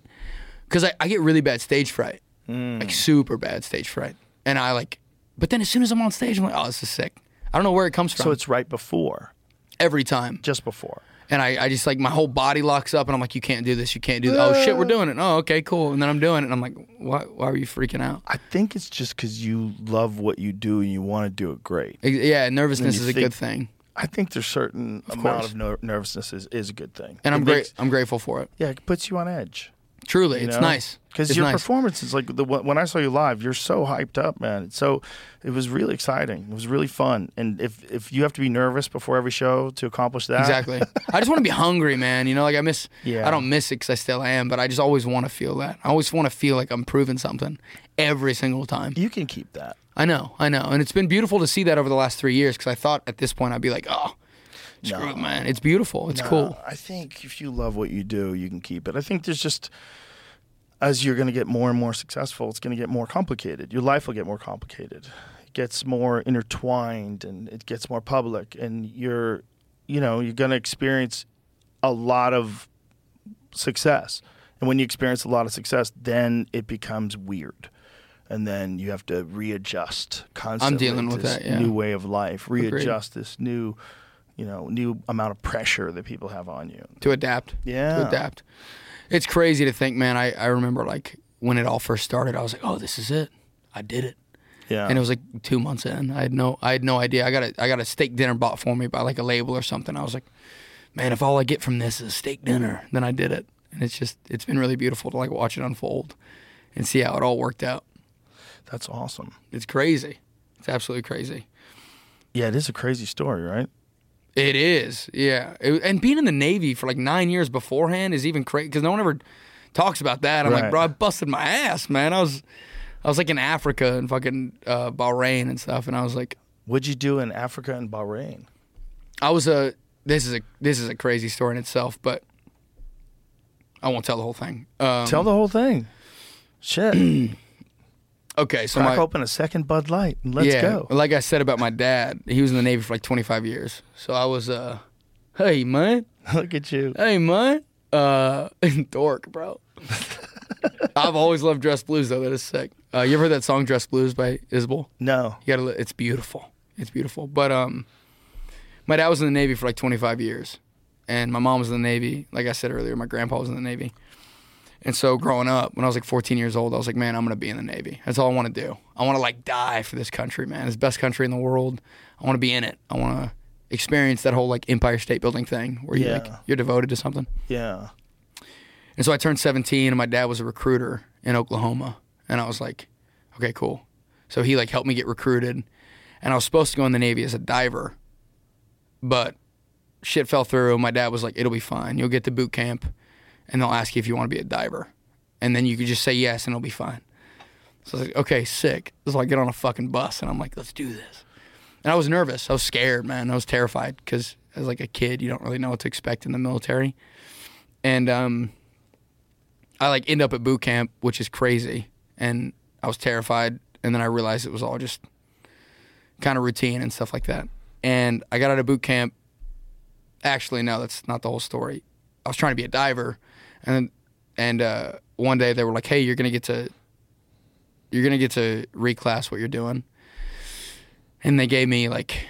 S4: because I, I get really bad stage fright,
S3: Mm.
S4: like super bad stage fright, and I like. But then as soon as I'm on stage, I'm like, "Oh, this is sick." I don't know where it comes from.
S3: So it's right before.
S4: Every time.
S3: Just before.
S4: And I, I just like my whole body locks up, and I'm like, "You can't do this. You can't do that." Oh shit, we're doing it. Oh okay, cool. And then I'm doing it, and I'm like, "Why? Why are you freaking out?"
S3: I think it's just because you love what you do and you want to do it great.
S4: Ex- yeah,
S3: And
S4: nervousness
S3: you
S4: is a
S3: think-
S4: good thing.
S3: I think there's certain
S4: Of
S3: amount
S4: course.
S3: of ner- nervousness is, is a good thing.
S4: And I'm
S3: It
S4: great.
S3: makes-
S4: I'm grateful for it.
S3: Yeah, it puts you on edge.
S4: Truly, it's nice.
S3: Because
S4: It's
S3: your
S4: nice.
S3: performance is like the when I saw you live, you're so hyped up, man. It's so it was really exciting. It was really fun. And if if you have to be nervous before every show to accomplish that,
S4: Exactly. I just want to be hungry, man. You know, like I miss.
S3: Yeah.
S4: I don't miss it because I still am, but I just always want to feel that. I always want to feel like I'm proving something every single time.
S3: You can keep that.
S4: I know, I know, and it's been beautiful to see that over the last three years because I thought at this point I'd be like, oh, screw
S3: No.
S4: it, man. It's beautiful. It's
S3: Nah,
S4: cool.
S3: Uh, I think if you love what you do, you can keep it. I think there's just as you're going to get more and more successful, it's going to get more complicated. Your life will get more complicated. It gets more intertwined and it gets more public and you're you know, you're going to experience a lot of success. And when you experience a lot of success, then it becomes weird. And then you have to readjust constantly
S4: dealing
S3: to
S4: with
S3: this
S4: that, yeah.
S3: new way of life,
S4: Agreed.
S3: readjust this new, you know, new amount of pressure that people have on you.
S4: to adapt.
S3: Yeah.
S4: To adapt. It's crazy to think, man. I, I remember like when it all first started, I was like, oh, this is it. I did it.
S3: Yeah.
S4: And it was like two months in. I had no I had no idea. I got a I got a steak dinner bought for me by like a label or something. I was like, man, if all I get from this is steak dinner, then I did it. And it's just it's been really beautiful to like watch it unfold and see how it all worked out.
S3: That's awesome.
S4: It's crazy. It's absolutely crazy.
S3: Yeah, it is a crazy story, right?
S4: It is, yeah. It- and being in the Navy for like nine years beforehand is even crazy because no one ever talks about that. I'm
S3: Right.
S4: like, bro, I busted my ass, man. I was, I was like in Africa and fucking uh, Bahrain and stuff, and I was like,
S3: What'd you do in Africa and Bahrain?
S4: I was a. This is a this is a crazy story in itself, but I won't tell the whole thing. Um,
S3: Tell the whole thing. Shit.
S4: okay, so
S3: Crack
S4: my,
S3: open a second Bud Light and let's
S4: yeah,
S3: go.
S4: Like I said about my dad, he was in the Navy for like 25 years. So I was, uh, hey, man.
S3: Look at you.
S4: Hey, man. Uh, dork, bro. I've always loved Dress Blues, though. That is sick. Uh, you ever heard that song Dress Blues by Isabel?
S3: No.
S4: You gotta, li- it's beautiful. It's beautiful. But, um, my dad was in the Navy for like 25 years. And my mom was in the Navy. Like I said earlier, my grandpa was in the Navy. And so growing up, when I was like 14 years old, I was like, man, I'm going to be in the Navy. That's all I want to do. I want to like die for this country, man. It's the best country in the world. I want to be in it. I want to experience that whole like Empire State Building thing where you like
S3: Yeah.
S4: you're devoted to something.
S3: Yeah.
S4: And so I turned 17 and my dad was a recruiter in Oklahoma. And I was like, okay, cool. So he like helped me get recruited. And I was supposed to go in the Navy as a diver, but shit fell through. My dad was like, it'll be fine. You'll get to boot camp and they'll ask you if you want to be a diver. And then you could just say yes and it'll be fine. So I was like, okay, sick. So I get on a fucking bus and I'm like, let's do this. And I was nervous. I was scared, man. I was terrified because as like a kid, you don't really know what to expect in the military. And um, I like end up at boot camp, which is crazy. And I was terrified. And then I realized it was all just kind of routine and stuff like that. And I got out of boot camp. Actually, no, that's not the whole story. I was trying to be a diver, and and uh, one day they were like, "Hey, you're gonna get to you're gonna get to reclass what you're doing." And they gave me like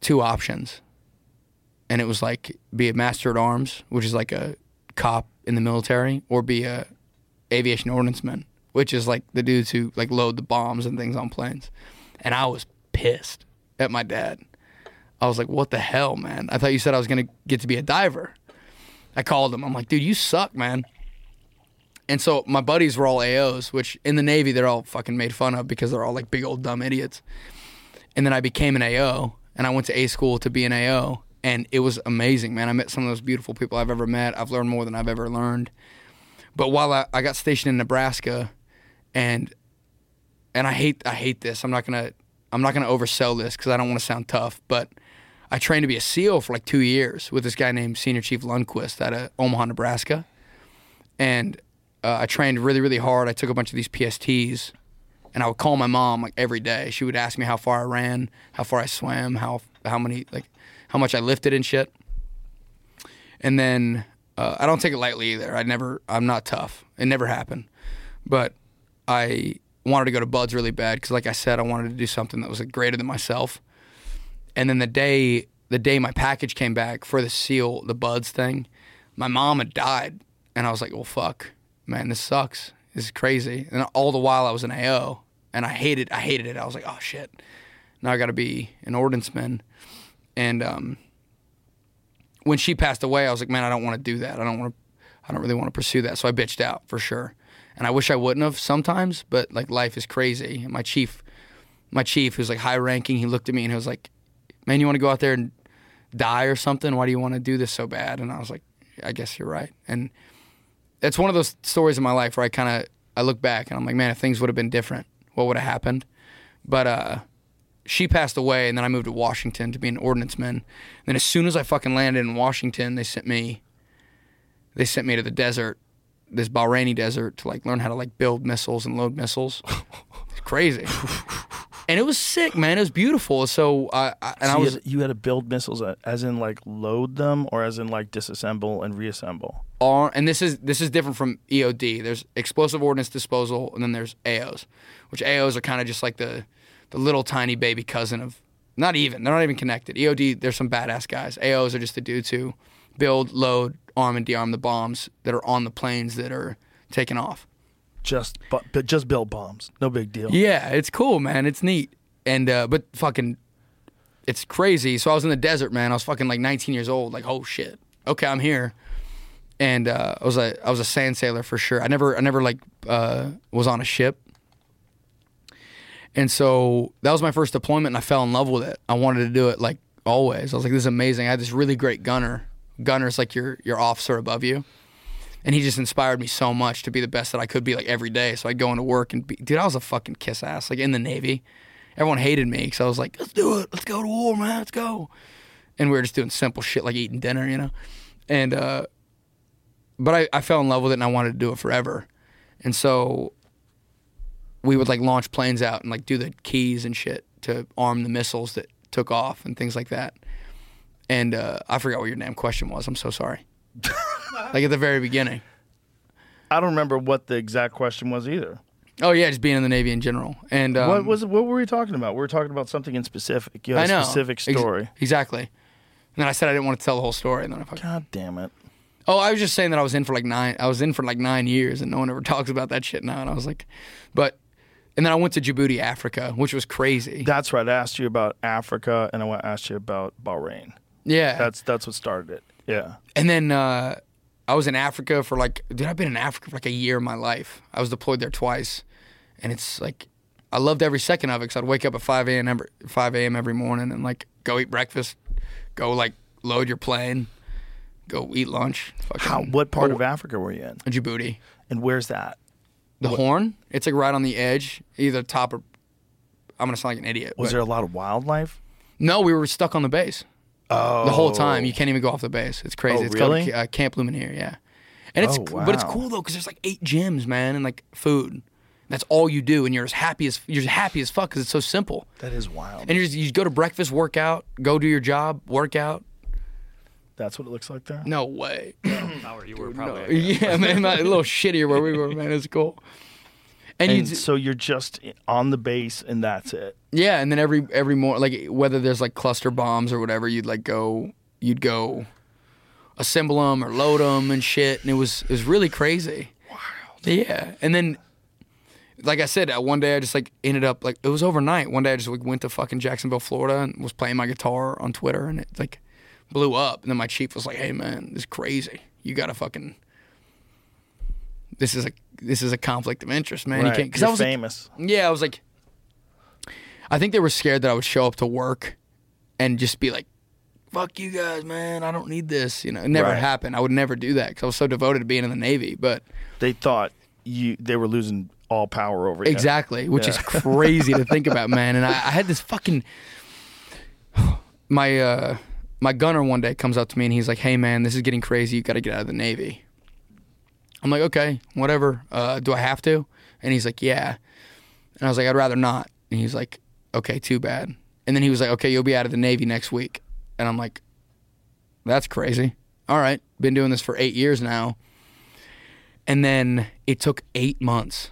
S4: two options, and it was like be a master at arms, which is like a cop in the military, or be a aviation ordnance man, which is like the dudes who like load the bombs and things on planes. And I was pissed at my dad. I was like, "What the hell, man? I thought you said I was gonna get to be a diver." I called him. I'm like, "Dude, you suck, man." And so my buddies were all AOs, which in the Navy they're all fucking made fun of because they're all like big old dumb idiots. And then I became an AO and I went to A school to be an AO and it was amazing, man. I met some of the most beautiful people I've ever met. I've learned more than I've ever learned. But while I, I got stationed in Nebraska and and I hate I hate this. I'm not gonna I'm not going to oversell this because I don't want to sound tough, but I trained to be a SEAL for like two years with this guy named Senior Chief Lundquist out of Omaha, Nebraska. And uh, I trained really, really hard. I took a bunch of these PSTs and I would call my mom like every day. She would ask me how far I ran, how far I swam, how, how many, like, how much I lifted and shit. And then uh, I don't take it lightly either. I never, I'm not tough. It never happened. But I wanted to go to Bud's really bad because, like I said, I wanted to do something that was like, greater than myself. And then the day, the day my package came back for the seal, the Bud's thing, my mom had died, and I was like, well, fuck, man, this sucks. This is crazy. And all the while I was an AO, and I hated, I hated it. I was like, oh shit, now I got to be an ordnance man. And um, when she passed away, I was like, man, I don't want to do that. I don't want to. I don't really want to pursue that. So I bitched out for sure. And I wish I wouldn't have sometimes, but like life is crazy. And my chief, my chief, who's like high ranking, he looked at me and he was like, man, you want to go out there and die or something? Why do you want to do this so bad? And I was like, I guess you're right. And it's one of those stories in my life where I kind of I look back and I'm like, man, if things would have been different, what would have happened? But uh, she passed away, and then I moved to Washington to be an ordnance man. And then as soon as I fucking landed in Washington, they sent me they sent me to the desert, this Bahraini desert, to like learn how to like build missiles and load missiles. It's crazy. And it was sick, man. It was beautiful. So, I, I and
S3: So
S4: I
S3: you
S4: was
S3: had, you had to build missiles uh, as in like load them or as in like disassemble and reassemble.
S4: are and this is this is different from EOD. There's explosive ordnance disposal and then there's AOs, which AOs are kind of just like the the little tiny baby cousin of not even they're not even connected. EOD there's some badass guys. AOs are just the dudes who build, load, arm and dearm the bombs that are on the planes that are taking off.
S3: Just but, but just build bombs. No big deal.
S4: Yeah, it's cool, man. It's neat. And uh, but fucking, it's crazy. So I was in the desert, man. I was fucking like 19 years old. Like, oh shit. Okay, I'm here. And uh, I was a I was a sand sailor for sure. I never I never like uh, was on a ship. And so that was my first deployment, and I fell in love with it. I wanted to do it like always. I was like, this is amazing. I had this really great gunner. Gunner's like your your officer above you and he just inspired me so much to be the best that I could be like every day. So I'd go into work and be, dude, I was a fucking kiss ass like in the Navy. Everyone hated me because I was like, let's do it, let's go to war, man, let's go. And we were just doing simple shit like eating dinner, you know. And uh, but I, I fell in love with it and I wanted to do it forever. And so we would like launch planes out and like do the keys and shit to arm the missiles that took off and things like that. And uh, I forgot what your damn question was. I'm so sorry. like at the very beginning.
S3: I don't remember what the exact question was either.
S4: Oh yeah, just being in the Navy in general. And um,
S3: what was what were we talking about? We were talking about something in specific. You had
S4: I know
S3: a specific
S4: Ex-
S3: story.
S4: exactly. And then I said I didn't want to tell the whole story. And then I fucking
S3: God damn it.
S4: Oh, I was just saying that I was in for like nine. I was in for like nine years, and no one ever talks about that shit now. And I was like, but, and then I went to Djibouti, Africa, which was crazy.
S3: That's right. I asked you about Africa, and I want to ask you about Bahrain.
S4: Yeah.
S3: that's that's what started it. Yeah,
S4: And then uh, I was in Africa for like, dude, I've been in Africa for like a year of my life. I was deployed there twice, and it's like, I loved every second of it because I'd wake up at 5 a.m. every 5 a.m. every morning and like go eat breakfast, go like load your plane, go eat lunch. How?
S3: What part of Africa were you in?
S4: Djibouti.
S3: Mm. And where's that?
S4: The Horn. It's like right on the edge, either top or. I'm gonna sound like an idiot.
S3: Was
S4: but-
S3: there a lot of wildlife?
S4: No, we were stuck on the base. The whole time,
S3: Oh.
S4: you can't even go off the base. It's crazy.
S3: Oh,
S4: it's
S3: really?
S4: called uh, Camp Lumineer, yeah. And it's
S3: Oh,
S4: cool but it's
S3: wow.
S4: cool though because there's like eight gyms, man, and like food. That's all you do, and you're as happy as you're as happy as fuck because it's so simple.
S3: That is wild.
S4: And you just you go to breakfast, work out, go do your job, work out.
S3: That's what it looks like there.
S4: No way.
S5: you were probably.
S4: yeah, man, not- a little shittier where we were, man. It's cool. And,
S3: And,
S4: you d-
S3: so you're just on the base, and that's it.
S4: Yeah, and then every every morning, like whether there's like cluster bombs or whatever, you'd like go, you'd go, assemble them or load them and shit, and it was it was really crazy. Wild. Yeah, and then, like I said, uh, one day I just like ended up like it was overnight. One day I just like went to fucking Jacksonville, Florida, and was playing my guitar on Twitter, and it like blew up. And then my chief was like, "Hey man, this is crazy. You gotta fucking." This is a this is a conflict of interest, man. You
S3: Right,
S4: can't because
S3: you're
S4: I was like,
S3: famous.
S4: yeah, I was like, I think they were scared that I would show up to work and just be like, fuck you guys, man. I don't need this. You know, it never
S3: Right.
S4: happened. I would never do that because I was so devoted to being in the Navy. But
S3: they thought you they were losing all power over you.
S4: Exactly, which is
S3: Yeah.
S4: crazy to think about, man. And I, I had this fucking my uh my gunner one day comes up to me and he's like, "Hey, man, this is getting crazy. You got to get out of the Navy." I'm like, "Okay, whatever. Uh, do I have to?" And he's like, "Yeah." And I was like, "I'd rather not." And he's like, "Okay, too bad." And then he was like, "Okay, you'll be out of the Navy next week." And I'm like, "That's crazy. All right, been doing this for eight years now." And then it took eight months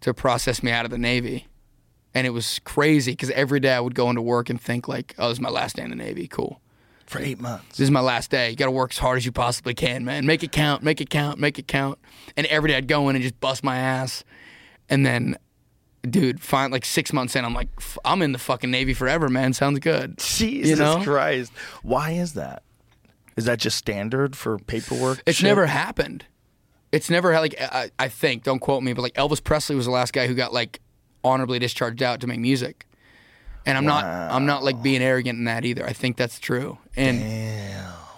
S4: to process me out of the Navy. And it was crazy because every day I would go into work and think like, oh, this is my last day in the Navy. Cool.
S3: For eight months.
S4: This is my last day. You got to work as hard as you possibly can, man. Make it count, make it count, make it count. And every day I'd go in and just bust my ass. And then, dude, find like six months in, I'm like, "F- I'm in the fucking Navy forever, man. Sounds good.
S3: Jesus
S4: you know?
S3: Christ. Why is that? Is that just standard for paperwork?
S4: It's
S3: shit?
S4: never happened. It's never had like I, I think. Don't quote me, but like Elvis Presley was the last guy who got like honorably discharged out to make music. And I'm not. I'm not like being arrogant in that either. I think that's true. And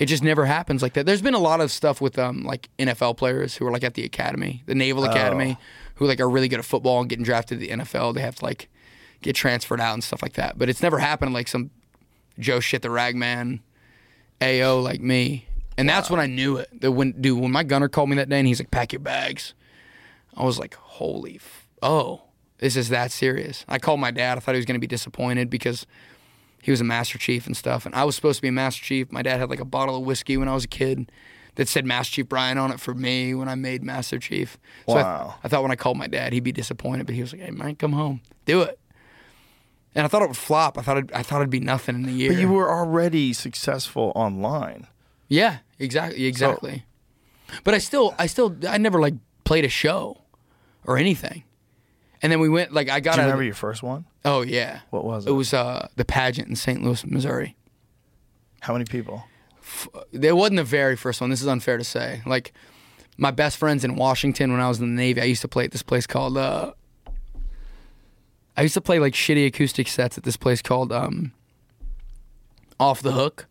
S4: it just never happens like that. There's been a lot of stuff with um like NFL players who are like at the academy, the Naval
S3: Oh.
S4: Academy, who like are really good at football and getting drafted to the NFL. They have to like get transferred out and stuff like that. But it's never happened like some Joe shit the ragman, AO like me. And that's when I knew it. That when dude, when my gunner called me that day and he's like, "Pack your bags," I was like, "Holy, f- oh, this is that serious." I called my dad. I thought he was gonna be disappointed because he was a master chief and stuff, and I was supposed to be a master chief. My dad had like a bottle of whiskey when I was a kid that said Master Chief Brian on it for me when I made Master Chief. So I-
S3: Wow.
S4: I thought when I called my dad, he'd be disappointed, but he was like, "Hey, man, come home, do it." And I thought it would flop. I thought it'd, I thought it'd be nothing in a year.
S3: But you were already successful online.
S4: Yeah, exactly, exactly. but I still, I still, I never like played a show or anything. And then we went like I
S3: Do
S4: got.
S3: you
S4: out of
S3: remember
S4: the-
S3: your first one?
S4: Oh yeah. What
S3: was
S4: it? It was uh, the pageant in St. Louis, Missouri.
S3: How many people?
S4: It wasn't the very first one. This is unfair to say. Like my best friends in Washington when I was in the Navy, I used to play at this place called. Uh, I used to play like shitty acoustic sets at this place called um, Off the Hook,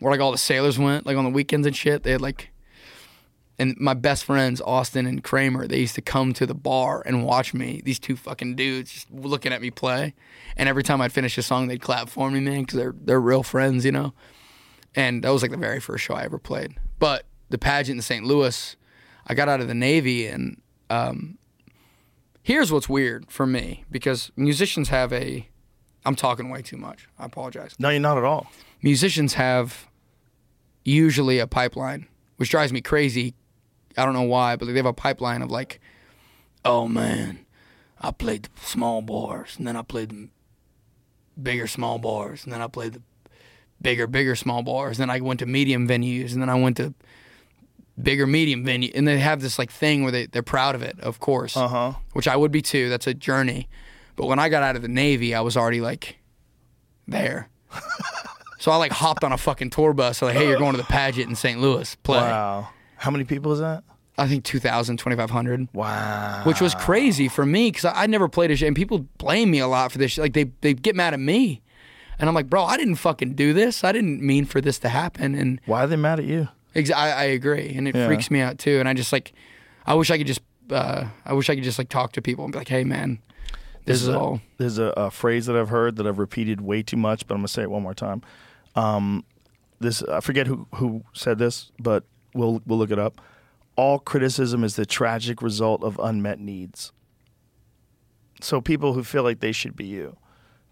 S4: where like all the sailors went like on the weekends and shit. They had like. And my best friends, Austin and Kramer, they used to come to the bar and watch me. These two fucking dudes just looking at me play. And every time I'd finish a song, they'd clap for me, man, because they're they're real friends, you know. And that was like the very first show I ever played. But the pageant in St. Louis, I got out of the Navy, and um, here's what's weird for me because musicians have a. I'm talking way too much. I apologize.
S3: No, you're not at all.
S4: Musicians have usually a pipeline, which drives me crazy. I don't know why, but like, they have a pipeline of like, oh man, I played the small bars, and then I played the bigger small bars, and then I played the bigger, bigger small bars, and then I went to medium venues, and then I went to bigger medium venue and they have this like thing where they, they're proud of it of course uh-huh. which i would be too that's a journey but when i got out of the navy i was already like there so i like hopped on a fucking tour bus like hey you're going to the pageant in st louis play
S3: wow how many people is that
S4: i think 2000 2500
S3: wow
S4: which was crazy for me because I, I never played a shit and people blame me a lot for this shit like they, they get mad at me and i'm like bro i didn't fucking do this i didn't mean for this to happen and
S3: why are they mad at you
S4: Ex- I, I agree, and it
S3: Yeah.
S4: freaks me out too. And I just like, I wish I could just, uh, I wish I could just like talk to people and be like, hey man, this is
S3: a,
S4: all.
S3: There's a, a phrase that I've heard that I've repeated way too much, but I'm gonna say it one more time. Um, this I forget who who said this, but we'll we'll look it up. All criticism is the tragic result of unmet needs. So people who feel like they should be you,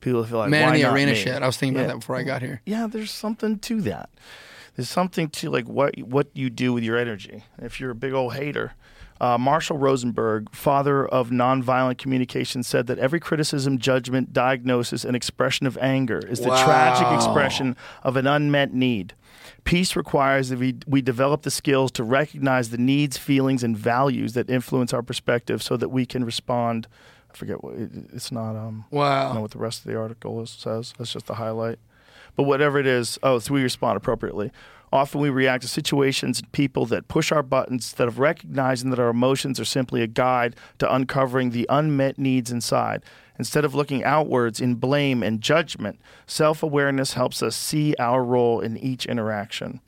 S3: people who feel like
S4: Man
S3: why
S4: in the
S3: not
S4: arena
S3: me?
S4: shit. I was thinking
S3: Yeah.
S4: about that before I got here.
S3: Yeah, there's something to that. There's something to like what what you do with your energy. If you're a big old hater, uh, Marshall Rosenberg, father of nonviolent communication, said that every criticism, judgment, diagnosis, and expression of anger is the tragic
S14: Wow.
S3: expression of an unmet need. Peace requires that we, we develop the skills to recognize the needs, feelings, and values that influence our perspective, so that we can respond. I forget what it, it's not. Um, I
S4: Wow.
S3: don't know what the rest of the article is, says. That's just the highlight. But whatever it is, oh, it's we respond appropriately. Often we react to situations and people that push our buttons instead of recognizing that our emotions are simply a guide to uncovering the unmet needs inside. Instead of looking outwards in blame and judgment, self awareness helps us see our role in each interaction.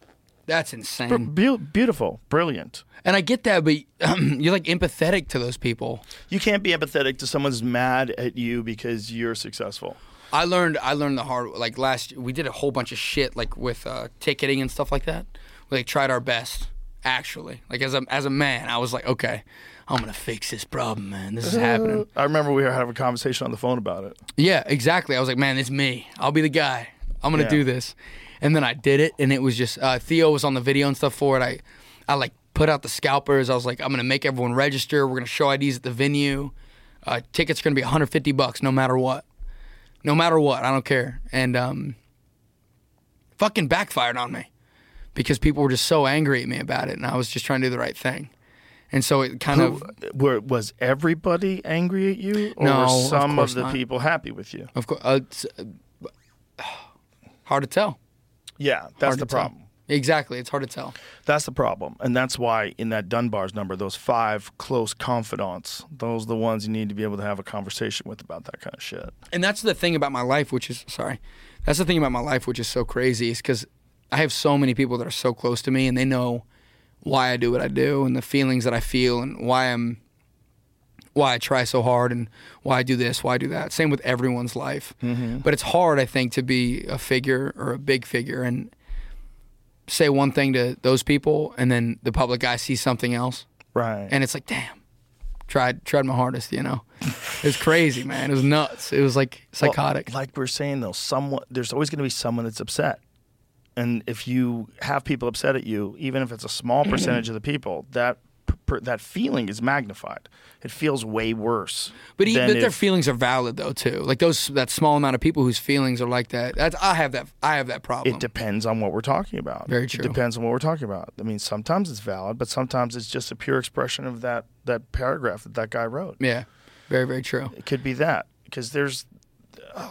S4: That's insane.
S3: Br- beau- beautiful, brilliant.
S4: And I get that, but you're like empathetic to those people.
S3: You can't be empathetic to someone's mad at you because you're successful.
S4: I learned I learned the hard like last we did a whole bunch of shit like with uh, ticketing and stuff like that. We like tried our best actually. Like as a as a man, I was like, okay, I'm gonna fix this problem, man. This is happening.
S3: I remember we were having a conversation on the phone about it.
S4: Yeah, exactly. I was like, man, it's me. I'll be the guy. I'm gonna
S3: Yeah.
S4: do this. And then I did it, and it was just uh, Theo was on the video and stuff for it. I, I like put out the scalpers. I was like, I'm gonna make everyone register. We're gonna show IDs at the venue. Uh, tickets are gonna be 150 bucks no matter what, no matter what. I don't care. And um, fucking backfired on me because people were just so angry at me about it, and I was just trying to do the right thing. And so it kind
S3: Who-
S4: of
S3: were, was everybody angry at you, or
S4: No,
S3: were
S4: of
S3: some of,
S4: course
S3: the
S4: not.
S3: people happy with you?
S4: Of course, uh, it's, uh, hard to tell.
S3: Yeah, that's
S4: Hard
S3: the
S4: to tell.
S3: problem.
S4: Exactly, it's hard to tell.
S3: That's the problem, and that's why in that Dunbar's number, those five close confidants, those are the ones you need to be able to have a conversation with about that kind of shit.
S4: And that's the thing about my life, which is sorry, that's the thing about my life, which is so crazy, is because I have so many people that are so close to me, and they know why I do what I do, and the feelings that I feel, and why I'm, why I try so hard, and why I do this, why I do that. Same with everyone's life,
S3: Mm-hmm.
S14: Mhm.
S4: but it's hard, I think, to be a figure or a big figure and say one thing to those people, and then the public eye sees something else,
S3: right?
S4: And it's like, damn, tried tried my hardest, you know. It was crazy, man. It was nuts. It was like
S3: Well,
S4: psychotic.
S3: like we're saying though, someone there's always going to be someone that's upset, and if you have people upset at you, even if it's a small percentage of the people, that per, that feeling is magnified. It feels way worse.
S4: But
S3: than
S4: even but their
S3: if-
S4: feelings are valid though too. Like those that small amount of people whose feelings are like that. That's I have that I have that problem.
S3: It depends on what we're talking about.
S4: Very
S3: It
S4: true.
S3: depends on what we're talking about. I mean, sometimes it's valid, but sometimes it's just a pure expression of that that paragraph that that guy wrote.
S4: Yeah, very very true.
S3: It could be that because there's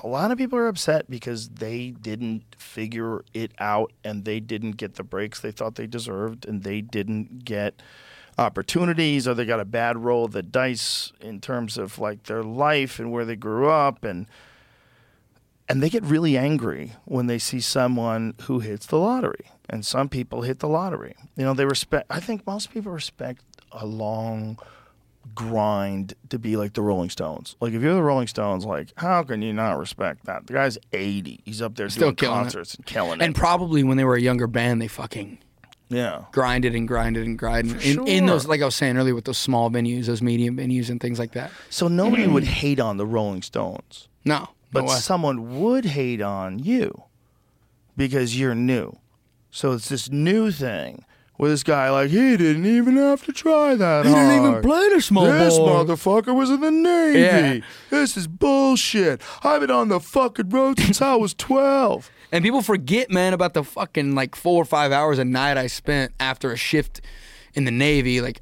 S3: a lot of people are upset because they didn't figure it out and they didn't get the breaks they thought they deserved and they didn't get opportunities or they got a bad roll of the dice in terms of like their life and where they grew up and and they get really angry when they see someone who hits the lottery and some people hit the lottery you know they respect i think most people respect a long grind to be like the rolling stones like if you're the rolling stones like how can you not respect that the guy's 80 he's up there
S4: Still
S3: doing
S4: killing it.
S3: concerts and killing
S4: And
S3: it
S4: probably when they were a younger band, they fucking
S3: yeah
S4: grinded and grinded and grinded
S3: For
S4: in, in
S3: sure.
S4: those like I was saying earlier with those small venues, those medium venues and things like that.
S3: so nobody would hate on the rolling stones
S4: No,
S3: but
S4: way.
S3: someone would hate on you because you're new. So it's this new thing where this guy like he didn't even have to try that
S14: He
S3: hard.
S14: didn't even play the small
S3: This
S14: ball."
S3: motherfucker was in the navy.
S14: Yeah.
S3: This is bullshit. I've been on the fucking road since I was twelve.
S4: And people forget, man, about the fucking like four or five hours a night I spent after a shift in the Navy, like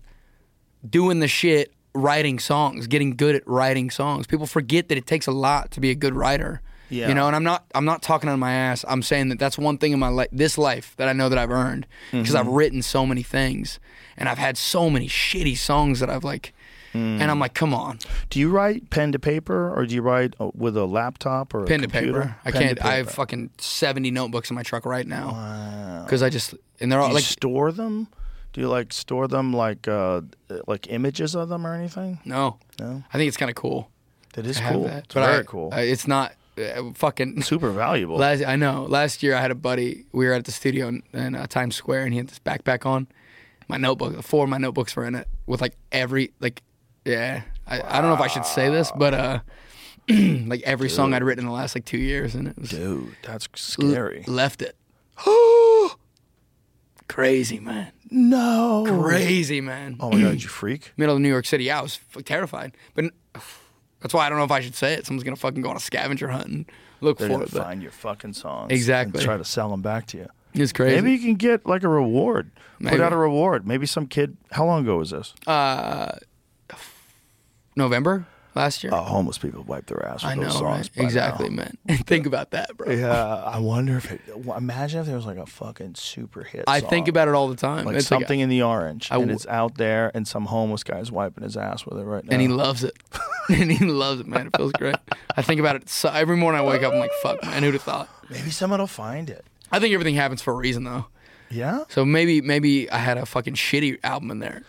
S4: doing the shit, writing songs, getting good at writing songs. People forget that it takes a lot to be a good writer.
S14: Yeah.
S4: You know, and I'm not I'm not talking on my ass. I'm saying that that's one thing in my life, this life that I know that I've earned because
S14: Mhm.
S4: I've written so many things and I've had so many shitty songs that I've like and I'm like, come on.
S3: Do you write pen to paper or do you write uh, with a laptop or
S4: pen
S3: a
S4: to
S3: computer?
S4: paper. I
S3: Pen to
S4: can't. I have
S3: paper.
S4: fucking seventy notebooks in my truck right now.
S3: Wow.
S4: Because I just and they're all
S3: Do you
S4: like
S3: store them. Do you like store them like uh, like images of them or anything?
S4: no.
S3: No.
S4: I think it's kind of cool.
S3: That is
S4: to have
S3: cool.
S4: that.
S3: It's very
S4: I-
S3: cool.
S4: I- it's not uh, fucking
S3: super valuable.
S4: Last, I know. Last year I had a buddy. We were at the studio in, in uh, Times Square, and he had this backpack on. My notebook, four of my notebooks were in it with like every like, yeah. I, I don't know if I should say this, but uh, like every song I'd
S3: Dude.
S4: written in the last like two years, and it was
S3: dude, that's scary.
S4: left it. Crazy man.
S3: No.
S4: Crazy man.
S3: Oh my god, you freak.
S4: Middle of New York City. Yeah, I was f- terrified, but. n- That's why I don't know if I should say it. Someone's gonna fucking go on a scavenger hunt and look
S3: They're
S4: for
S3: gonna
S4: it. but-
S3: find your fucking songs.
S4: Exactly.
S3: And try to sell them back to you.
S4: It's crazy.
S3: Maybe you can get like a reward.
S4: Maybe.
S3: Put out a reward. Maybe some kid. How long ago was this?
S4: uh, November last year.
S3: Uh, homeless people wipe their ass with
S4: I know,
S3: those songs.
S4: right?
S3: by
S4: exactly,
S3: now.
S4: man. Think about that, bro.
S3: Yeah, I wonder if it. well, Imagine if there was like a fucking super hit.
S4: I think
S3: song.
S4: about it all the time.
S3: Like
S4: It's like
S3: something
S4: a-
S3: in the orange,
S4: I
S3: and
S4: w-
S3: it's out there, and some homeless guy's wiping his ass with it right now.
S4: And he loves it. and he loves it, man. It feels great. I think about it so, every morning. I wake up. I'm like, fuck, man. Who'd have thought?
S3: Maybe someone will find it.
S4: I think everything happens for a reason, though.
S3: Yeah?
S4: So maybe maybe I had a fucking shitty album in there.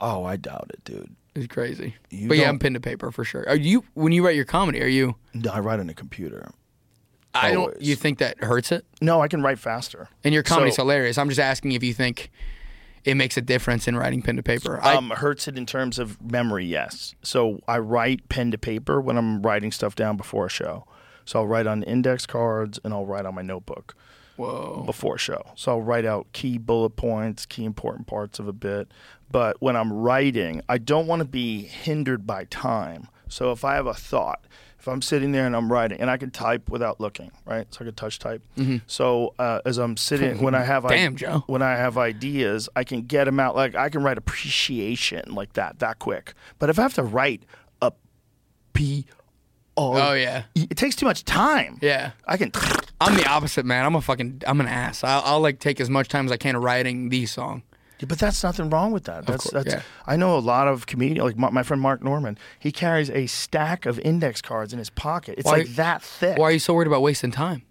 S3: Oh, I doubt it, dude.
S4: It's crazy. but yeah,
S3: don't-
S4: I'm pen to paper for sure. Are you when you write your comedy? Are you?
S3: No, I write on a computer.
S4: I don't. You think that hurts it?
S3: No, I can write faster.
S4: And your comedy's
S3: So-
S4: hilarious. I'm just asking if you think it makes a difference in writing pen to paper. I-
S3: um, hurts it in terms of memory, yes. So I write pen to paper when I'm writing stuff down before a show. So I'll write on index cards and I'll write on my notebook.
S4: Whoa.
S3: Before a show. So I'll write out key bullet points, key important parts of a bit. But when I'm writing, I don't want to be hindered by time. So if I have a thought, if I'm sitting there and I'm writing, and I can type without looking, right? So I can touch type.
S4: Mhm.
S3: So uh, as I'm sitting, when I have
S4: Damn, Joe.
S3: when I have ideas, I can get them out. Like I can write appreciation like that, that quick. But if I have to write a P, O,
S4: Oh, yeah.
S3: it takes too much time.
S4: Yeah.
S3: I can.
S4: I'm the opposite, man. I'm a fucking. I'm an ass. I'll, I'll like take as much time as I can writing the song.
S3: Yeah, But that's nothing wrong with that. That's
S4: course,
S3: that's.
S4: yeah.
S3: I know a lot of comedians, like my, my friend Mark Norman. He carries a stack of index cards in his pocket. It's
S4: Why-
S3: like that thick.
S4: Why are you so worried about wasting time?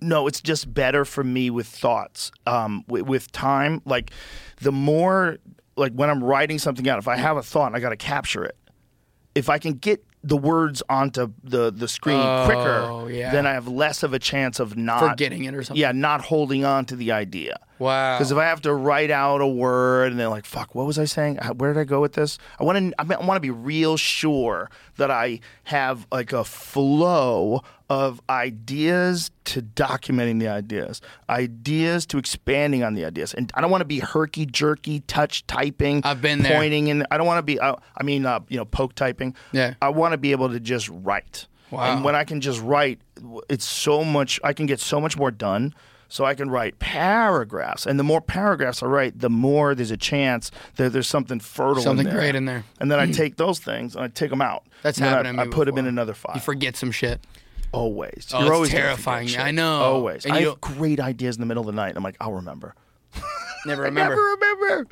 S3: No, it's just better for me with thoughts. Um, with, with time, like the more, like when I'm writing something out, if I have a thought and I got to capture it, if I can get the words onto the the screen
S4: Oh,
S3: quicker,
S4: yeah.
S3: then I have less of a chance of not
S4: Forgetting it or something.
S3: Yeah, not holding on to the idea.
S4: Wow.
S3: Because if I have to write out a word and they're like, "Fuck, what was I saying? How- Where did I go with this?" I want to. I want to be real sure that I have like a flow of ideas to documenting the ideas, ideas to expanding on the ideas, and I don't want to be herky jerky, touch typing. I've
S4: been there.
S3: Pointing in. I don't want to be. I, I mean, uh, you know, poke typing.
S4: Yeah.
S3: I want to be able to just write.
S4: Wow.
S3: And when I can just write, it's so much, I can get so much more done. So I can write paragraphs. And the more paragraphs I write, the more there's a chance that there's something fertile
S4: Something
S3: in there.
S4: great in there. Hmm.
S3: And then I take those things and I take them out.
S4: That's
S3: and then
S4: happened
S3: I,
S4: to me
S3: I put them in
S4: before.
S3: another file.
S4: You forget some shit.
S3: Always.
S4: Oh,
S3: You're
S4: it's
S3: always gonna forget
S4: terrifying.
S3: shit.
S4: I know.
S3: Always.
S4: And
S3: I
S4: you
S3: have great ideas in the middle of the night. I'm like, I'll remember.
S4: Never
S3: I
S4: remember.
S3: never remember.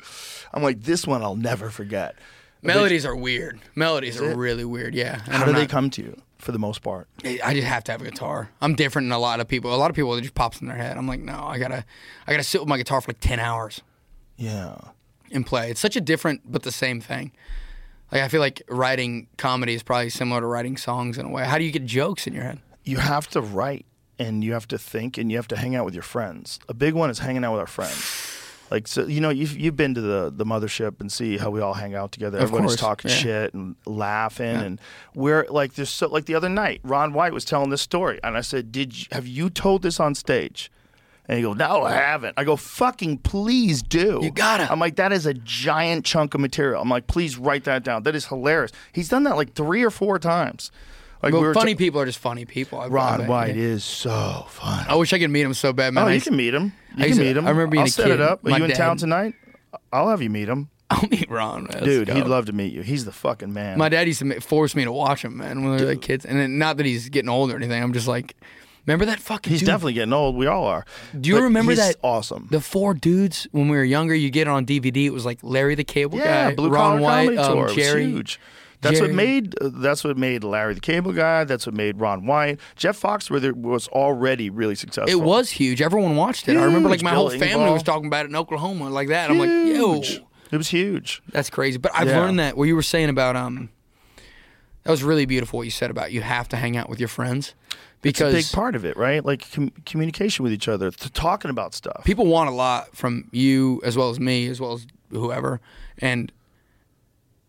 S3: I'm like, this one I'll never forget.
S4: Melodies are weird. Melodies
S3: Is
S4: are
S3: it?
S4: really weird. Yeah. And
S3: How
S4: I'm
S3: do they
S4: not-
S3: come to you for the most part?
S4: I just have to have a guitar. I'm different than a lot of people. A lot of people it just pops in their head. I'm like, no, I gotta, I gotta sit with my guitar for like ten hours
S3: Yeah.
S4: and play. It's such a different but the same thing. Like I feel like writing comedy is probably similar to writing songs in a way. How do you get jokes in your head?
S3: you have to write and you have to think and you have to hang out with your friends. A big one is hanging out with our friends. Like so, you know, you've you've been to the the mothership and see how we all hang out together.
S4: Of
S3: Everybody's
S4: course,
S3: talking
S4: yeah.
S3: shit and laughing, and we're like, there's so like the other night, Ron White was telling this story, and I said, "Did you, have you told this on stage?" And he goes, "No, I haven't." I go, "Fucking please do." You
S4: gotta.
S3: I'm like, that is a giant chunk of material. I'm like, please write that down. That is hilarious. He's done that like three or four times. Like
S4: well,
S3: we were
S4: funny
S3: ta-
S4: people are just funny people. I, I
S3: Ron
S4: bet.
S3: White is so funny.
S4: I wish I could meet him so bad, man.
S3: oh,
S4: I
S3: you
S4: used-
S3: can meet him.
S4: I
S3: You can
S4: used to-
S3: meet him.
S4: I remember being
S3: I'll
S4: a
S3: set
S4: kid.
S3: it up. Are
S4: My
S3: you in
S4: dad-
S3: town tonight? I'll have you meet him,
S4: I'll meet Ron, man. Let's
S3: dude.
S4: go.
S3: He'd love to meet you. He's the fucking man.
S4: My dad used to ma- force me to watch him, man, when we were like kids. And then, not that he's getting old or anything. I'm just like, remember that fucking.
S3: he's
S4: dude?
S3: definitely getting old. We all are.
S4: Do you
S3: But
S4: remember
S3: he's
S4: that?
S3: Awesome.
S4: The four dudes when we were younger, you get it on DVD. It was like Larry the Cable
S3: yeah,
S4: Guy,
S3: Blue
S4: Ron
S3: Collar
S4: White,
S3: Comedy
S4: um,
S3: Tour. It was
S4: Jerry.
S3: huge. That's
S4: Jerry-
S3: what made. uh, that's what made Larry the Cable Guy. That's what made Ron White. Jeff Foxworthy was already really successful.
S4: It was huge. Everyone watched it. I remember like
S3: Huge.
S4: my whole
S3: Bill
S4: family
S3: Engvall.
S4: was talking about it in Oklahoma like that. I'm like, yo,
S3: It was huge.
S4: that's crazy. But I've
S3: Yeah.
S4: learned that what you were saying about um, that was really beautiful. What you said about you have to hang out with your friends because
S3: it's a big part of it, right? Like com- communication with each other, th- talking about stuff.
S4: people want a lot from you as well as me as well as whoever and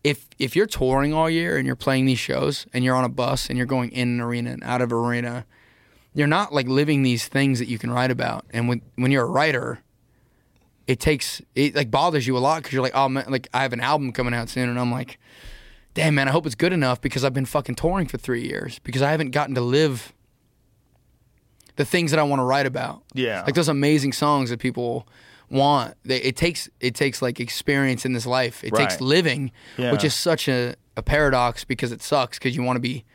S4: if if you're touring all year and you're playing these shows and you're on a bus and you're going in an arena and out of arena you're not like living these things that you can write about and when when you're a writer it takes it like bothers you a lot because you're like oh man like i have an album coming out soon and i'm like damn man i hope it's good enough because i've been fucking touring for three years because i haven't gotten to live the things that i want to write about
S3: Yeah.
S4: like those amazing songs that people want they, it takes it takes like experience in this life it takes
S3: Right.
S4: living which
S3: Yeah.
S4: is such a, a paradox because it sucks because you want to be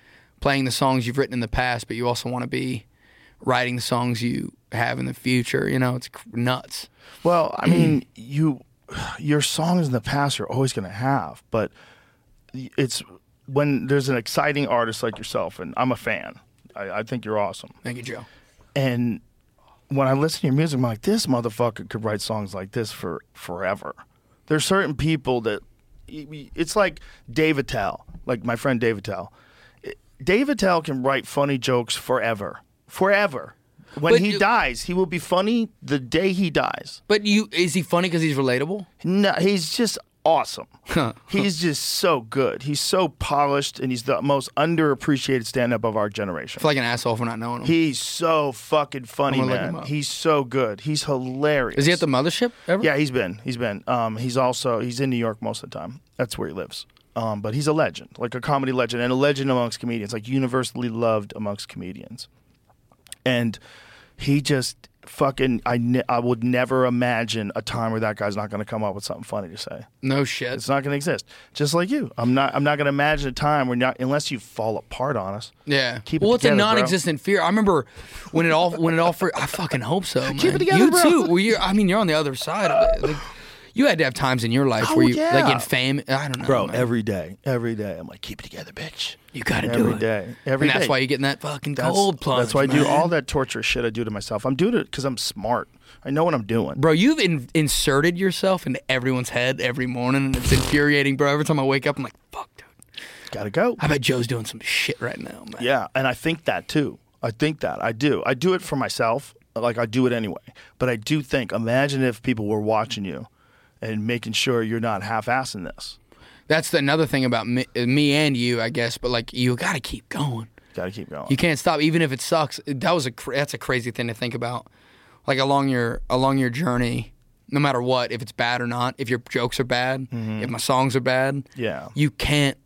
S4: playing the songs you've written in the past but you also want to be writing the songs you have in the future you know it's cr- nuts
S3: Well, I mean, you your songs in the past are always going to have, but it's when there's an exciting artist like yourself, and I'm a fan. I, I think you're awesome,
S4: thank you joe
S3: and when I listen to your music, I'm like, this motherfucker could write songs like this for forever. There's certain people that it's like Dave Attell, like my friend Dave Attell. Dave Attell can write funny jokes forever, forever. When
S4: But
S3: he
S4: you-
S3: dies, he will be funny the day he dies.
S4: But you is he funny because he's relatable?
S3: No, he's just awesome. he's just so good. He's so polished, and he's the most underappreciated stand-up of our generation.
S4: I feel like an asshole for not knowing him.
S3: He's so fucking funny,
S4: I'm gonna look
S3: man.
S4: him up.
S3: He's so good. He's hilarious.
S4: Is he at the mothership ever?
S3: Yeah, he's been. He's been. Um, he's also he's in New York most of the time. That's where he lives. Um, but he's a legend, like a comedy legend, and a legend amongst comedians, like universally loved amongst comedians. And he just fucking I ne- I would never imagine a time where that guy's not going to come up with something funny to say.
S4: No shit.
S3: It's not going to exist. Just like you, I'm not I'm not going to imagine a time where not unless you fall apart on us.
S4: Yeah.
S3: Keep it
S4: well, it's
S3: together,
S4: a
S3: bro.
S4: non-existent fear. I remember when it all when it all for, I fucking hope so. Man.
S3: Keep it together,
S4: you
S3: bro.
S4: too. Well, you I mean, you're on the other side of it. Like, you had to have times in your life
S3: Oh,
S4: where you
S3: yeah.
S4: like in fame. I don't know,
S3: Bro,
S4: man.
S3: every day, every day, I'm like, keep it together, bitch.
S4: You gotta do
S3: Every
S4: it.
S3: day, every
S4: and that's
S3: day.
S4: why you're getting that fucking
S3: That's-
S4: cold plunge.
S3: That's why I do
S4: man.
S3: all that torture shit I do to myself. I'm doing it because I'm smart. I know what I'm doing.
S4: Bro, you've in, inserted yourself into everyone's head every morning, and it's infuriating, bro. Every time I wake up, I'm like, "Fuck,
S3: Gotta go.
S4: I bet Joe's doing some shit right now." Man.
S3: Yeah, and I think that too. I think that I do. I do it for myself. Like I do it anyway. But I do think. Imagine if people were watching you, and making sure you're not half-assing this.
S4: That's the, another thing about me, me and you, I guess. But like, you gotta keep going.
S3: Got to keep going.
S4: You can't stop, even if it sucks. That was a cr- that's a crazy thing to think about. Like along your along your journey, no matter what, if it's bad or not, if your jokes are bad, if my songs are bad,
S3: Mm-hmm. Yeah.
S4: you can't.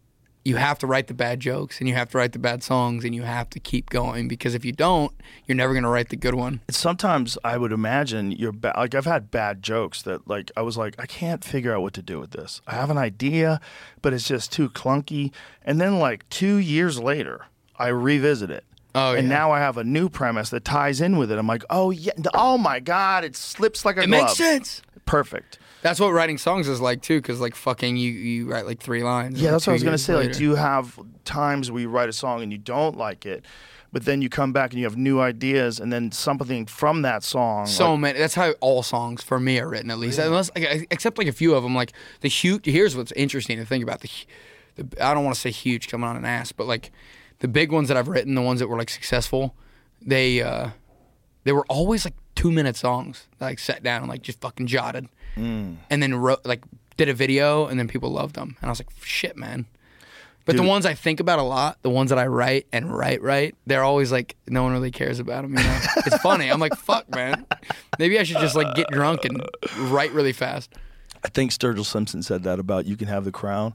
S4: You have to write the bad jokes and you have to write the bad songs and you have to keep going because if you don't, you're never gonna write the good one.
S3: Sometimes I would imagine you're ba- like I've had bad jokes that like I was like I can't figure out what to do with this. I have an idea, but it's just too clunky. And then like two years later, I revisit it. Oh, and now I have a new premise that ties in with it. I'm like, oh yeah, oh my god, it slips like a
S4: It
S3: glove.
S4: makes sense.
S3: Perfect.
S4: That's what writing songs is like too, because like fucking you you write like three lines.
S3: Yeah,
S4: and
S3: that's what I was
S4: two
S3: gonna
S4: years
S3: say. Like,
S4: later-
S3: do you have times where you write a song and you don't like it, but then you come back and you have new ideas, and then something from that song?
S4: So
S3: like-
S4: many. That's how all songs for me are written, at least. Unless, like, except like a few of them. Like the huge. Here's what's interesting to think about. The, hu- the I don't want to say huge coming on an ass, but like the big ones that I've written, the ones that were like successful, they uh they were always like two minute songs. that, like sat down and like just fucking jotted,
S3: Mm.
S4: and then wrote like did a video, and then people loved them, and I was like, shit, man. But
S3: Dude.
S4: the ones I think about a lot, the ones that I write and write, right, they're always like, no one really cares about them. You know, it's funny. I'm like, fuck, man. Maybe I should just like get drunk and write really fast.
S3: I think Sturgill Simpson said that about "You Can Have the Crown,"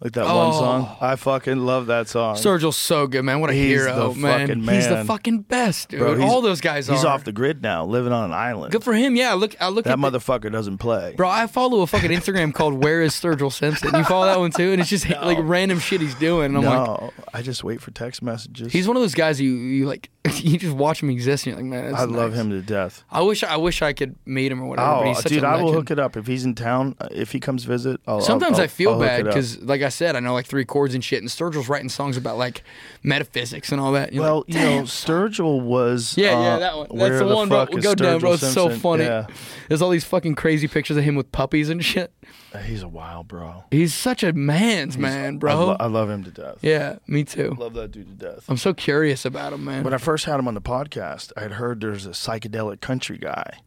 S3: like that
S4: Oh.
S3: one song. I fucking love that song.
S4: Sturgill's so good, man. What a
S3: He's
S4: hero,
S3: the
S4: man.
S3: fucking
S4: He's the
S3: man.
S4: fucking best, dude.
S3: Bro, he's-
S4: All those guys
S3: He's
S4: are.
S3: off the grid now, living on an island.
S4: good for him. Yeah, look, I look
S3: that
S4: at the-
S3: motherfucker doesn't play.
S4: Bro, I follow a fucking Instagram called Where is Sturgill Simpson? You follow that one too? And it's just like random shit he's doing. And I'm like,
S3: no, I just wait for text messages.
S4: he's one of those guys you, you like, you just watch him exist and you're like, man, that's
S3: I love
S4: nice.
S3: him to death.
S4: I wish I wish I could meet him or whatever. but
S3: Oh,
S4: he's such
S3: dude,
S4: a
S3: I will
S4: legend.
S3: hook it up if he's in town. uh, If he comes visit, I'll, I'll-
S4: Sometimes
S3: I'll,
S4: i feel
S3: I'll hook
S4: bad
S3: it up.
S4: because, like I said, I know like three chords and shit, and Sturgill's writing songs about like metaphysics and all that. You're
S3: well,
S4: like,
S3: you know,
S4: "Damn."
S3: Sturgill was
S4: yeah, yeah,
S3: uh,
S4: that one.
S3: Where
S4: That's the, one, bro.
S3: fuck is
S4: Go down, bro.
S3: Sturgill
S4: It's so
S3: Simpson?
S4: funny.
S3: Yeah.
S4: There's all these fucking crazy pictures of him with puppies and shit.
S3: Uh, He's a wild bro.
S4: He's such a man's
S3: He's-
S4: man,
S3: I,
S4: bro.
S3: lo- I love him to death.
S4: yeah, me too.
S3: Love that dude to death.
S4: I'm so curious about him, man.
S3: When I first had him on the podcast, I had heard there's a psychedelic country guy.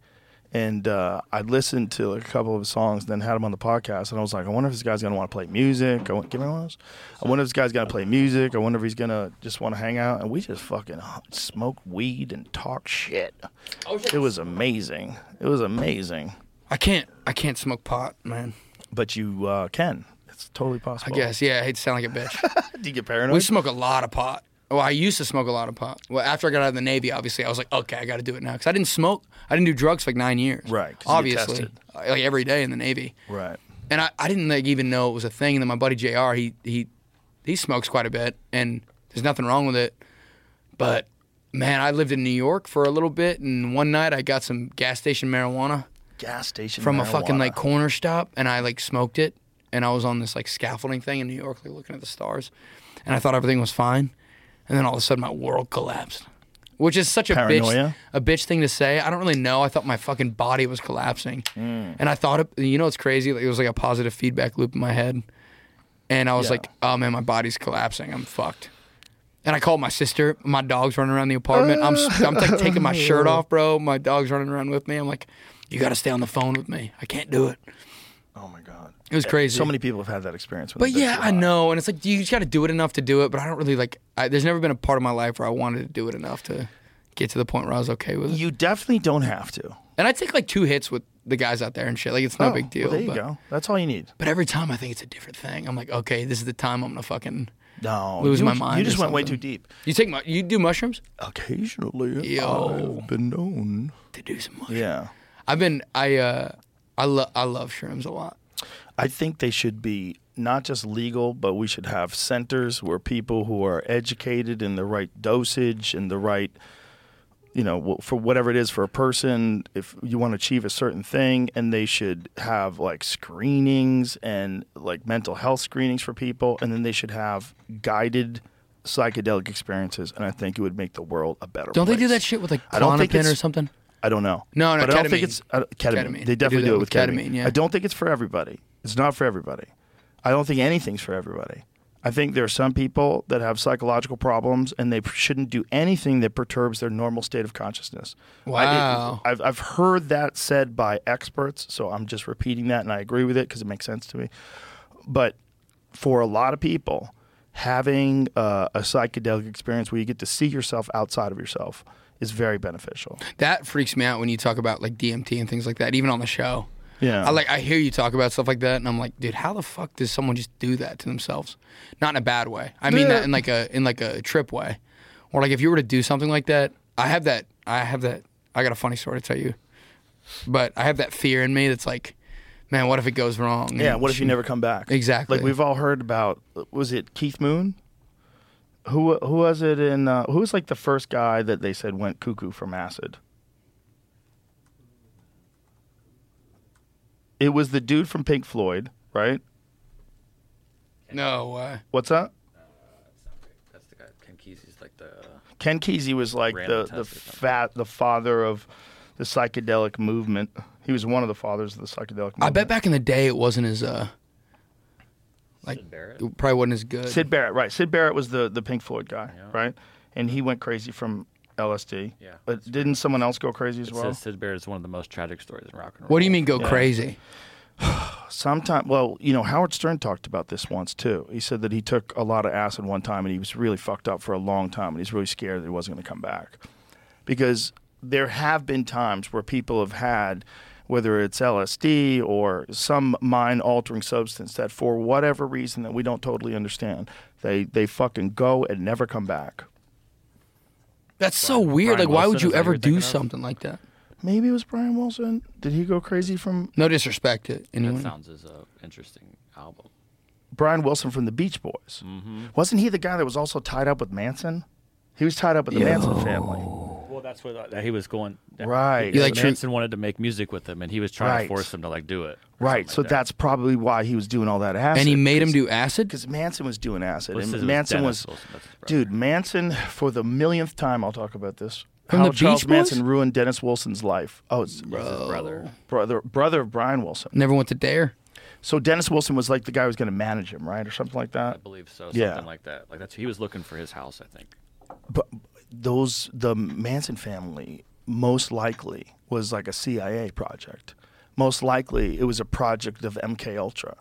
S3: And uh, I listened to like, a couple of his songs, then had him on the podcast. And I was like, I wonder if this guy's going to want to play music. I, want- give me one of those. I wonder if this guy's going to play music. I wonder if he's going to just want to hang out. And we just fucking h- smoke weed and talk shit. It was amazing. It was amazing.
S4: I can't, I can't smoke pot, man.
S3: But you uh, can. It's totally possible.
S4: I guess, yeah. I hate to sound like a bitch.
S3: Do you get paranoid?
S4: We smoke a lot of pot. Well, I used to smoke a lot of pot. Well, after I got out of the Navy, obviously, I was like, okay, I got to do it now. Because I didn't smoke. I didn't do drugs for like nine years.
S3: Right, 'cause you get
S4: Obviously.
S3: tested.
S4: uh, Like every day in the Navy.
S3: Right.
S4: And I, I didn't like even know it was a thing. And then my buddy JR, he, he, he smokes quite a bit. And there's nothing wrong with it. But man, I lived in New York for a little bit. And one night I got some gas station marijuana
S3: Gas station.
S4: from a fucking
S3: marijuana.
S4: like corner shop and I like smoked it and I was on this like scaffolding thing in New York like looking at the stars and I thought everything was fine and then all of a sudden my world collapsed which is such a bitch,
S3: Paranoia?
S4: a bitch thing to say. I don't really know. I thought my fucking body was collapsing,
S3: Mm.
S4: and I thought, it, you know, it's crazy. Like, it was like a positive feedback loop in my head, and I was
S3: Yeah.
S4: like, oh man, my body's collapsing. I'm fucked. And I called my sister. My dog's running around the apartment. I'm s- I'm like taking my shirt off, bro. My dog's running around with me. I'm like, you got to stay on the phone with me. I can't do it.
S3: Oh my god,
S4: It was crazy.
S3: So many people have had that experience. With
S4: But
S3: it. That's
S4: yeah, I know, and it's like you just got to do it enough to do it. But I don't really like. I, there's never been a part of my life where I wanted to do it enough to get to the point where I was okay with it.
S3: You definitely don't have to.
S4: And I take like two hits with the guys out there and shit. Like it's no
S3: Oh,
S4: big deal.
S3: well, there you
S4: but,
S3: go. That's all you need.
S4: But every time I think it's a different thing. I'm like, okay, this is the time I'm gonna fucking
S3: No,
S4: lose
S3: you-
S4: my mind.
S3: you just
S4: or
S3: went way
S4: something.
S3: too deep.
S4: You take my. You do mushrooms?
S3: Occasionally,
S4: Yo.
S3: I've been known
S4: to do some.
S3: Yeah,
S4: I've been. I uh. I love. I love shrooms a lot.
S3: I think they should be not just legal, but we should have centers where people who are educated in the right dosage and the right, you know, wh- for whatever it is for a person, if you want to achieve a certain thing, and they should have like screenings and like mental health screenings for people, and then they should have guided psychedelic experiences, and I think it would make the world a better.
S4: Don't
S3: place.
S4: they do that shit with like
S3: I don't think
S4: Klonopin or
S3: it's-
S4: something?
S3: I don't know.
S4: No, no,
S3: but I don't
S4: ketamine.
S3: think it's uh, ketamine.
S4: Ketamine. They
S3: They definitely
S4: do that
S3: do, it
S4: with
S3: with
S4: ketamine,
S3: ketamine.
S4: yeah.
S3: I don't think it's for everybody. It's not for everybody. I don't think anything's for everybody. I think there are some people that have psychological problems and they shouldn't do anything that perturbs their normal state of consciousness.
S4: Wow.
S3: I, have I've heard that said by experts, so I'm just repeating that and I agree with it because it makes sense to me. But for a lot of people, having uh, a psychedelic experience where you get to see yourself outside of yourself is very beneficial.
S4: That freaks me out when you talk about like DMT and things like that, even on the show.
S3: Yeah.
S4: I like I hear you talk about stuff like that, and I'm like, dude, how the fuck does someone just do that to themselves? Not in a bad way. I mean that in like a in like a trip way, or like if you were to do something like that. I have that. I have that. I got a funny story to tell you, but I have that fear in me that's like, man, what if it goes wrong?
S3: Yeah,
S4: And
S3: what if you
S4: she-
S3: never come back?
S4: Mm, Exactly.
S3: Like we've all heard about. Was it Keith Moon? Who who was it in? Uh, who was like the first guy that they said went cuckoo from acid? It was the dude from Pink Floyd, right?
S4: No. Uh,
S3: What's that?
S5: That's the guy. Ken Kesey's like the.
S3: Ken Kesey was like
S5: Random
S3: the the
S5: test or something.
S3: fat the father of the psychedelic movement. He was one of the fathers of the psychedelic movement.
S4: I bet back in the day it wasn't as uh, like it probably wasn't as good.
S3: Sid Barrett, right? Sid Barrett was the the Pink Floyd guy, right? And he went crazy from LSD. Yeah. But didn't someone else go crazy as
S5: It
S3: well?
S5: says Sid Barrett is one of the most tragic stories in rock and roll.
S4: What do you mean go
S3: Yeah.
S4: crazy?
S3: Sometime, well, you know, Howard Stern talked about this once too. He said that he took a lot of acid one time and he was really fucked up for a long time and he's really scared that he wasn't going to come back. Because there have been times where people have had, whether it's LSD or some mind altering substance, that for whatever reason that we don't totally understand, they, they fucking go and never come back.
S4: That's so weird.
S3: Brian
S4: like, why would
S3: Wilson,
S4: you
S3: is that who
S4: ever
S3: you're
S4: do
S3: thinking of?
S4: something like that?
S3: Maybe it was Brian Wilson. Did he go crazy from
S4: No disrespect to anyone.
S5: That sounds as a interesting album.
S3: Brian Wilson from the Beach Boys?
S5: Mm-hmm.
S3: Wasn't he the guy that was also tied up with Manson? He was tied up with the Manson
S5: Oh,
S3: family.
S5: Well, that's what uh, that he was going. that-
S3: Right. You
S5: He,
S3: like
S5: Manson wanted to make music with him, and he was trying
S3: Right.
S5: to force him to like do it.
S3: Right, so that's probably why he was doing all that acid.
S4: And he made him do acid
S3: because Manson was doing acid.
S5: Well, it
S3: and
S5: says it was
S3: Manson
S5: Dennis
S3: was,
S5: Wilson, that's his
S3: dude. Manson, for the millionth time, I'll talk about this.
S5: From
S3: How
S5: the
S3: Charles
S5: Beach Boys?
S3: Manson ruined Dennis Wilson's life. Oh, it's brother, brother, brother of Brian Wilson.
S4: Never went to Dare.
S3: So Dennis Wilson was like the guy who was going to manage him, right, or something like that. I
S5: believe so. Something
S3: Yeah.
S5: like that. Like that's he was looking for his house. I think.
S3: But those the Manson family most likely was like a CIA project. Most likely it was a project of MK Ultra.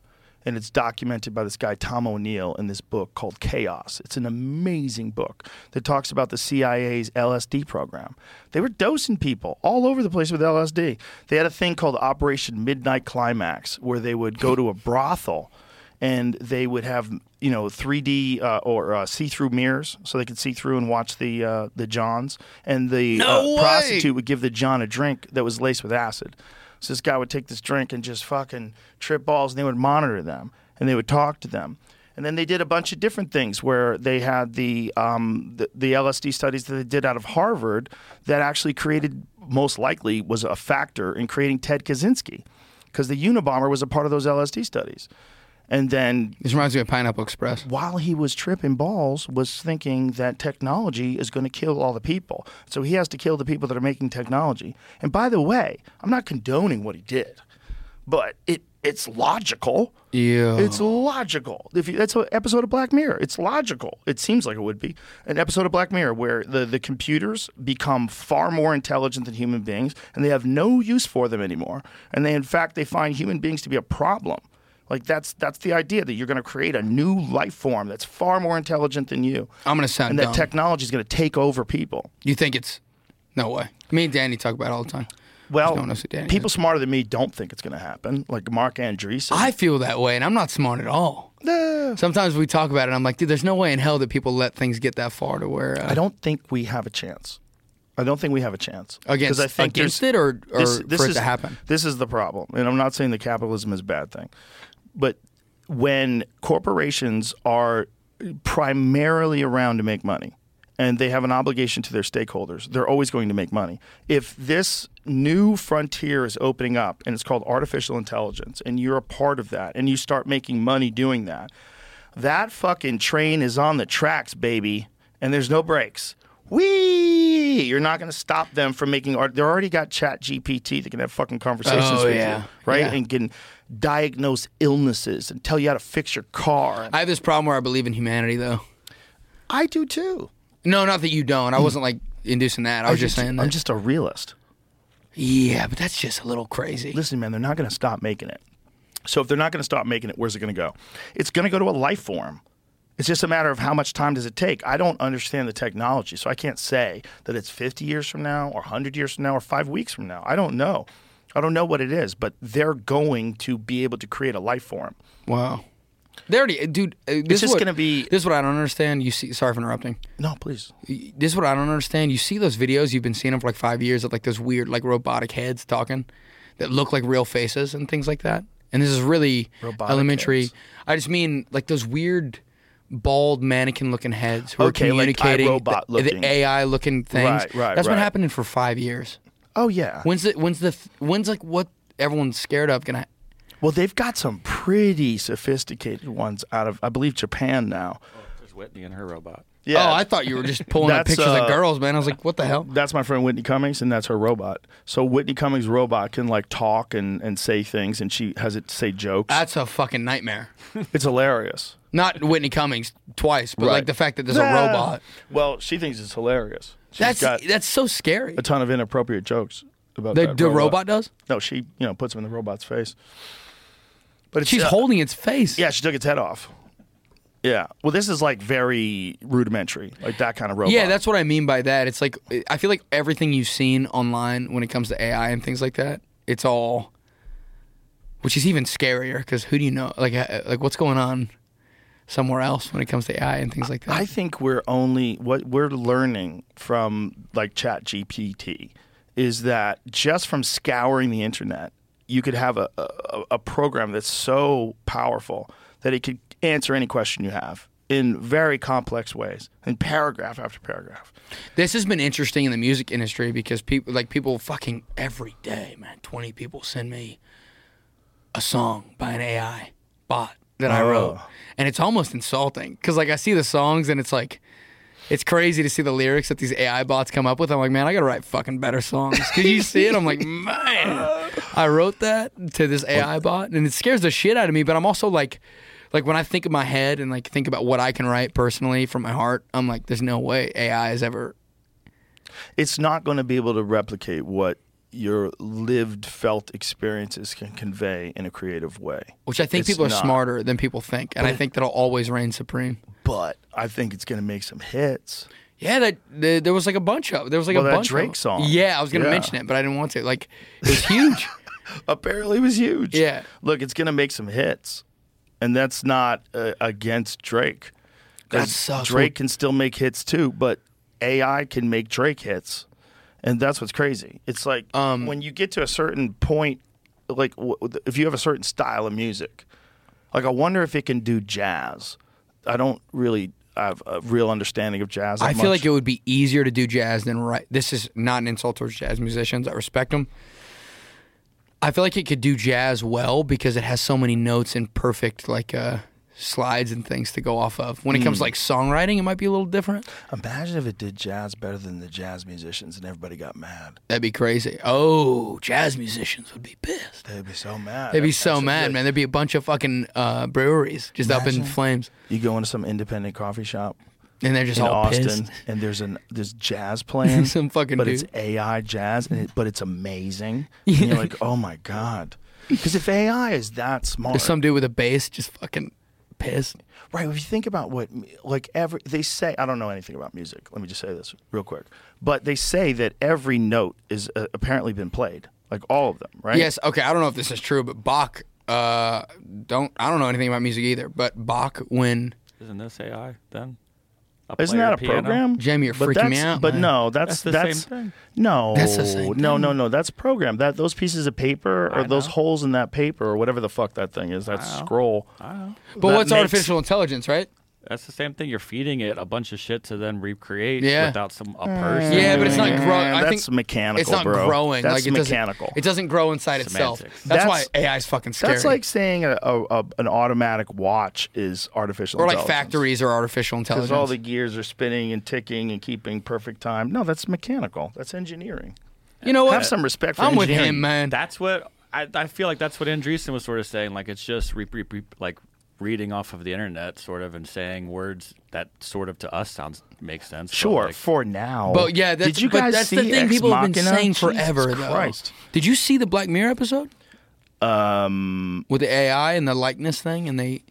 S3: And it's documented by this guy Tom O'Neill in this book called Chaos. It's an amazing book that talks about the CIA's LSD program. They were dosing people all over the place with LSD. They had a thing called Operation Midnight Climax where they would go to a brothel and they would have you know 3D uh, or uh, see-through mirrors, so they could see through and watch the uh, the Johns. And the
S14: No way!
S3: uh, prostitute would give the John a drink that was laced with acid. So this guy would take this drink and just fucking trip balls, and they would monitor them and they would talk to them. And then they did a bunch of different things where they had the, um, the the LSD studies that they did out of Harvard that actually created most likely was a factor in creating Ted Kaczynski because the Unabomber was a part of those LSD studies. And then
S4: this reminds me of Pineapple Express.
S3: While he was tripping balls, was thinking that technology is going to kill all the people, so he has to kill the people that are making technology. And by the way, I'm not condoning what he did, but it it's logical.
S4: Yeah.
S3: It's logical. If you, that's an episode of Black Mirror. It's logical. It seems like it would be an episode of Black Mirror where the, the computers become far more intelligent than human beings, and they have no use for them anymore. And they, in fact, they find human beings to be a problem. Like that's that's the idea that you're going to create a new life form that's far more intelligent than you.
S4: I'm gonna sound
S3: and that
S4: dumb.
S3: technology is going to take over people.
S4: You think it's no way. Me and Danny talk about it all the time.
S3: Well,
S4: Just don't know who Danny
S3: people smarter than me don't think it's going to happen. Like Mark Andreessen.
S4: I feel that way, and I'm not smart at all. Sometimes we talk about it, and I'm like, dude, there's no way in hell that people let things get that far to where. Uh,
S3: I don't think we have a chance. I don't think we have a chance 'Cause
S4: Against-
S3: I think
S4: against
S3: there's-
S4: it or- or
S3: this,
S4: for
S3: this
S4: it to
S3: is,
S4: happen?
S3: This is the problem, and I'm not saying that capitalism is a bad thing, but when corporations are primarily around to make money and they have an obligation to their stakeholders, they're always going to make money. If this new frontier is opening up and it's called artificial intelligence, and you're a part of that, and you start making money doing that, that fucking train is on the tracks, baby, and there's no brakes. Wee! You're not going to stop them from making art. They already got Chat GPT that can have fucking conversations
S4: Oh,
S3: with
S4: yeah.
S3: you, right?
S4: Yeah.
S3: And can diagnose illnesses and tell you how to fix your car.
S4: I have this problem where I believe in humanity, though.
S3: I do too.
S4: No, not that you don't.
S3: Hmm.
S4: I wasn't like inducing that. I was just saying that.
S3: I'm just a realist.
S4: Yeah, but that's just a little crazy.
S3: Listen, man, they're not going to stop making it. So if they're not going to stop making it, where's it going to go? It's going to go to a life form. It's just a matter of how much time does it take. I don't understand the technology, so I can't say that it's 50 years from now or 100 years from now or 5 weeks from now. I don't know. I don't know what it is, but they're going to be able to create a life form.
S4: Wow. They already, dude. uh, This
S3: just
S4: is what-
S3: gonna be-
S4: This is what I don't understand. You see, sorry for interrupting.
S3: No, please.
S4: Y- This is what I don't understand. You see those videos you've been seeing them for like five years of like those weird like robotic heads talking that look like real faces and things like that. And this is really
S3: Robotic
S4: elementary. I just mean like those weird bald mannequin looking heads who
S3: Okay,
S4: are
S3: like
S4: communicating
S3: iRobot
S4: the,
S3: looking.
S4: the AI looking things.
S3: Right, right,
S4: That's
S3: right.
S4: been happening for five years.
S3: Oh yeah.
S4: When's the when's the th- when's like what everyone's scared of gonna
S3: Well, they've got some pretty sophisticated ones out of I believe Japan now.
S5: There's Whitney and her robot.
S4: Oh, I thought you were just pulling up
S3: That's,
S4: pictures
S3: uh,
S4: of girls, man. I was like, what the hell?
S3: That's my friend Whitney Cummings, and that's her robot. So Whitney Cummings' robot can like talk and, and say things, and she has it say jokes.
S4: That's a fucking nightmare.
S3: it's hilarious.
S4: Not Whitney Cummings twice, but like
S3: Right.
S4: the fact that there's a
S3: Yeah.
S4: robot.
S3: Well, she thinks it's hilarious. She's
S4: That's
S3: got
S4: that's so scary.
S3: a ton of inappropriate jokes about
S4: The-
S3: that
S4: the robot does?
S3: No, she you know puts them in the robot's face. But it's,
S4: She's
S3: uh,
S4: holding its face.
S3: Yeah, she took its head off. Yeah. Well, this is like very rudimentary, like that kind of robot.
S4: Yeah, that's what I mean by that. It's like I feel like everything you've seen online when it comes to AI and things like that, it's all, which is even scarier because who do you know? Like, uh, like what's going on somewhere else when it comes to AI and things like that?
S3: I think we're only what we're learning from like Chat GPT is that just from scouring the internet, you could have a, a, a program that's so powerful that it could answer any question you have in very complex ways, in paragraph after paragraph.
S4: This has been interesting in the music industry because people like people fucking every day, man. Twenty people send me a song by an AI bot that I wrote,
S3: Oh.
S4: and it's almost insulting because like I see the songs and it's like. It's crazy to see the lyrics that these AI bots come up with. I'm like, man, I gotta write fucking better songs. Cause you see it, I'm like, man, I wrote that to this AI bot, and it scares the shit out of me. But I'm also like, like when I think of my head and like think about what I can write personally from my heart, I'm like, there's no way AI is ever
S3: It's not going to be able to replicate what your lived felt experiences can convey in a creative way.
S4: which I think
S3: It's
S4: people are
S3: not.
S4: smarter than people think, and I think that'll always reign supreme.
S3: But I think it's going to make some hits.
S4: Yeah, that the, there was like a bunch of there was like
S3: Well,
S4: a
S3: that
S4: bunch
S3: Drake
S4: of,
S3: song.
S4: Yeah, I was gonna
S3: Yeah.
S4: mention it, but I didn't want to. Like it was huge.
S3: apparently it was huge.
S4: Yeah.
S3: Look, it's going to make some hits. And that's not uh, against Drake. 'Cause
S4: That sucks.
S3: Drake can still make hits too, but AI can make Drake hits. And that's what's crazy. It's like
S4: Um,
S3: when you get to a certain point, like w- w- if you have a certain style of music, like I wonder if it can do jazz. I don't really have a real understanding of jazz.
S4: I
S3: that
S4: feel
S3: much.
S4: like it would be easier to do jazz than write. This is not an insult towards jazz musicians. I respect them, I feel like it could do jazz well because it has so many notes and perfect like uh, slides and things to go off of. When it comes
S3: Mm.
S4: to, like songwriting, it might be a little different.
S3: Imagine if it did jazz better than the jazz musicians and everybody got mad.
S4: That'd be crazy. Oh, jazz musicians would be pissed.
S3: They'd be so mad.
S4: They'd be
S3: That's
S4: so
S3: a
S4: mad,
S3: good-
S4: man. There'd be a bunch of fucking uh, breweries just up in
S3: Imagine
S4: flames.
S3: You go into some independent coffee shop,
S4: And they're just
S3: in
S4: all
S3: Austin,
S4: pissed.
S3: and there's an there's jazz playing,
S4: Some fucking
S3: but
S4: dude.
S3: it's AI jazz, and it, but it's amazing. And you're like, oh my god, because if AI is that smart,
S4: There's some dude with a bass just fucking pissed.
S3: Right. If you think about what, mu- like, every, they say, I don't know anything about music. Let me just say this real quick. But they say that every note is uh, apparently been played, like all of them, right?
S4: Yes. Okay. I don't know if this is true, but Bach. Uh, don't I don't know anything about music either, but Bach when
S5: Isn't this AI then?
S3: Isn't
S5: player
S3: that a
S5: piano?
S3: program?
S4: Jamie, you're
S3: But
S4: freaking
S3: that's-
S4: me out,
S3: But
S4: man.
S3: no, that's
S5: That's the
S3: that's,
S5: same thing.
S3: no,
S4: That's the same
S3: no, no, no. That's programmed. That those pieces of paper or those holes in that paper or whatever the fuck that thing is, that scroll.
S5: I know.
S4: But what's artificial intelligence, right?
S5: That's the same thing. You're feeding it a bunch of shit to then recreate
S4: Yeah.
S5: without some a person.
S4: Yeah, but it's not
S5: doing it.
S4: growing. I
S3: that's
S4: think
S3: mechanical,
S4: It's not
S3: bro.
S4: growing.
S3: That's
S4: like it doesn't-
S3: mechanical.
S4: It doesn't grow inside itself.
S5: Semantics.
S4: That's,
S3: That's-
S4: why AI is fucking scary.
S3: That's like saying a, a, a, an automatic watch is artificial
S4: or like
S3: intelligence.
S4: factories are artificial intelligence.
S3: Because all the gears are spinning and ticking and keeping perfect time. No, that's mechanical. That's engineering.
S4: you know what?
S3: Have some respect for
S4: I'm with
S3: engineering.
S4: him, man.
S5: That's what I, I feel like. That's what Andreessen was sort of saying. Like it's just re, re, re, like reading off of the internet, sort of, and saying words that sort of to us sounds makes sense. but,
S3: Sure,
S5: like,
S3: for now.
S4: But yeah, that's,
S3: did you
S4: but
S3: guys
S4: that's
S3: see
S4: the thing
S3: Ex
S4: people have been
S3: Machina?
S4: saying
S3: Jesus
S4: forever, though.
S3: Christ.
S4: Did you see the Black Mirror episode
S3: Um,
S4: with the AI and the likeness thing, and they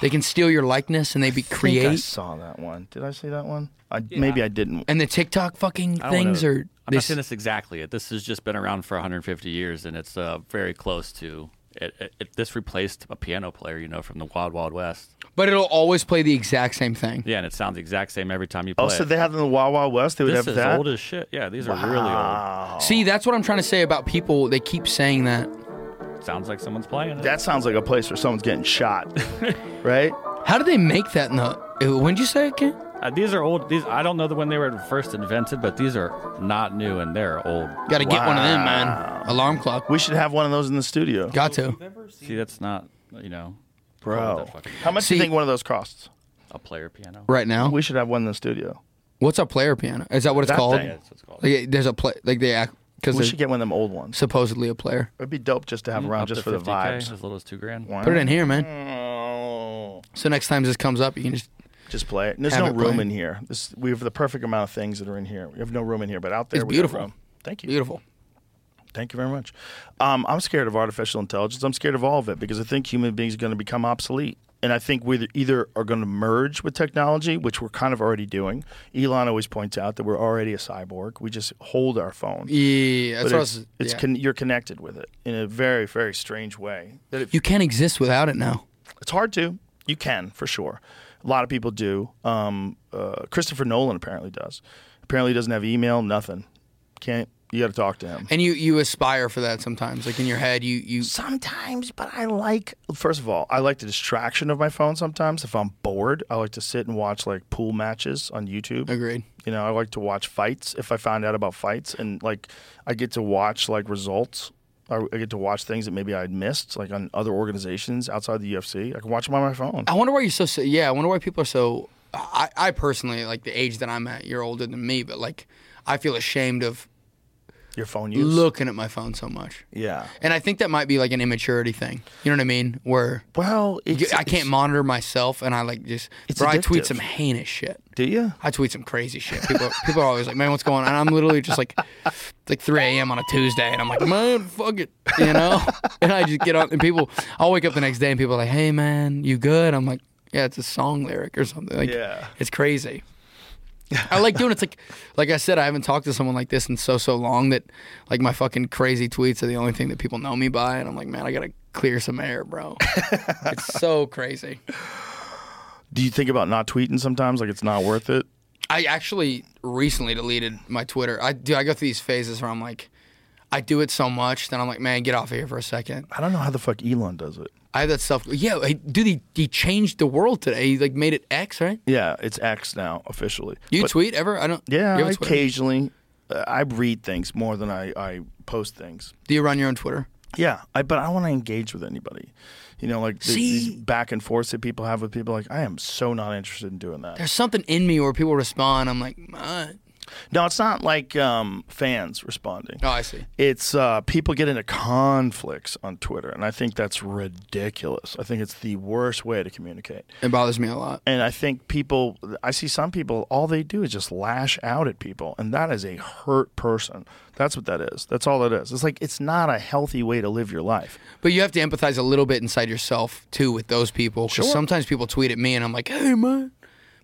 S4: they can steal your likeness and they
S3: I
S4: be
S3: think I
S4: create
S3: saw that one. Did I see that one? I, Maybe I didn't.
S4: and the TikTok fucking
S5: I don't
S4: things
S5: wanna-
S4: are.
S5: I'm
S4: they
S5: not
S4: s-
S5: saying this exactly. This has just been around for 150 years, and it's uh, very close to. It, it, it, this replaced a piano player, you know, from the Wild Wild West.
S4: But it'll always play the exact same thing.
S5: Yeah, and it sounds the exact same every time you play.
S3: Oh, so
S5: it.
S3: they have in the Wild Wild West. They would
S5: this
S3: have
S5: is
S3: that.
S5: old as shit. Yeah, these are really
S4: See, that's what I'm trying to say about people. They keep saying that.
S5: old. Sounds like someone's playing it.
S3: That sounds like a place where someone's getting shot, right?
S4: How did they make that? In the, when'd you say it came?
S5: Uh, these are old. These I don't know the when they were first invented, but these are not new and they're old.
S4: Got to get one of them, man. Alarm clock.
S3: We should have one of those in the studio,
S4: Got to.
S5: See, that's not you know
S3: bro.
S5: that fucking-
S3: How much do
S4: See-
S3: you think one of those costs?
S5: a player piano.
S4: Right now,
S3: We should have one in the studio.
S4: what's a player piano? Is that what it's
S3: That
S4: called?
S3: thing. Yeah,
S5: that's what it's called.
S4: Like, it- there's a play. Like they act because
S3: We
S4: there's
S3: should get one of them old ones.
S4: supposedly a player.
S3: It'd be dope just to have around
S5: Mm, Up
S3: just
S5: to
S3: for the
S5: 50K,
S3: vibes.
S5: As little as two grand.
S4: Put it in here, man.
S3: Oh.
S4: So next time this comes up, you can just.
S3: Just play it. And there's
S4: Have
S3: no
S4: it
S3: room
S4: play.
S3: in here. This, we have the perfect amount of things that are in here. We have no room in here, but out there
S4: It's
S3: we have
S4: beautiful.
S3: room. Thank you.
S4: Beautiful.
S3: Thank you very much. Um, I'm scared of artificial intelligence. I'm scared of all of it because I think human beings are going to become obsolete. And I think we either are going to merge with technology, which we're kind of already doing. Elon always points out that we're already a cyborg. We just hold our phone.
S4: Yeah, that's
S3: But
S4: what I
S3: it's,
S4: was-
S3: it's
S4: yeah.
S3: con- you're connected with it in a very, very strange way. That it
S4: You can't exist without it now.
S3: It's hard to. You can for sure. A lot of people do. Um, uh, Christopher Nolan apparently does. Apparently he doesn't have email. Nothing. Can't. You got to talk to him.
S4: And you you aspire for that sometimes. Like in your head, you you.
S3: Sometimes, but I like. First of all, I like the distraction of my phone. Sometimes, if I'm bored, I like to sit and watch like pool matches on YouTube.
S4: Agreed.
S3: You know, I like to watch fights. If I find out about fights, and like, I get to watch like results. I I get to watch things that maybe I'd missed, like on other organizations outside the UFC. I can watch them on my phone.
S4: I wonder why you're so, so yeah. I wonder why people are so. I, I personally like the age that I'm at. You're older than me, but like I feel ashamed of
S3: Your phone use.
S4: looking at my phone so much.
S3: Yeah.
S4: And I think that might be like an immaturity thing. You know what I mean? Where
S3: Well,
S4: you-
S3: it's,
S4: I can't
S3: it's-
S4: monitor myself, and I like just.
S3: It's
S4: bro, I tweet
S3: addictive.
S4: some heinous shit.
S3: Do you?
S4: I tweet some crazy shit. People, people are always like, "Man, what's going on?" And I'm literally just like, it's like 3 a.m. on a Tuesday, and I'm like, "Man, fuck it," you know. And I just get on, and people, I'll wake up the next day, and people are like, "Hey, man, you good?" I'm like, "Yeah, it's a song lyric or something." Like,
S3: Yeah.
S4: it's crazy. I like doing it. it's like, like I said, I haven't talked to someone like this in so so long that, like, my fucking crazy tweets are the only thing that people know me by, and I'm like, man, I gotta clear some air, bro. it's so crazy.
S3: Do you think about not tweeting sometimes? Like it's not worth it.
S4: I actually recently deleted my Twitter. I do. I go through these phases where I'm like, I do it so much, then I'm like, man, get off of here for a second.
S3: I don't know how the fuck Elon does it.
S4: I have that stuff. Yeah, hey, dude, he, he changed the world today. He like made it X, right?
S3: Yeah, it's X now officially.
S4: You
S3: But-
S4: tweet ever? I don't.
S3: Yeah,
S4: you have
S3: I
S4: a Twitter?
S3: occasionally. Uh, I read things more than I, I post things.
S4: Do you run your own Twitter?
S3: Yeah, I, but I don't want to engage with anybody. You know, like the, these back and forths that people have with people. Like, I am so not interested in doing that.
S4: There's something in me where people respond. I'm like, "What?"
S3: No, it's not like um, fans responding.
S4: Oh, I see.
S3: It's uh, people get into conflicts on Twitter, and I think that's ridiculous. I think it's the worst way to communicate.
S4: It bothers me a lot.
S3: And I think people, I see some people, all they do is just lash out at people, and that is a hurt person. That's what that is. That's all it is. It's like it's not a healthy way to live your life.
S4: But you have to empathize a little bit inside yourself too with those people. 'cause
S3: Sure.
S4: sometimes people tweet at me and I'm like, hey man,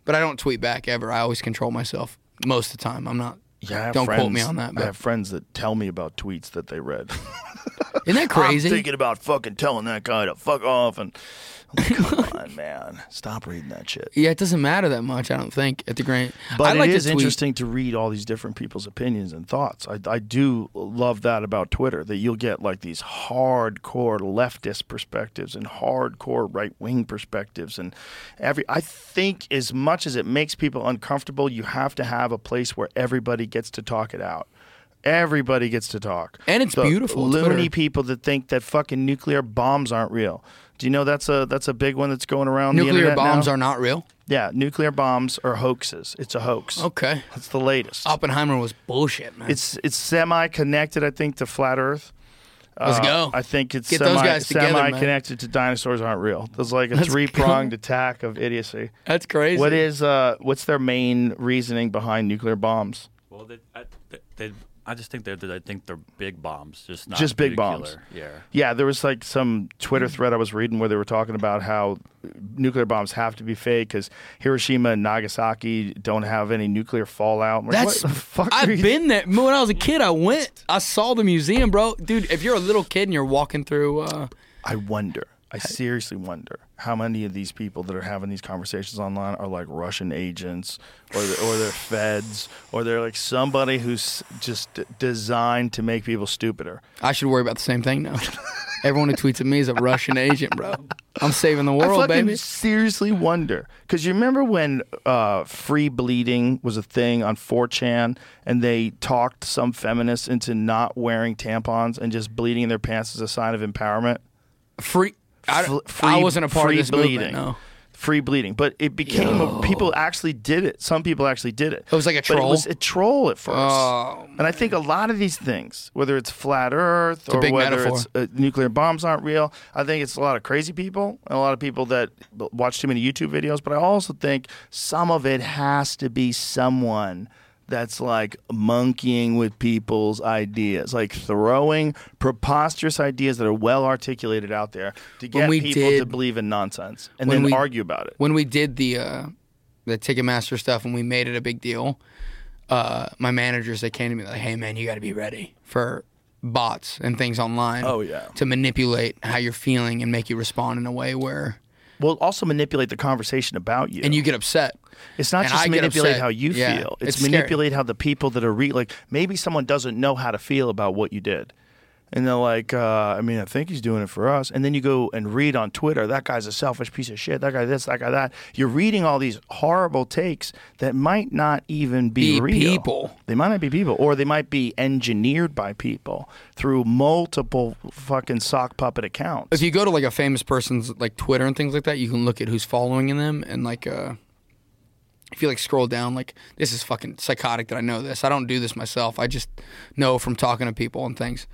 S4: but I don't tweet back ever. I always control myself most of the time. I'm not.
S3: Yeah, I have
S4: don't quote
S3: friends-
S4: me on that.
S3: I
S4: But
S3: have friends that tell me about tweets that they read.
S4: Isn't that crazy?
S3: I'm thinking about fucking telling that guy to fuck off, and I'm like, come on, man, stop reading that shit.
S4: yeah, it doesn't matter that much. I don't think at the grand.
S3: But
S4: I like
S3: it
S4: to
S3: is
S4: tweet-
S3: interesting to read all these different people's opinions and thoughts. I, I do love that about Twitter that you'll get like these hardcore leftist perspectives and hardcore right wing perspectives and every. I think as much as it makes people uncomfortable, you have to have a place where everybody gets to talk it out. Everybody gets to talk,
S4: And it's
S3: The
S4: beautiful,
S3: Loony
S4: Twitter.
S3: people that think that fucking nuclear bombs aren't real. Do you know that's a that's a big one that's going around? the
S4: Nuclear
S3: internet
S4: bombs
S3: now?
S4: are not real.
S3: Yeah, nuclear bombs are hoaxes. It's a hoax.
S4: Okay.
S3: That's the latest.
S4: Oppenheimer was bullshit, man.
S3: It's it's semi connected, I think, to flat Earth.
S4: Let's go.
S3: uh, I think it's
S4: Oh. Get those
S3: semi
S4: guys together, man.
S3: connected to dinosaurs aren't real. There's like a
S4: Let's
S3: three pronged attack of idiocy.
S4: That's crazy.
S3: What is uh what's their main reasoning behind nuclear bombs?
S5: Well, they, I, they, I just think they're, they think they're big bombs, just not
S3: just big
S5: nuclear.
S3: bombs.
S5: Yeah.
S3: Yeah, there was like some Twitter thread I was reading where they were talking about how nuclear bombs have to be fake because Hiroshima and Nagasaki don't have any nuclear fallout. I'm like,
S4: That's
S3: what the fuck are
S4: I've
S3: you
S4: been there. When I was a kid, I went. I saw the museum, bro. Dude, if you're a little kid and you're walking through, uh,
S3: I wonder. I seriously wonder how many of these people that are having these conversations online are like Russian agents, or the, or they're feds, or they're like somebody who's just d- designed to make people stupider.
S4: I should worry about the same thing now. Everyone who tweets at me is a Russian agent, bro. I'm saving the
S3: I
S4: world,
S3: fucking
S4: baby.
S3: seriously wonder because you remember when uh, free bleeding was a thing on 4chan, and they talked some feminists into not wearing tampons and just bleeding in their pants as a sign of empowerment.
S4: Free, I,
S3: Fl-
S4: I wasn't a part of
S3: free
S4: this movement. No.
S3: Free bleeding, but it became a, people actually did it. Some people actually did it. It
S4: was like a
S3: But it
S4: troll?
S3: was a troll at first.
S4: Oh,
S3: and I think a lot of these things, whether it's flat Earth
S4: a
S3: or
S4: big
S3: whether
S4: metaphor.
S3: it's uh, nuclear bombs aren't real, I think it's a lot of crazy people and a lot of people that b- watch too many YouTube videos. But I also think some of it has to be someone that's like monkeying with people's ideas, like throwing preposterous ideas that are well articulated out there to
S4: When
S3: get
S4: we
S3: people to
S4: did-
S3: believe in nonsense and
S4: when
S3: then
S4: we-
S3: argue about it.
S4: When we did the uh, the Ticketmaster stuff and we made it a big deal, uh, my managers they came to me like, "Hey man, you got to be ready for bots and things online.
S3: Oh, yeah.
S4: to manipulate how you're feeling and make you respond in a way where
S3: Well, also manipulate the conversation about you.
S4: and you get upset.
S3: It's not
S4: And
S3: just
S4: I get
S3: manipulate
S4: upset.
S3: how you
S4: Yeah,
S3: feel. It's,
S4: it's scary.
S3: manipulate how the people that are re- like maybe someone doesn't know how to feel about what you did. And they're like, uh, I mean, I think he's doing it for us. And then you go and read on Twitter, that guy's a selfish piece of shit. That guy this, that guy that. You're reading all these horrible takes that might not even be,
S4: Be
S3: real.
S4: people.
S3: They might not be people, or they might be engineered by people through multiple fucking sock puppet accounts.
S4: If you go to like a famous person's like Twitter and things like that, you can look at who's following in them and like uh if you like scroll down, like this is fucking psychotic that I know this. I don't do this myself. I just know from talking to people and things.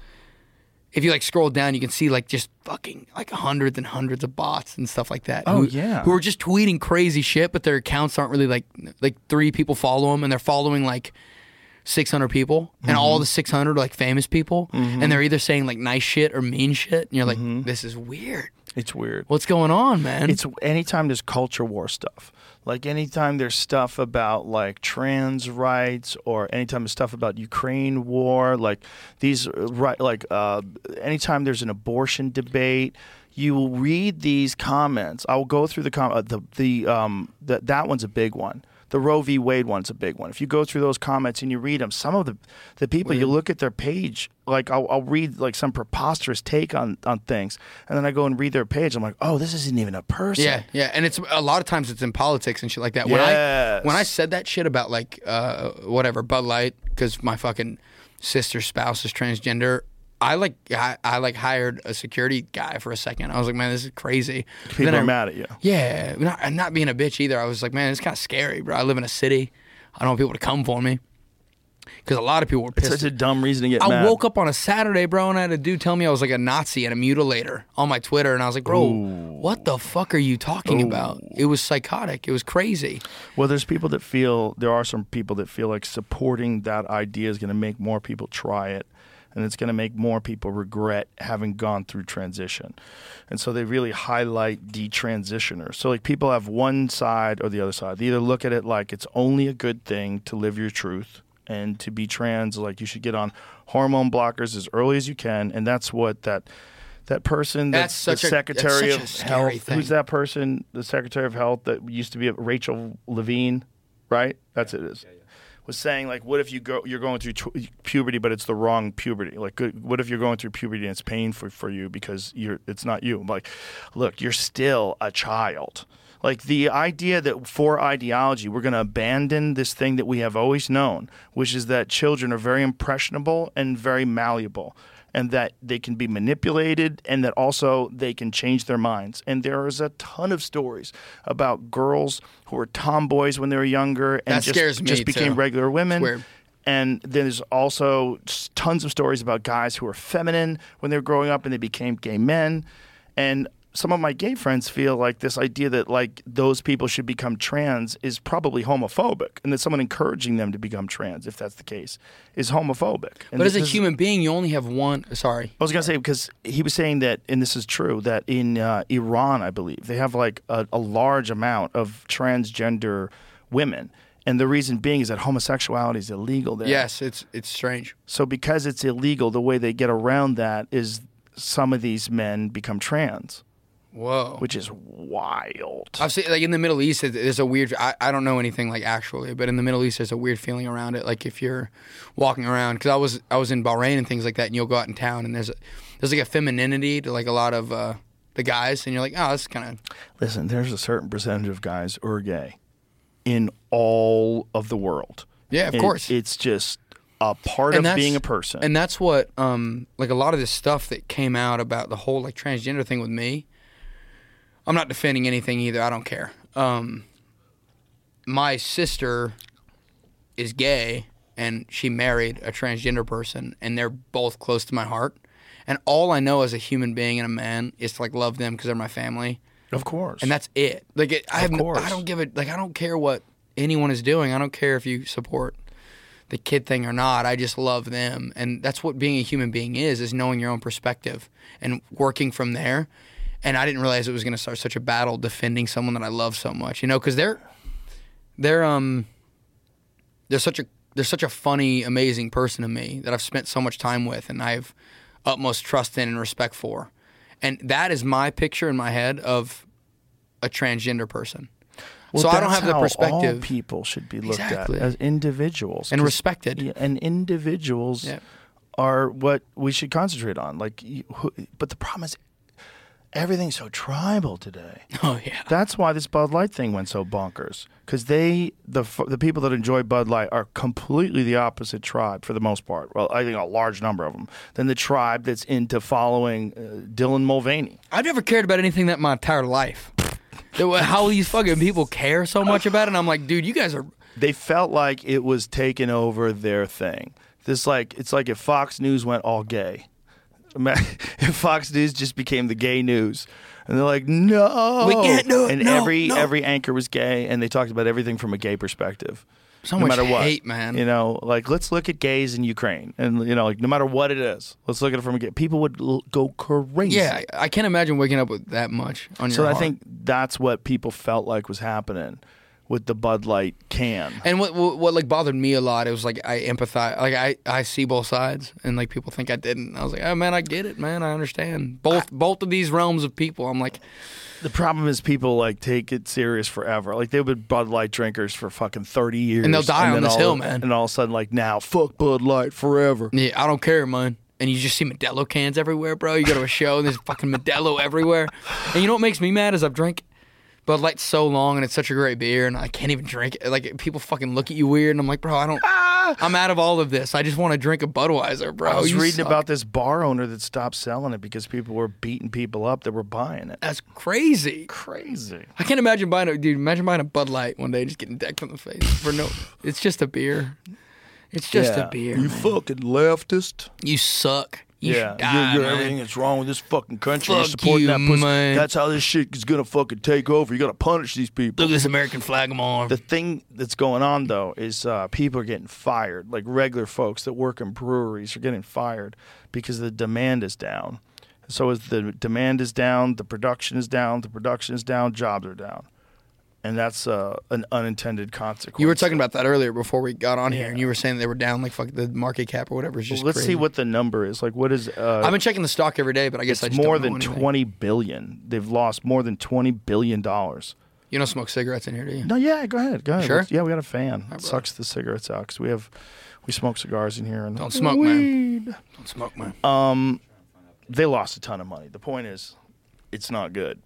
S4: If you like scroll down, you can see like just fucking like hundreds and hundreds of bots and stuff like that.
S3: Oh,
S4: who,
S3: yeah.
S4: who are just tweeting crazy shit, but their accounts aren't really like like three people follow them and they're following like 600 people and all
S3: Mm-hmm.
S4: the 600 are like famous people and they're either saying like nice shit or mean shit and you're like
S3: Mm-hmm.
S4: this is weird
S3: It's weird.
S4: what's going on man
S3: It's anytime there's culture war stuff. Like anytime there's stuff about like trans rights or anytime there's stuff about Ukraine war, like these uh, right like uh anytime there's an abortion debate, you will read these comments. I will go through the com- uh, the the um that that one's a big one. The Roe v. Wade one's a big one. If you go through those comments and you read them, some of the the people you look at their page, like I'll, I'll read like some preposterous take on on things, and then I go and read their page. I'm like, oh, this isn't even a person.
S4: yeah yeah and it's a lot of times it's in politics and shit like that when i when i
S3: Yes.
S4: said that shit about like uh whatever bud light because my fucking sister's spouse is transgender I like I, I like hired a security guy for a second. I was like, man, this is crazy. But
S3: People
S4: then
S3: are
S4: I-
S3: mad at you.
S4: Yeah, not, and not being a bitch either. I was like, man, it's kind of scary, bro. I live in a city. I don't want people to come for me because a lot of people were
S3: It's
S4: pissed.
S3: such a dumb reason to get
S4: I
S3: mad.
S4: woke up on a Saturday, bro, and I had a dude tell me I was like a Nazi and a mutilator on my Twitter, and I was like, bro, what the fuck are you talking about? It was psychotic. It was crazy.
S3: Well, there's people that feel there are some people that feel like supporting that idea is going to make more people try it, and it's going to make more people regret having gone through transition, and so they really highlight detransitioners. So like people have one side or the other side. They either look at it like it's only a good thing to live your truth and to be trans, like you should get on hormone blockers as early as you can, and that's what that. That person,
S4: That's
S3: the,
S4: such a- that's
S3: secretary
S4: such a
S3: of
S4: scary
S3: health,
S4: thing.
S3: who's that person, the Secretary of Health that used to be Rachel Levine, right? That's it is. Was saying like, what if you go, you're going through tw- puberty, but it's the wrong puberty. Like, good, what if you're going through puberty and it's painful for you because you're, it's not you. I'm like, look, you're still a child. Like the idea that for ideology, we're going to abandon this thing that we have always known, which is that children are very impressionable and very malleable and that they can be manipulated and that also they can change their minds. And there is a ton of stories about girls who were tomboys when they were younger and
S4: That
S3: just,
S4: scares me,
S3: just became
S4: too.
S3: regular women.
S4: It's weird.
S3: And there's also s- tons of stories about guys who were feminine when they were growing up and they became gay men. And some of my gay friends feel like this idea that like those people should become trans is probably homophobic and that someone encouraging them to become trans if that's the case is homophobic. And
S4: but as a
S3: this is-
S4: human being, you only have one. Sorry.
S3: I was gonna say because he was saying that, and this is true, that in uh, Iran, I believe they have like a, a large amount of transgender women, and the reason being is that homosexuality is illegal there.
S4: Yes, it's it's strange.
S3: So because it's illegal, the way they get around that is some of these men become trans,
S4: Whoa.
S3: which is wild.
S4: I've seen like in the Middle East, it- there's a weird. I, I don't know anything like actually, but in the Middle East, there's a weird feeling around it. Like if you're walking around, because I was I was in Bahrain and things like that, and you'll go out in town and there's a, there's like a femininity to like a lot of uh, the guys, and you're like, oh, that's kind of
S3: Listen, there's a certain percentage of guys who are gay in all of the world.
S4: Yeah, of
S3: And
S4: course.
S3: It's just a part of being a person.
S4: And that's what um like a lot of this stuff that came out about the whole like transgender thing with me. I'm not defending anything either. I don't care. Um my sister is gay and she married a transgender person and they're both close to my heart. And all I know as a human being and a man is to like love them because they're my family.
S3: Of course.
S4: And that's it. Like it, I
S3: Of
S4: have, no-
S3: course.
S4: I don't give a like. I don't care what anyone is doing. I don't care if you support the kid thing or not. I just love them, and that's what being a human being is: is knowing your own perspective and working from there. And I didn't realize it was going to start such a battle defending someone that I love so much. You know, because they're they're um they're such a they're such a funny, amazing person to me that I've spent so much time with, and I've utmost trust in and respect for. And that is my picture in my head of a transgender person.
S3: Well,
S4: so I don't
S3: that's
S4: have the
S3: how
S4: perspective.
S3: All people should be looked
S4: Exactly.
S3: at as individuals
S4: And
S3: 'cause-
S4: respected.
S3: yeah, and individuals
S4: Yeah.
S3: are what we should concentrate on. Like, you- who- but the problem is everything's so tribal today.
S4: Oh yeah.
S3: That's why this Bud Light thing went so bonkers because they the f- the people that enjoy Bud Light are completely the opposite tribe for the most part. Well, I think a large number of them than the tribe that's into following uh, Dylan Mulvaney.
S4: I've never cared about anything that my entire life. That wa- How these fucking people care so much about it? And I'm like, dude, you guys are.
S3: they felt like it was taking over their thing. This like it's like if Fox News went all gay. Ima- If Fox News just became the gay news, and they're like, no,
S4: We can't do it.
S3: And
S4: No,
S3: every
S4: no.
S3: every anchor was gay, and they talked about everything from a gay perspective.
S4: So
S3: no
S4: much
S3: matter what,
S4: hate, man.
S3: You know, like let's look at gays in Ukraine, and you know, like no matter what it is, let's look at it from a gay. People would l- go crazy.
S4: Yeah, I I can't imagine waking up with that much on your.
S3: so I
S4: heart.
S3: think that's what people felt like was happening with the Bud Light can.
S4: And what, what what like bothered me a lot, it was like I empathize, like I I see both sides, and like people think I didn't. I was like, oh man, I get it, man, I understand both both of these realms of people. I'm like,
S3: The problem is people like take it serious forever. Like they've been Bud Light drinkers for fucking thirty years,
S4: And they'll die on
S3: then
S4: this
S3: all-
S4: hill, man.
S3: And all of a sudden, like now, fuck Bud Light forever.
S4: yeah, I don't care, man. And you just see Modelo cans everywhere, bro. You go to a show and there's fucking Modelo everywhere. And you know what makes me mad is I've drank Bud Light so long and it's such a great beer, and I can't even drink it. Like people fucking look at you weird, and I'm like, bro, I don't. I'm out of all of this. I just want to drink a Budweiser, bro.
S3: Ah. I was
S4: Oh, You
S3: reading
S4: suck.
S3: about this bar owner that stopped selling it because people were beating people up that were buying it.
S4: That's crazy.
S3: Crazy.
S4: I can't imagine buying a dude. Imagine buying a Bud Light one day, just getting decked in the face for no. It's just a beer. It's just
S3: Yeah.
S4: a beer.
S3: You
S4: man.
S3: fucking leftist.
S4: You suck. You
S3: yeah,
S4: should die,
S3: you're, you're
S4: man.
S3: everything that's wrong with this fucking country. you're
S4: Fuck
S3: supporting
S4: you,
S3: that pussy.
S4: man.
S3: That's how this shit is gonna fucking take over. You gotta punish these people.
S4: Look at this American flag I'm on.
S3: The thing that's going on though is uh, people are getting fired. Like regular folks that work in breweries are getting fired because the demand is down. So as the demand is down, the production is down. The production is down. Jobs are down, and that's uh, an unintended consequence.
S4: You were talking about that earlier before we got on here, and you were saying they were down like fuck the market cap or whatever. It's
S3: Well,
S4: just
S3: let's see
S4: crazy.
S3: what the number is. Like, what is? Uh,
S4: I've been checking the stock every day, but I
S3: it's
S4: guess I just
S3: more
S4: don't
S3: than
S4: know anything.
S3: twenty billion. They've lost more than twenty billion dollars.
S4: You don't smoke cigarettes in here, do you?
S3: No, yeah, go ahead, go ahead.
S4: Sure?
S3: Let's- yeah, we got a fan. It sucks the cigarettes out because we have we smoke cigars in here and
S4: Don't smoke, man. Don't smoke, man.
S3: Um, they lost a ton of money. The point is, it's not good.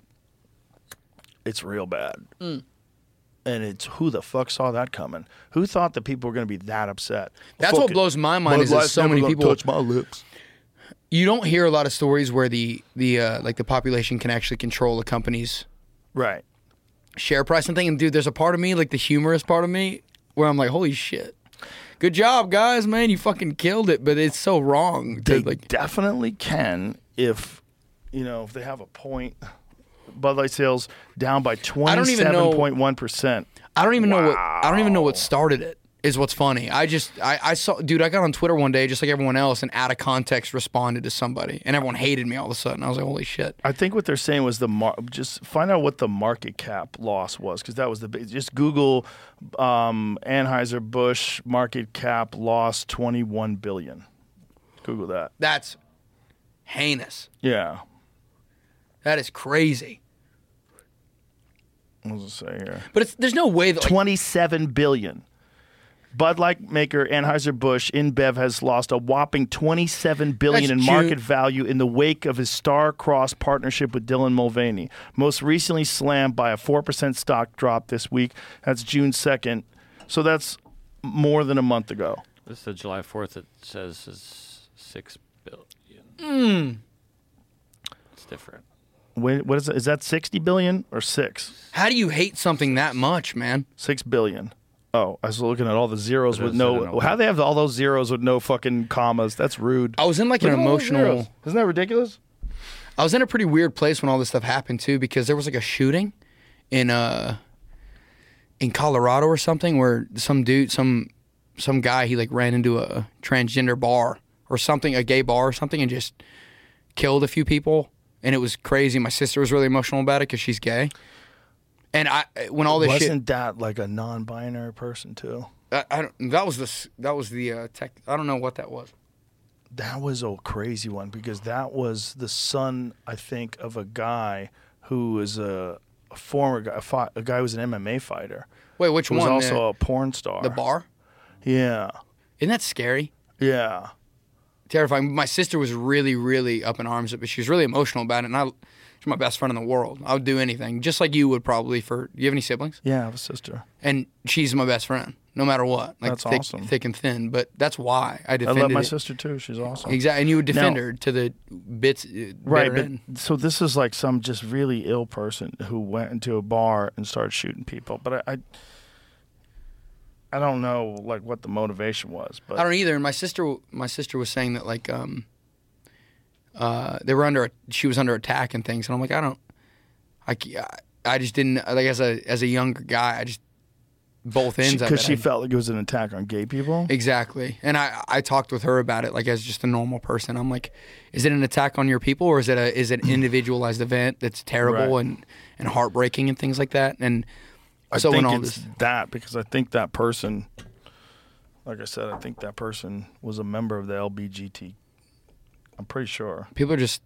S3: It's real bad,
S4: Mm.
S3: and it's who the fuck saw that coming? Who thought that people were going to be that upset?
S4: That's what
S3: Fuck it.
S4: blows my mind
S3: Bud
S4: is that
S3: Light's
S4: so
S3: never
S4: many
S3: gonna
S4: people-
S3: touch my lips.
S4: You don't hear a lot of stories where the the uh, like the population can actually control a company's
S3: right
S4: share price and thing. And dude, there's a part of me, like the humorous part of me, where I'm like, holy shit. Good job, guys, man. You fucking killed it, but it's so wrong.
S3: They
S4: dude, like,
S3: definitely can if you know if they have a point. Bud Light sales down by
S4: I don't even
S3: twenty-seven
S4: know-
S3: point one percent.
S4: I don't even know what I don't even know what started it. Is what's funny. I just I, I saw dude. I got on Twitter one day, just like everyone else, and out of context responded to somebody, and everyone hated me all of a sudden. I was like, holy shit.
S3: I think what they're saying was the mar- just find out what the market cap loss was because that was the big. Just Google um, Anheuser Busch market cap loss twenty one billion. Google that.
S4: That's heinous.
S3: Yeah.
S4: That is crazy.
S3: What does it say here?
S4: But it's, there's no way that like,
S3: twenty seven billion. Bud Light maker Anheuser Busch InBev has lost a whopping twenty seven billion
S4: That's
S3: in
S4: ju-
S3: market value in the wake of his star-crossed partnership with Dylan Mulvaney. Most recently slammed by a four percent stock drop this week. That's June second, so that's more than a month ago.
S5: This is July 4th. It says is 6 billion.
S4: Mm.
S5: It's different.
S3: When, what is that? Is that sixty billion or six?
S4: How do you hate something that much, man?
S3: Six billion. Oh, I was looking at all the zeros
S5: It
S3: with
S5: is, I don't
S3: no.
S5: know.
S3: How they have all those zeros with no fucking commas? That's rude.
S4: I was in like
S3: Look
S4: an
S3: at all those zeros.
S4: emotional.
S3: Isn't that ridiculous?
S4: I was in a pretty weird place when all this stuff happened too, because there was like a shooting in uh in Colorado or something where some dude, some some guy, he like ran into a transgender bar or something, a gay bar or something, and just killed a few people, and it was crazy. My sister was really emotional about it because she's gay, and I when all this
S3: wasn't
S4: shit.
S3: that like a non-binary person too?
S4: I, I don't, that was the s- that was the uh, tech. I don't know what that was.
S3: That was a crazy one because that was the son, I think, of a guy who was a, a former guy, a, fi- a guy who was an MMA fighter.
S4: Wait, which
S3: who Was
S4: one?
S3: also
S4: The-
S3: a porn star.
S4: The bar.
S3: Yeah,
S4: Isn't that scary?
S3: yeah.
S4: terrifying. My sister was really, really up in arms, but she was really emotional about it. And I, she's my best friend in the world. I would do anything, just like you would probably for. Do you have any siblings?
S3: Yeah, I have a sister.
S4: And she's my best friend, no matter what. Like
S3: That's
S4: thick,
S3: awesome.
S4: thick and thin. But that's why I
S3: I
S4: defended
S3: love my
S4: it.
S3: sister too. She's awesome.
S4: Exactly, and you would defend
S3: Now-
S4: her to the bits. uh,
S3: Right,
S4: bitter
S3: but
S4: end.
S3: so this is like some just really ill person who went into a bar and started shooting people. But I, I, I don't know like what the motivation was. But
S4: I don't either. And my sister, my sister was saying that like, um, uh, they were under, she was under attack and things. And I'm like, I don't, I, c- I- I just didn't like as a as a younger guy, I just both ends. of
S3: because
S4: it,
S3: she
S4: I-
S3: felt like it was an attack on gay people.
S4: Exactly. And I, I talked with her about it like as just a normal person. I'm like, is it an attack on your people or is it a is it an individualized event that's terrible
S3: Right.
S4: and, and heartbreaking and things like that? And
S3: I
S4: so when
S3: think
S4: all
S3: it's
S4: this
S3: that because I think that person, like I said, I think that person was a member of the LBGT. I'm pretty sure,
S4: people are just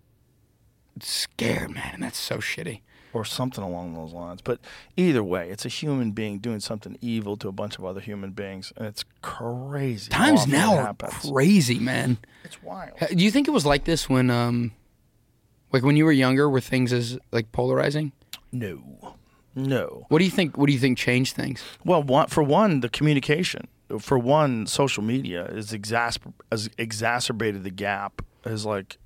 S4: scared, man, and that's so shitty.
S3: or something along those lines. But either way, it's a human being doing something evil to a bunch of other human beings, and it's crazy. how
S4: Times
S3: often
S4: now
S3: it
S4: are
S3: happens.
S4: crazy, man.
S3: It's wild.
S4: Ha- Do you think it was like this when um like when you were younger were things as like polarizing?
S3: No, no.
S4: What do you think what do you think changed things?
S3: Well, one, for one, the communication. for one, social media is exasper- has exacerbated the gap. Has like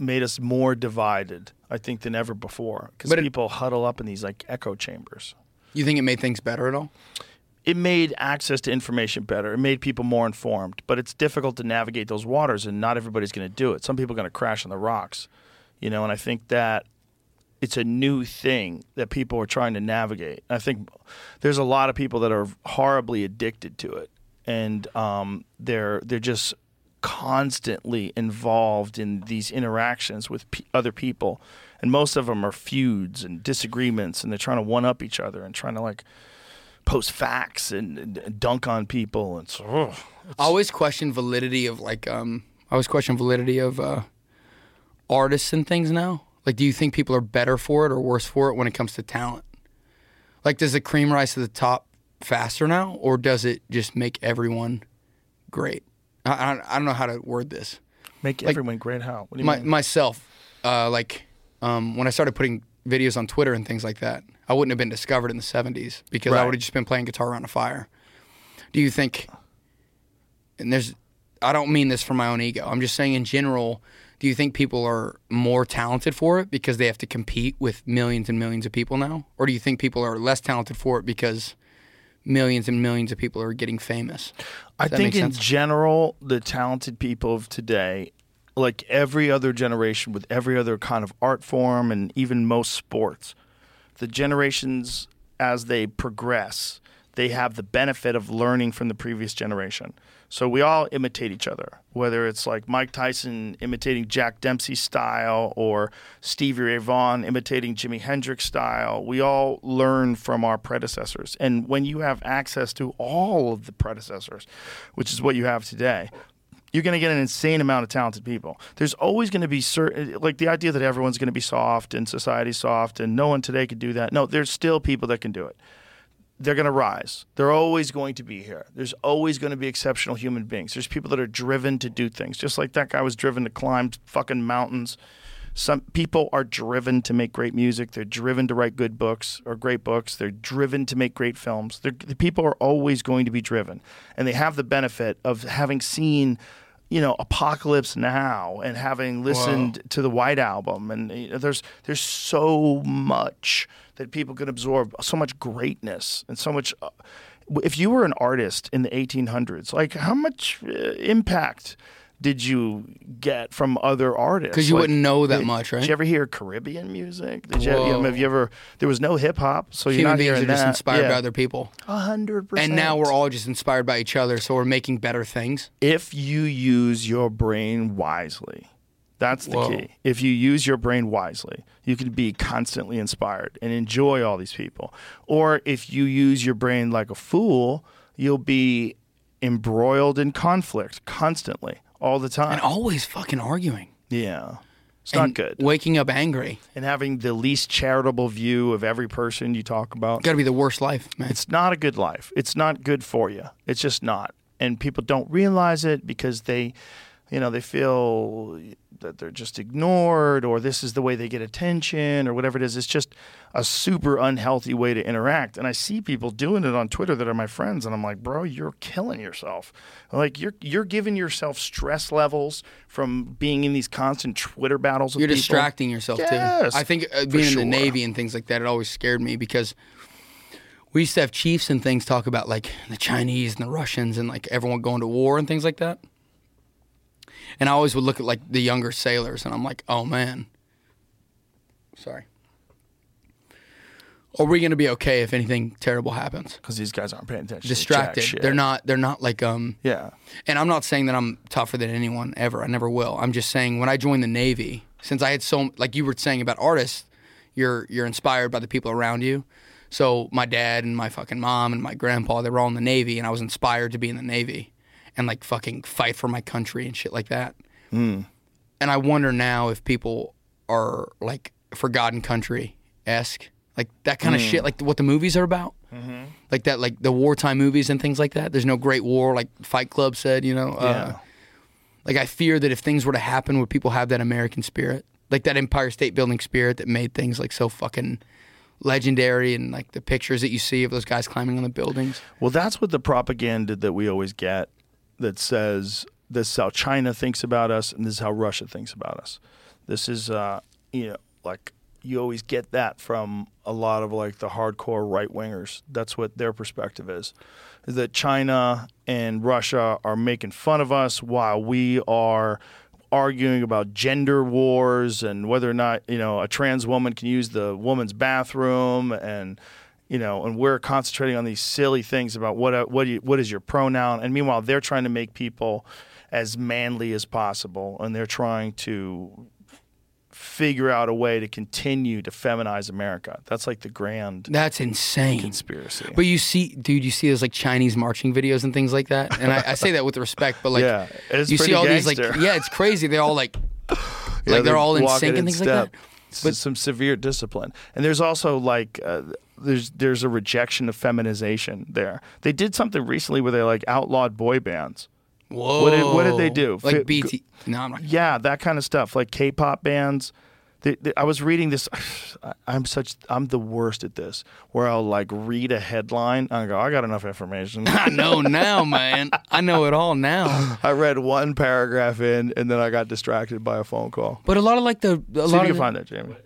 S3: made us more divided, I think, than ever before. Because
S4: But it-
S3: people huddle up in these like echo chambers.
S4: You think it made things better at all?
S3: It made access to information better. It made people more informed, but it's difficult to navigate those waters, and not everybody's going to do it. Some people are going to crash on the rocks, you know. And I think that it's a new thing that people are trying to navigate. I think there's a lot of people that are horribly addicted to it, and um, they're they're just constantly involved in these interactions with p- other people, and most of them are feuds and disagreements, and they're trying to one up each other and trying to like post facts and, and dunk on people and so. ugh.
S4: I always question validity of like um I always question validity of uh artists and things now. Like do you think people are better for it or worse for it when it comes to talent? Like does the cream rise to the top faster now or does it just make everyone great? I I, don't- I don't know how to word this.
S3: Make
S4: Like,
S3: everyone great how? What do you
S4: my,
S3: mean?
S4: myself uh like um when I started putting videos on Twitter and things like that, I wouldn't have been discovered in the 70s because I
S3: Right.
S4: would have just been playing guitar around a fire. Do you think and there's I don't mean this for my own ego. I'm just saying in general, do you think people are more talented for it because they have to compete with millions and millions of people now? Or do you think people are less talented for it because millions and millions of people are getting famous? Does
S3: I
S4: that
S3: think
S4: make
S3: in
S4: sense?
S3: general, the talented people of today, like every other generation with every other kind of art form and even most sports, the generations as they progress, they have the benefit of learning from the previous generation. So we all imitate each other, whether it's like Mike Tyson imitating Jack Dempsey style or Stevie Ray Vaughan imitating Jimi Hendrix style. We all learn from our predecessors. And when you have access to all of the predecessors, which is what you have today, you're going to get an insane amount of talented people. There's always going to be certain, like the idea that everyone's going to be soft and society's soft and no one today could do that. No, there's still people that can do it. They're going to rise. They're always going to be here. There's always going to be exceptional human beings. There's people that are driven to do things, just like that guy was driven to climb fucking mountains. Some people are driven to make great music. They're driven to write good books or great books. They're driven to make great films. They're, the people are always going to be driven, and they have the benefit of having seen you know apocalypse now and having listened to the white album and you know, there's there's so much that people can absorb so much greatness and so much uh, if you were an artist in the 1800s like how much uh, impact did you get from other artists
S4: 'Cause you
S3: Like,
S4: wouldn't know that
S3: did-
S4: much, right?
S3: did you ever hear caribbean music did you, you know,
S4: Whoa.
S3: have you ever there was no hip-hop so you're
S4: Human
S3: not
S4: beings
S3: hearing
S4: are just
S3: that.
S4: inspired by
S3: Yeah.
S4: other people.
S3: hundred
S4: And now we're all just inspired by each other, so we're making better things.
S3: if you use your brain wisely. That's the
S4: Whoa.
S3: key. If you use your brain wisely, you can be constantly inspired and enjoy all these people. Or if you use your brain like a fool, you'll be embroiled in conflict constantly, all the time. And
S4: always fucking arguing.
S3: Yeah. It's not
S4: And
S3: good.
S4: Waking up angry.
S3: And having the least charitable view of every person you talk about.
S4: Got to be the worst life, man.
S3: It's not a good life. It's not good for you. It's just not. And people don't realize it because they, you know, they feel that they're just ignored or this is the way they get attention or whatever it is. It's just a super unhealthy way to interact. And I see people doing it on Twitter that are my friends and I'm like, "Bro, you're killing yourself." Like you're you're giving yourself stress levels from being in these constant Twitter battles with
S4: You're
S3: people.
S4: distracting yourself
S3: Yes,
S4: too. I think uh,
S3: for
S4: being in
S3: sure.
S4: the Navy and things like that, it always scared me because we used to have chiefs and things talk about like the Chinese and the Russians and like everyone going to war and things like that. And I always would look at like the younger sailors and I'm like, oh man, sorry. Are we going to be okay if anything terrible happens?
S3: Because these guys aren't paying attention. to jack
S4: Distracted.
S3: shit.
S4: They're not. They're not like um.
S3: Yeah.
S4: And I'm not saying that I'm tougher than anyone ever. I never will. I'm just saying when I joined the Navy, since I had so like you were saying about artists, you're you're inspired by the people around you. So my dad and my fucking mom and my grandpa, they were all in the Navy, and I was inspired to be in the Navy, and like fucking fight for my country and shit like that.
S3: Mm.
S4: And I wonder now if people are like forgotten country esque, like that kind of
S14: Mm.
S4: shit, like what the movies are about
S14: Mm-hmm.
S4: like that, like the wartime movies and things like that. There's no great war, like Fight Club said, you know. uh,
S14: Yeah.
S4: like I fear that if things were to happen, would people have that American spirit, like that Empire State Building spirit that made things like so fucking legendary and like the pictures that you see of those guys climbing on the buildings.
S3: Well, that's what the propaganda that we always get that says this is how China thinks about us and this is how Russia thinks about us. This is, uh, you know, like you always get that from a lot of like the hardcore right wingers. That's what their perspective is, is that China and Russia are making fun of us while we are arguing about gender wars and whether or not you know a trans woman can use the woman's bathroom and you know, and we're concentrating on these silly things about what what do you, what is your pronoun, and meanwhile they're trying to make people as manly as possible, and they're trying to figure out a way to continue to feminize America. That's like the grand
S4: That's insane
S3: conspiracy.
S4: But you see, dude, you see those like Chinese marching videos and things like that. And I, I say that with respect, but like,
S3: Yeah, it's
S4: you see
S3: pretty
S4: all these
S3: gangster.
S4: like, yeah, it's crazy. They're all like, like
S3: Yeah,
S4: they're, all in
S3: walking
S4: sync and things like
S3: step.
S4: that.
S3: S- some severe discipline, and there's also like uh, there's there's a rejection of feminization there. They did something recently where they like outlawed boy bands.
S4: Whoa!
S3: What did, what did they do?
S4: Like
S3: Fi-
S4: BT? No, I'm not.
S3: Yeah, that kind of stuff, like K-pop bands. They, they- I was reading this. I- I'm such. I'm the worst at this. Where I'll like read a headline and I go, I got enough information.
S4: I know now, man. I know it all now.
S3: I read one paragraph in, and then I got distracted by a phone call.
S4: But a lot of like the a
S3: See if
S4: lot
S3: you can
S4: of
S3: find that, Jamie.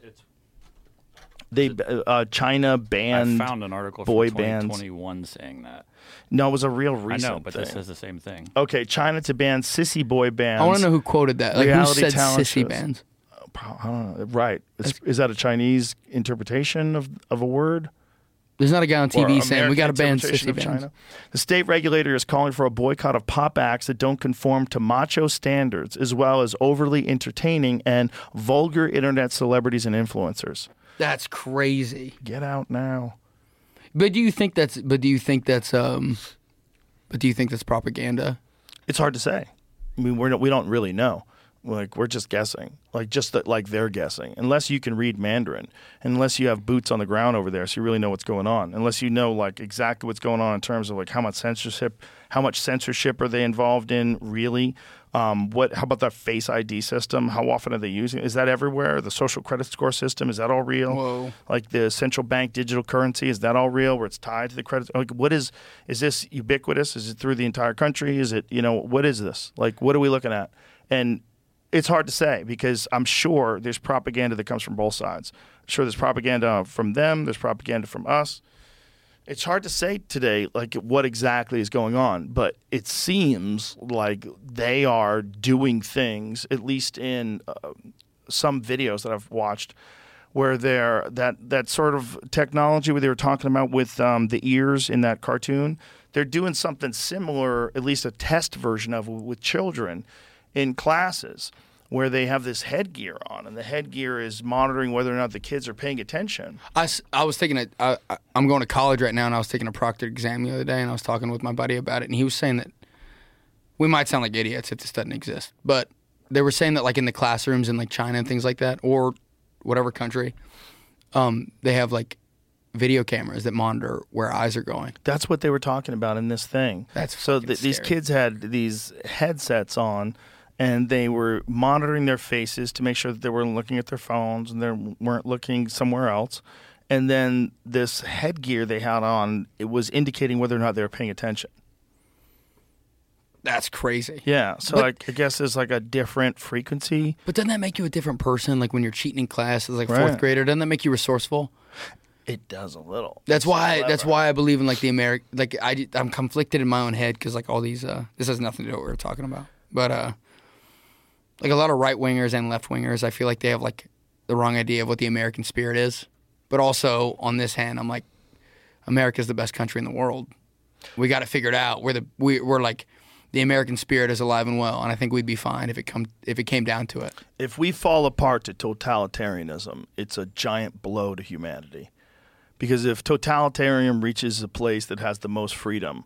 S3: They uh, China banned.
S5: I found an article
S3: boy
S5: from
S3: bands.
S5: 2021 saying that.
S3: No, it was a real recent.
S5: I know, but
S3: thing.
S5: this says the same thing.
S3: Okay, China to ban sissy boy bands.
S4: I want to know who quoted that. Like who
S3: reality
S4: said
S3: talent
S4: sissy
S3: shows.
S4: bands?
S3: Pro- Oh, I don't know. Right? It's, is that a Chinese interpretation of of a word?
S4: There's not a guy on
S3: Or
S4: TV saying
S3: American
S4: we got to ban
S3: interpretation
S4: sissy
S3: of
S4: bands.
S3: China? The state regulator is calling for a boycott of pop acts that don't conform to macho standards, as well as overly entertaining and vulgar internet celebrities and influencers.
S4: That's crazy.
S3: Get out now.
S4: But do you think that's? But do you think that's? Um, but do you think that's propaganda?
S3: It's hard to say. I mean, we're, we don't really know. Like we're just guessing. Like just that, like they're guessing. Unless you can read Mandarin, unless you have boots on the ground over there, so you really know what's going on. Unless you know like exactly what's going on in terms of like how much censorship, how much censorship are they involved in really? Um, what? How about that Face ID system? How often are they using? it? Is that everywhere? The social credit score system is that all real?
S4: Whoa.
S3: Like the central bank digital currency is that all real? Where it's tied to the credit? Like what is? Is this ubiquitous? Is it through the entire country? Is it you know what is this? Like what are we looking at? And it's hard to say because I'm sure there's propaganda that comes from both sides. Sure, there's propaganda from them. There's propaganda from us. It's hard to say today, like what exactly is going on, but it seems like they are doing things, at least in uh, some videos that I've watched, where they're that that sort of technology where they were talking about with um, the ears in that cartoon. They're doing something similar, at least a test version of, with children in classes where they have this headgear on, and the headgear is monitoring whether or not the kids are paying attention.
S4: I, s- I was taking a I, I- I'm going to college right now, and I was taking a proctored exam the other day, and I was talking with my buddy about it, and he was saying that we might sound like idiots if this doesn't exist, but they were saying that like in the classrooms in like China and things like that, or whatever country, um, they have like video cameras that monitor where eyes are going.
S3: That's what they were talking about in this thing.
S4: That's
S3: so th- these
S4: scary.
S3: kids had these headsets on, and they were monitoring their faces to make sure that they weren't looking at their phones and they weren't looking somewhere else. And then this headgear they had on it was indicating whether or not they were paying attention.
S4: That's crazy.
S3: Yeah. So
S4: But-
S3: like I guess it's like a different frequency.
S4: But doesn't that make you a different person? Like when you're cheating in class as like
S3: Right.
S4: fourth grader, doesn't that make you resourceful?
S3: It does a little.
S4: That's
S3: It's
S4: why. That's
S3: clever.
S4: why I believe in like the American. Like I, d- I'm conflicted in my own head because like all these. Uh, this has nothing to do with what we're talking about. But uh, like a lot of right wingers and left wingers, I feel like they have like the wrong idea of what the American spirit is. But also on this hand, I'm like, America's the best country in the world. We got it figured out. We're the we, we're like, the American spirit is alive and well, and I think we'd be fine if it come if it came down to it.
S3: if we fall apart to totalitarianism, it's a giant blow to humanity. Because if totalitarian reaches a place that has the most freedom,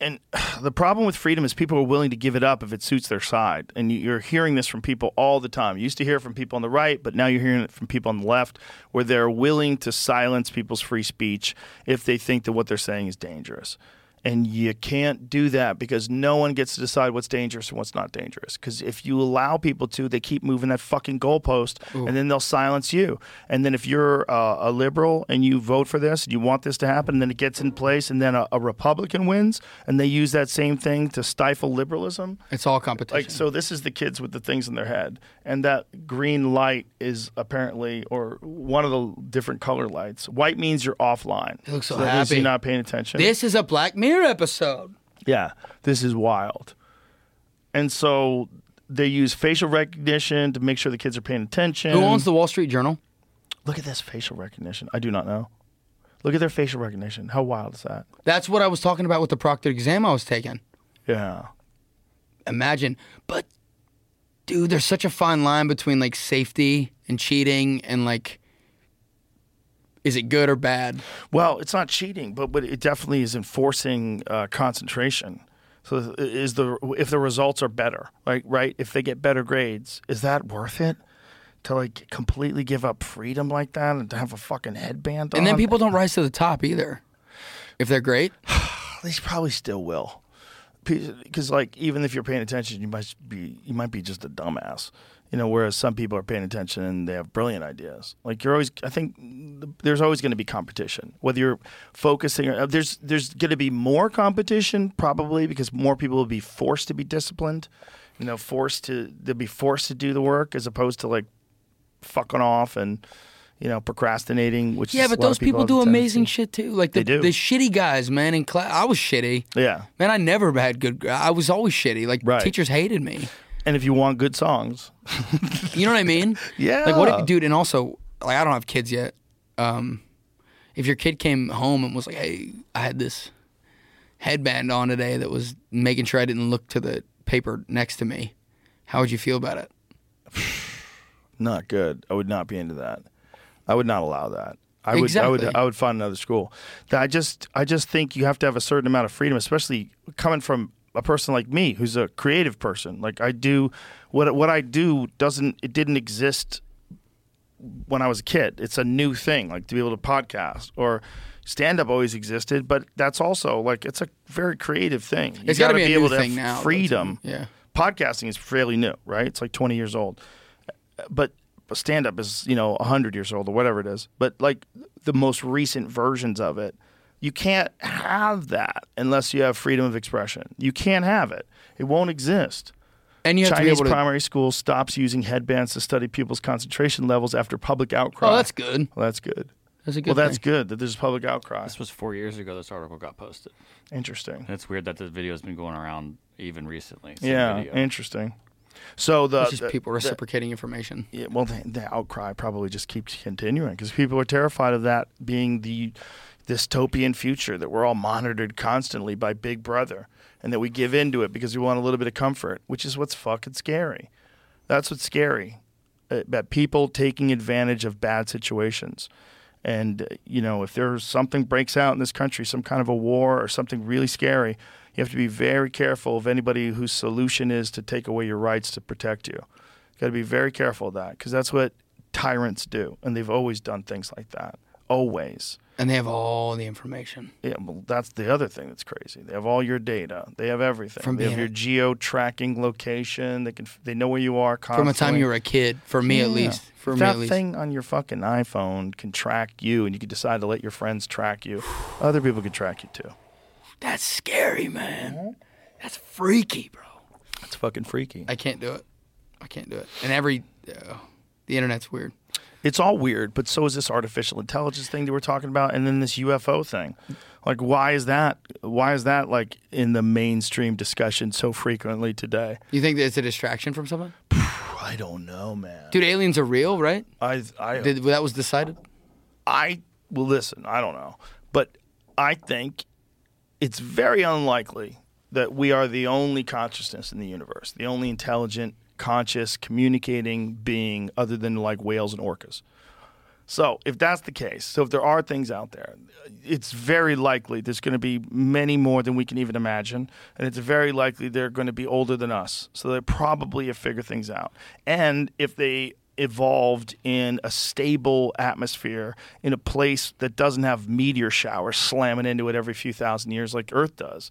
S3: and the problem with freedom is people are willing to give it up if it suits their side. And you- you're hearing this from people all the time. You used to hear it from people on the right, but now you're hearing it from people on the left, where they're willing to silence people's free speech if they think that what they're saying is dangerous. And you can't do that because no one gets to decide what's dangerous and what's not dangerous. Because if you allow people to, they keep moving that fucking goalpost and then they'll silence you. And then if you're uh, a liberal and you vote for this and you want this to happen, then it gets in place and then a, a Republican wins and they use that same thing to stifle liberalism.
S4: It's all competition.
S3: Like, so this is the kids with the things in their head. And that green light is apparently, or one of the different color lights. White means you're offline.
S4: They look so
S3: that means
S4: happy.
S3: You're not paying attention.
S4: This is a Black Mirror episode.
S3: Yeah, this is wild. And so they use facial recognition to make sure the kids are paying attention.
S4: Who owns the Wall Street Journal?
S3: Look at this facial recognition. I do not know. Look at their facial recognition. How wild is that?
S4: That's what I was talking about with the proctored exam I was taking.
S3: Yeah.
S4: Imagine, but dude, there's such a fine line between like safety and cheating and like, is it good or bad?
S3: Well, it's not cheating, but but it definitely is enforcing uh, concentration. So is the if the results are better, like right, if they get better grades, is that worth it? To like completely give up freedom like that and to have a fucking headband on.
S4: And then people don't rise to the top either. If they're great,
S3: they probably still will, because like even if you're paying attention, you might be you might be just a dumbass, you know. Whereas some people are paying attention and they have brilliant ideas. Like you're always, I think th- there's always going to be competition. Whether you're focusing, or, there's there's going to be more competition probably because more people will be forced to be disciplined, you know, forced to they'll be forced to do the work as opposed to like fucking off and you know procrastinating. Which
S4: yeah,
S3: is
S4: but
S3: a lot
S4: those
S3: of people,
S4: people,
S3: have a
S4: do
S3: tendency-
S4: amazing shit too. Like the,
S3: They do.
S4: the shitty guys, man. In class, I was shitty.
S3: Yeah.
S4: Man, I never had good. gra- I was always shitty. Like teachers hated me.
S3: And if you want good songs,
S4: You know what I mean?
S3: Yeah.
S4: Like what, if, dude? And also, like I don't have kids yet. Um, if your kid came home and was like, "Hey, I had this headband on today that was making sure I didn't look to the paper next to me," how would you feel about it?
S3: not good. I would not be into that. I would not allow that. I would, I would,
S4: Exactly.
S3: I would find another school. That I just, I just think you have to have a certain amount of freedom, especially coming from a person like me, who's a creative person. Like I do, what what I do doesn't, it didn't exist when I was a kid. It's a new thing, like to be able to podcast or stand up always existed, but that's also like it's a very creative thing. You
S4: It's gotta
S3: gotta
S4: be a
S3: able
S4: new
S3: to have
S4: thing now, though,
S3: freedom.
S4: too. Yeah.
S3: podcasting is fairly new, right? It's like twenty years old, but stand up is you know hundred years old or whatever it is. But like the most recent versions of it. You can't have that unless you have freedom of expression. You can't have it. It won't exist.
S4: And you have to be
S3: Chinese
S4: able to-
S3: primary school stops using headbands to study pupils' concentration levels after public outcry.
S4: Oh, that's good.
S3: Well, that's good.
S4: That's a good
S3: Well, that's
S4: thing.
S3: good that there's public outcry.
S5: This was four years ago. This article got posted.
S3: Interesting.
S5: And it's weird that this video has been going around even recently. Same
S3: Yeah,
S5: video.
S3: interesting. So the
S4: It's just
S3: the-
S4: people
S3: the-
S4: reciprocating information.
S3: yeah, well, the, the outcry probably just keeps continuing because people are terrified of that being the dystopian future that we're all monitored constantly by Big Brother, and that we give in to it because we want a little bit of comfort, which is what's fucking scary. That's what's scary. uh, That people taking advantage of bad situations. And, uh, you know, if there's something breaks out in this country, some kind of a war or something really scary, you have to be very careful of anybody whose solution is to take away your rights to protect you. Got to be very careful of that because that's what tyrants do. And they've always done things like that. Always.
S4: And they have all the information.
S3: Yeah, well, that's the other thing that's crazy. They have all your data. They have everything.
S4: From
S3: they have
S4: being
S3: your
S4: a-
S3: geo tracking location. They can. f- They know where you are.
S4: From
S3: Constantly.
S4: the time you were a kid, for me at
S3: Yeah.
S4: least. For
S3: If
S4: me
S3: that
S4: at least.
S3: thing on your fucking iPhone can track you, and you can decide to let your friends track you. Other people can track you too.
S4: That's scary, man. That's freaky, bro.
S3: That's fucking freaky.
S4: I can't do it. I can't do it. And every, uh, the internet's weird.
S3: It's all weird, but so is this artificial intelligence thing that we're talking about, and then this UFO thing. Like, why is that? Why is that like in the mainstream discussion so frequently today?
S4: You think that it's a distraction from something?
S3: I don't know, man.
S4: Dude, aliens are real, right?
S3: I, I
S4: Did, that was decided.
S3: I well, listen, I don't know, but I think it's very unlikely that we are the only consciousness in the universe, the only intelligent, conscious, communicating being other than like whales and orcas. So, if that's the case, so if there are things out there, it's very likely there's going to be many more than we can even imagine. And it's very likely they're going to be older than us. So, they probably have figured things out. And if they evolved in a stable atmosphere in a place that doesn't have meteor showers slamming into it every few thousand years like Earth does.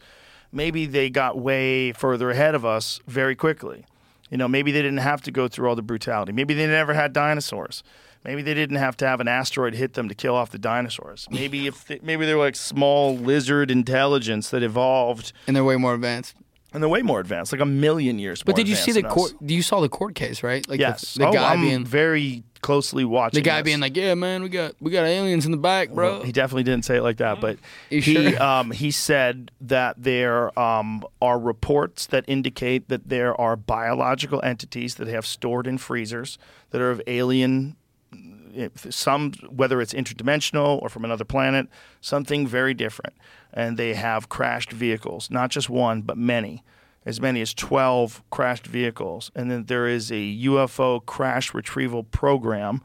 S3: Maybe they got way further ahead of us very quickly. You know, maybe they didn't have to go through all the brutality. Maybe they never had dinosaurs. Maybe they didn't have to have an asteroid hit them to kill off the dinosaurs. Maybe if they, maybe they were like small lizard intelligence that evolved,
S4: and they're way more advanced.
S3: And they're way more advanced, like a million years.
S4: But
S3: more
S4: did you see
S3: advanced
S4: the
S3: than us.
S4: court? You saw the court case, right? Like the-
S3: yes,
S4: the,
S3: oh,
S4: guy
S3: I'm
S4: being
S3: very closely watching
S4: the guy
S3: this.
S4: being like, "Yeah, man, we got we got aliens in the back, bro."
S3: Well, he definitely didn't say it like that, but
S4: You
S3: he
S4: sure?
S3: um, he said that there um, are reports that indicate that there are biological entities that they have stored in freezers that are of alien. if- Some whether it's interdimensional or from another planet, something very different, and they have crashed vehicles, not just one, but many, as many as twelve crashed vehicles, and then there is a UFO crash retrieval program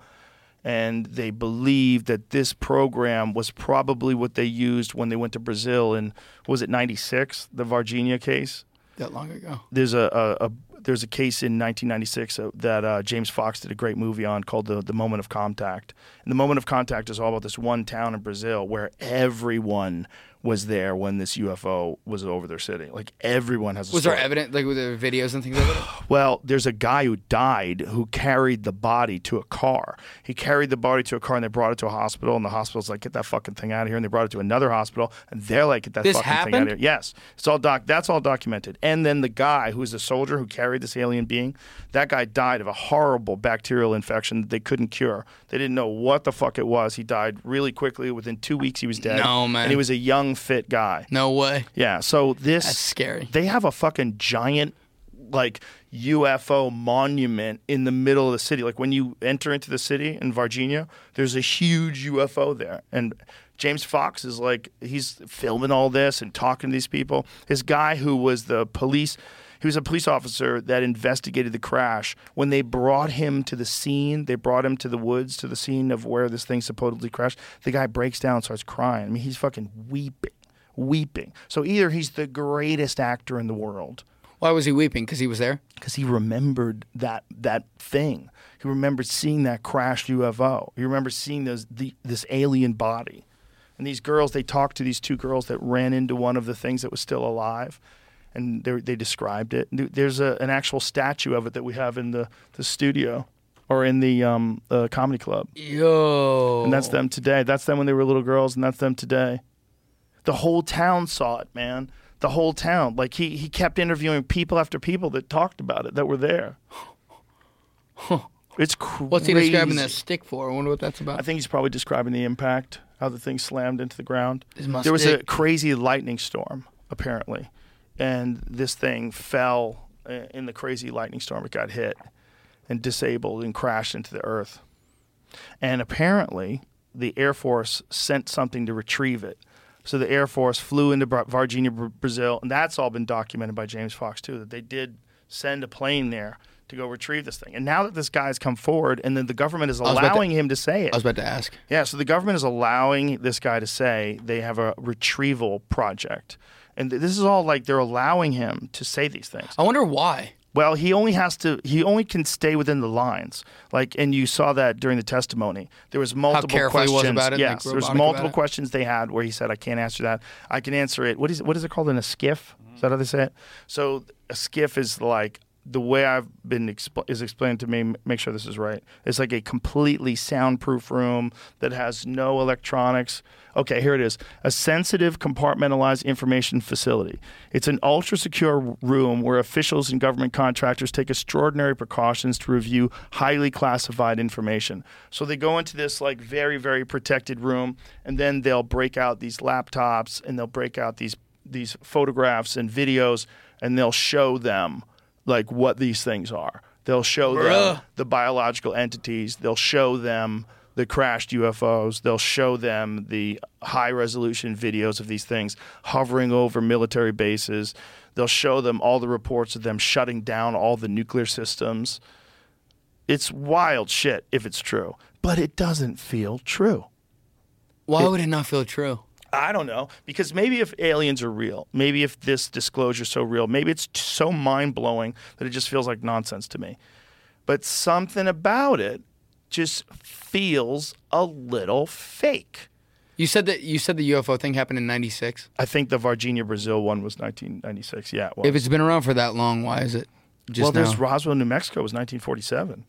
S3: and they believe that this program was probably what they used when they went to Brazil in was it 96 the Virginia case
S4: that long ago.
S3: there's a, a, a there's a case in 1996 uh, that uh, James Fox did a great movie on called the the Moment of Contact. And the Moment of Contact is all about this one town in Brazil where everyone was there when this UFO was over their city. Like everyone has. A
S4: Was there
S3: story.
S4: evidence, like with the videos and things like that?
S3: Well, there's a guy who died who carried the body to a car. He carried the body to a car and they brought it to a hospital. And the hospital's like, get that fucking thing out of here. And they brought it to another hospital. And they're like, get that
S4: This
S3: fucking thing out
S4: happened?
S3: of here. Yes. It's all doc. That's all documented. And then the guy who's the soldier who carried this alien being, that guy died of a horrible bacterial infection that they couldn't cure. They didn't know what the fuck it was. He died really quickly. Within two weeks, he was dead.
S4: No, man.
S3: And he was a young, fit guy.
S4: No way.
S3: Yeah. So this
S4: That's scary.
S3: They have a fucking giant like UFO monument in the middle of the city. Like when you enter into the city in Virginia, there's a huge UFO there. And James Fox is like he's filming all this and talking to these people. This guy who was the police he was a police officer that investigated the crash. When they brought him to the scene, they brought him to the woods, to the scene of where this thing supposedly crashed. The guy breaks down, starts crying. I mean, he's fucking weeping, weeping. So either he's the greatest actor in the world,
S4: Why was he weeping? Because he was there.
S3: because he remembered that that thing. He remembered seeing that crashed UFO. He remembered seeing those the, this alien body. And these girls, they talked to these two girls that ran into one of the things that was still alive, and they, they described it. Th- There's a, an actual statue of it that we have in the, the studio or in the um, uh, comedy club.
S4: Yo.
S3: And that's them today. That's them when they were little girls, and that's them today. The whole town saw it, man. The whole town. Like he he kept interviewing people after people that talked about it that were there. It's crazy.
S4: What's he describing that stick for? I wonder what that's about.
S3: I think he's probably describing the impact, how the thing slammed into the ground.
S4: It must
S3: There was a
S4: be.
S3: crazy lightning storm, apparently, and this thing fell uh, in the crazy lightning storm. It got hit and disabled and crashed into the earth. And apparently, the Air Force sent something to retrieve it. So the Air Force flew into Bra- Virginia, Br- Brazil, and that's all been documented by James Fox too. That they did send a plane there to go retrieve this thing. And now that this guy's come forward, and then the government is
S4: I was about to-
S3: allowing him to say it.
S4: I was about to ask.
S3: Yeah, so the government is allowing this guy to say they have a retrieval project. And th- this is all like they're allowing him to say these things.
S4: I wonder why.
S3: Well, he only has to he only can stay within the lines. Like and you saw that during the testimony. There was multiple
S4: careful he was
S3: questions.
S4: about it, like,
S3: yes, there was
S4: robotic
S3: multiple
S4: about it.
S3: questions they had where he said I can't answer that. I can answer it. What is what is it called in a skiff? Is that how they say it? So a skiff is like the way I've been expl- is explained to me. m- Make sure this is right. It's like a completely soundproof room that has no electronics. Okay, here it is. A sensitive, compartmentalized information facility. It's an ultra secure room where officials and government contractors take extraordinary precautions to review highly classified information. So they go into this like very, very protected room, and then they'll break out these laptops and they'll break out these these photographs and videos and they'll show them like what these things are. They'll show them
S4: Bruh.
S3: the biological entities. They'll show them the crashed UFOs. They'll show them the high resolution videos of these things hovering over military bases. They'll show them all the reports of them shutting down all the nuclear systems. It's wild shit if it's true, but it doesn't feel true.
S4: Why would it not feel true?
S3: I don't know because maybe if aliens are real, maybe if this disclosure is so real, maybe it's t- so mind blowing that it just feels like nonsense to me. but something about it just feels a little fake.
S4: You said that you said the UFO thing happened in '96.
S3: I think the Virginia Brazil one was 1996. Yeah, it was.
S4: If it's been around for that long, why is it just
S3: well,
S4: now?
S3: there's Roswell, New Mexico was 1947.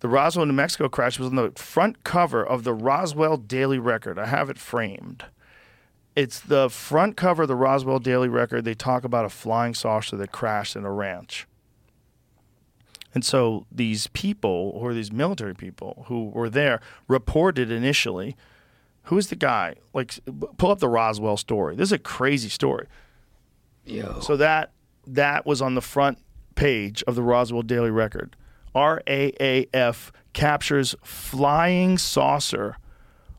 S3: The Roswell, New Mexico crash was on the front cover of the Roswell Daily Record. I have it framed. It's the front cover of the Roswell Daily Record. They talk about a flying saucer that crashed in a ranch. And so these people, or these military people who were there, reported initially who is the guy? Like, s- b- pull up the Roswell story. This is a crazy story.
S4: Yo.
S3: So that that was on the front page of the Roswell Daily Record. RAAF captures flying saucer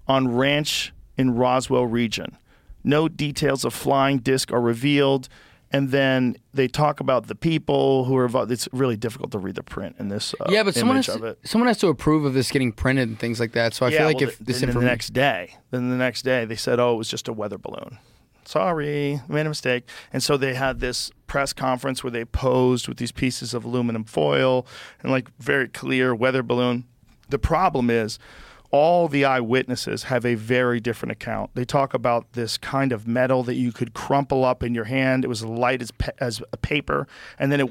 S3: on ranch in Roswell region. No details of flying disc are revealed. And then they talk about the people who are involved. It's really difficult to read the print in this uh,
S4: yeah, but someone
S3: image
S4: has,
S3: of it.
S4: to, someone has to approve of this getting printed and things like that. So I
S3: Yeah,
S4: feel like
S3: well,
S4: if
S3: th-
S4: this
S3: then
S4: information
S3: the next day, then the next day they said, "Oh, it was just a weather balloon." Sorry, I made a mistake. And so they had this press conference where they posed with these pieces of aluminum foil and like very clear weather balloon. The problem is all the eyewitnesses have a very different account. They talk about this kind of metal that you could crumple up in your hand. It was light as pa- as a paper, and then it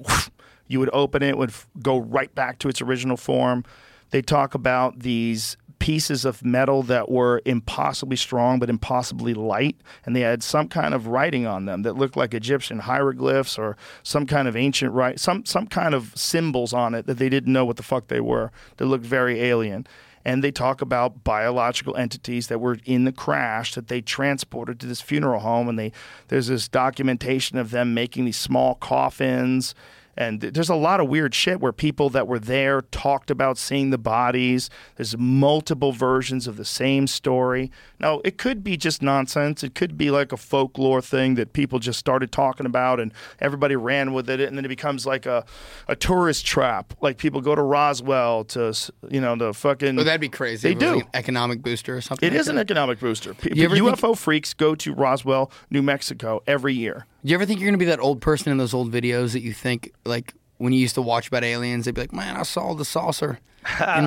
S3: you would open it, it would f- go right back to its original form. They talk about these pieces of metal that were impossibly strong but impossibly light, and they had some kind of writing on them that looked like Egyptian hieroglyphs or some kind of ancient right, some some kind of symbols on it that they didn't know what the fuck they were. That looked very alien. And they talk about biological entities that were in the crash that they transported to this funeral home, and they there's this documentation of them making these small coffins and th- there's a lot of weird shit where people that were there talked about seeing the bodies. There's multiple versions of the same story. Now, it could be just nonsense. It could be like a folklore thing that people just started talking about and everybody ran with it. And then it becomes like a, a tourist trap. Like people go to Roswell to, s- you know, to fucking.
S4: Oh, that'd be crazy.
S3: They
S4: if it was
S3: do.
S4: like an economic booster or something.
S3: It is an economic booster. Pe-
S4: You ever think-
S3: UFO freaks go to Roswell, New Mexico every year.
S4: Do you ever think you're gonna be that old person in those old videos that you think like when you used to watch about aliens? They'd be like, "Man, I saw the saucer in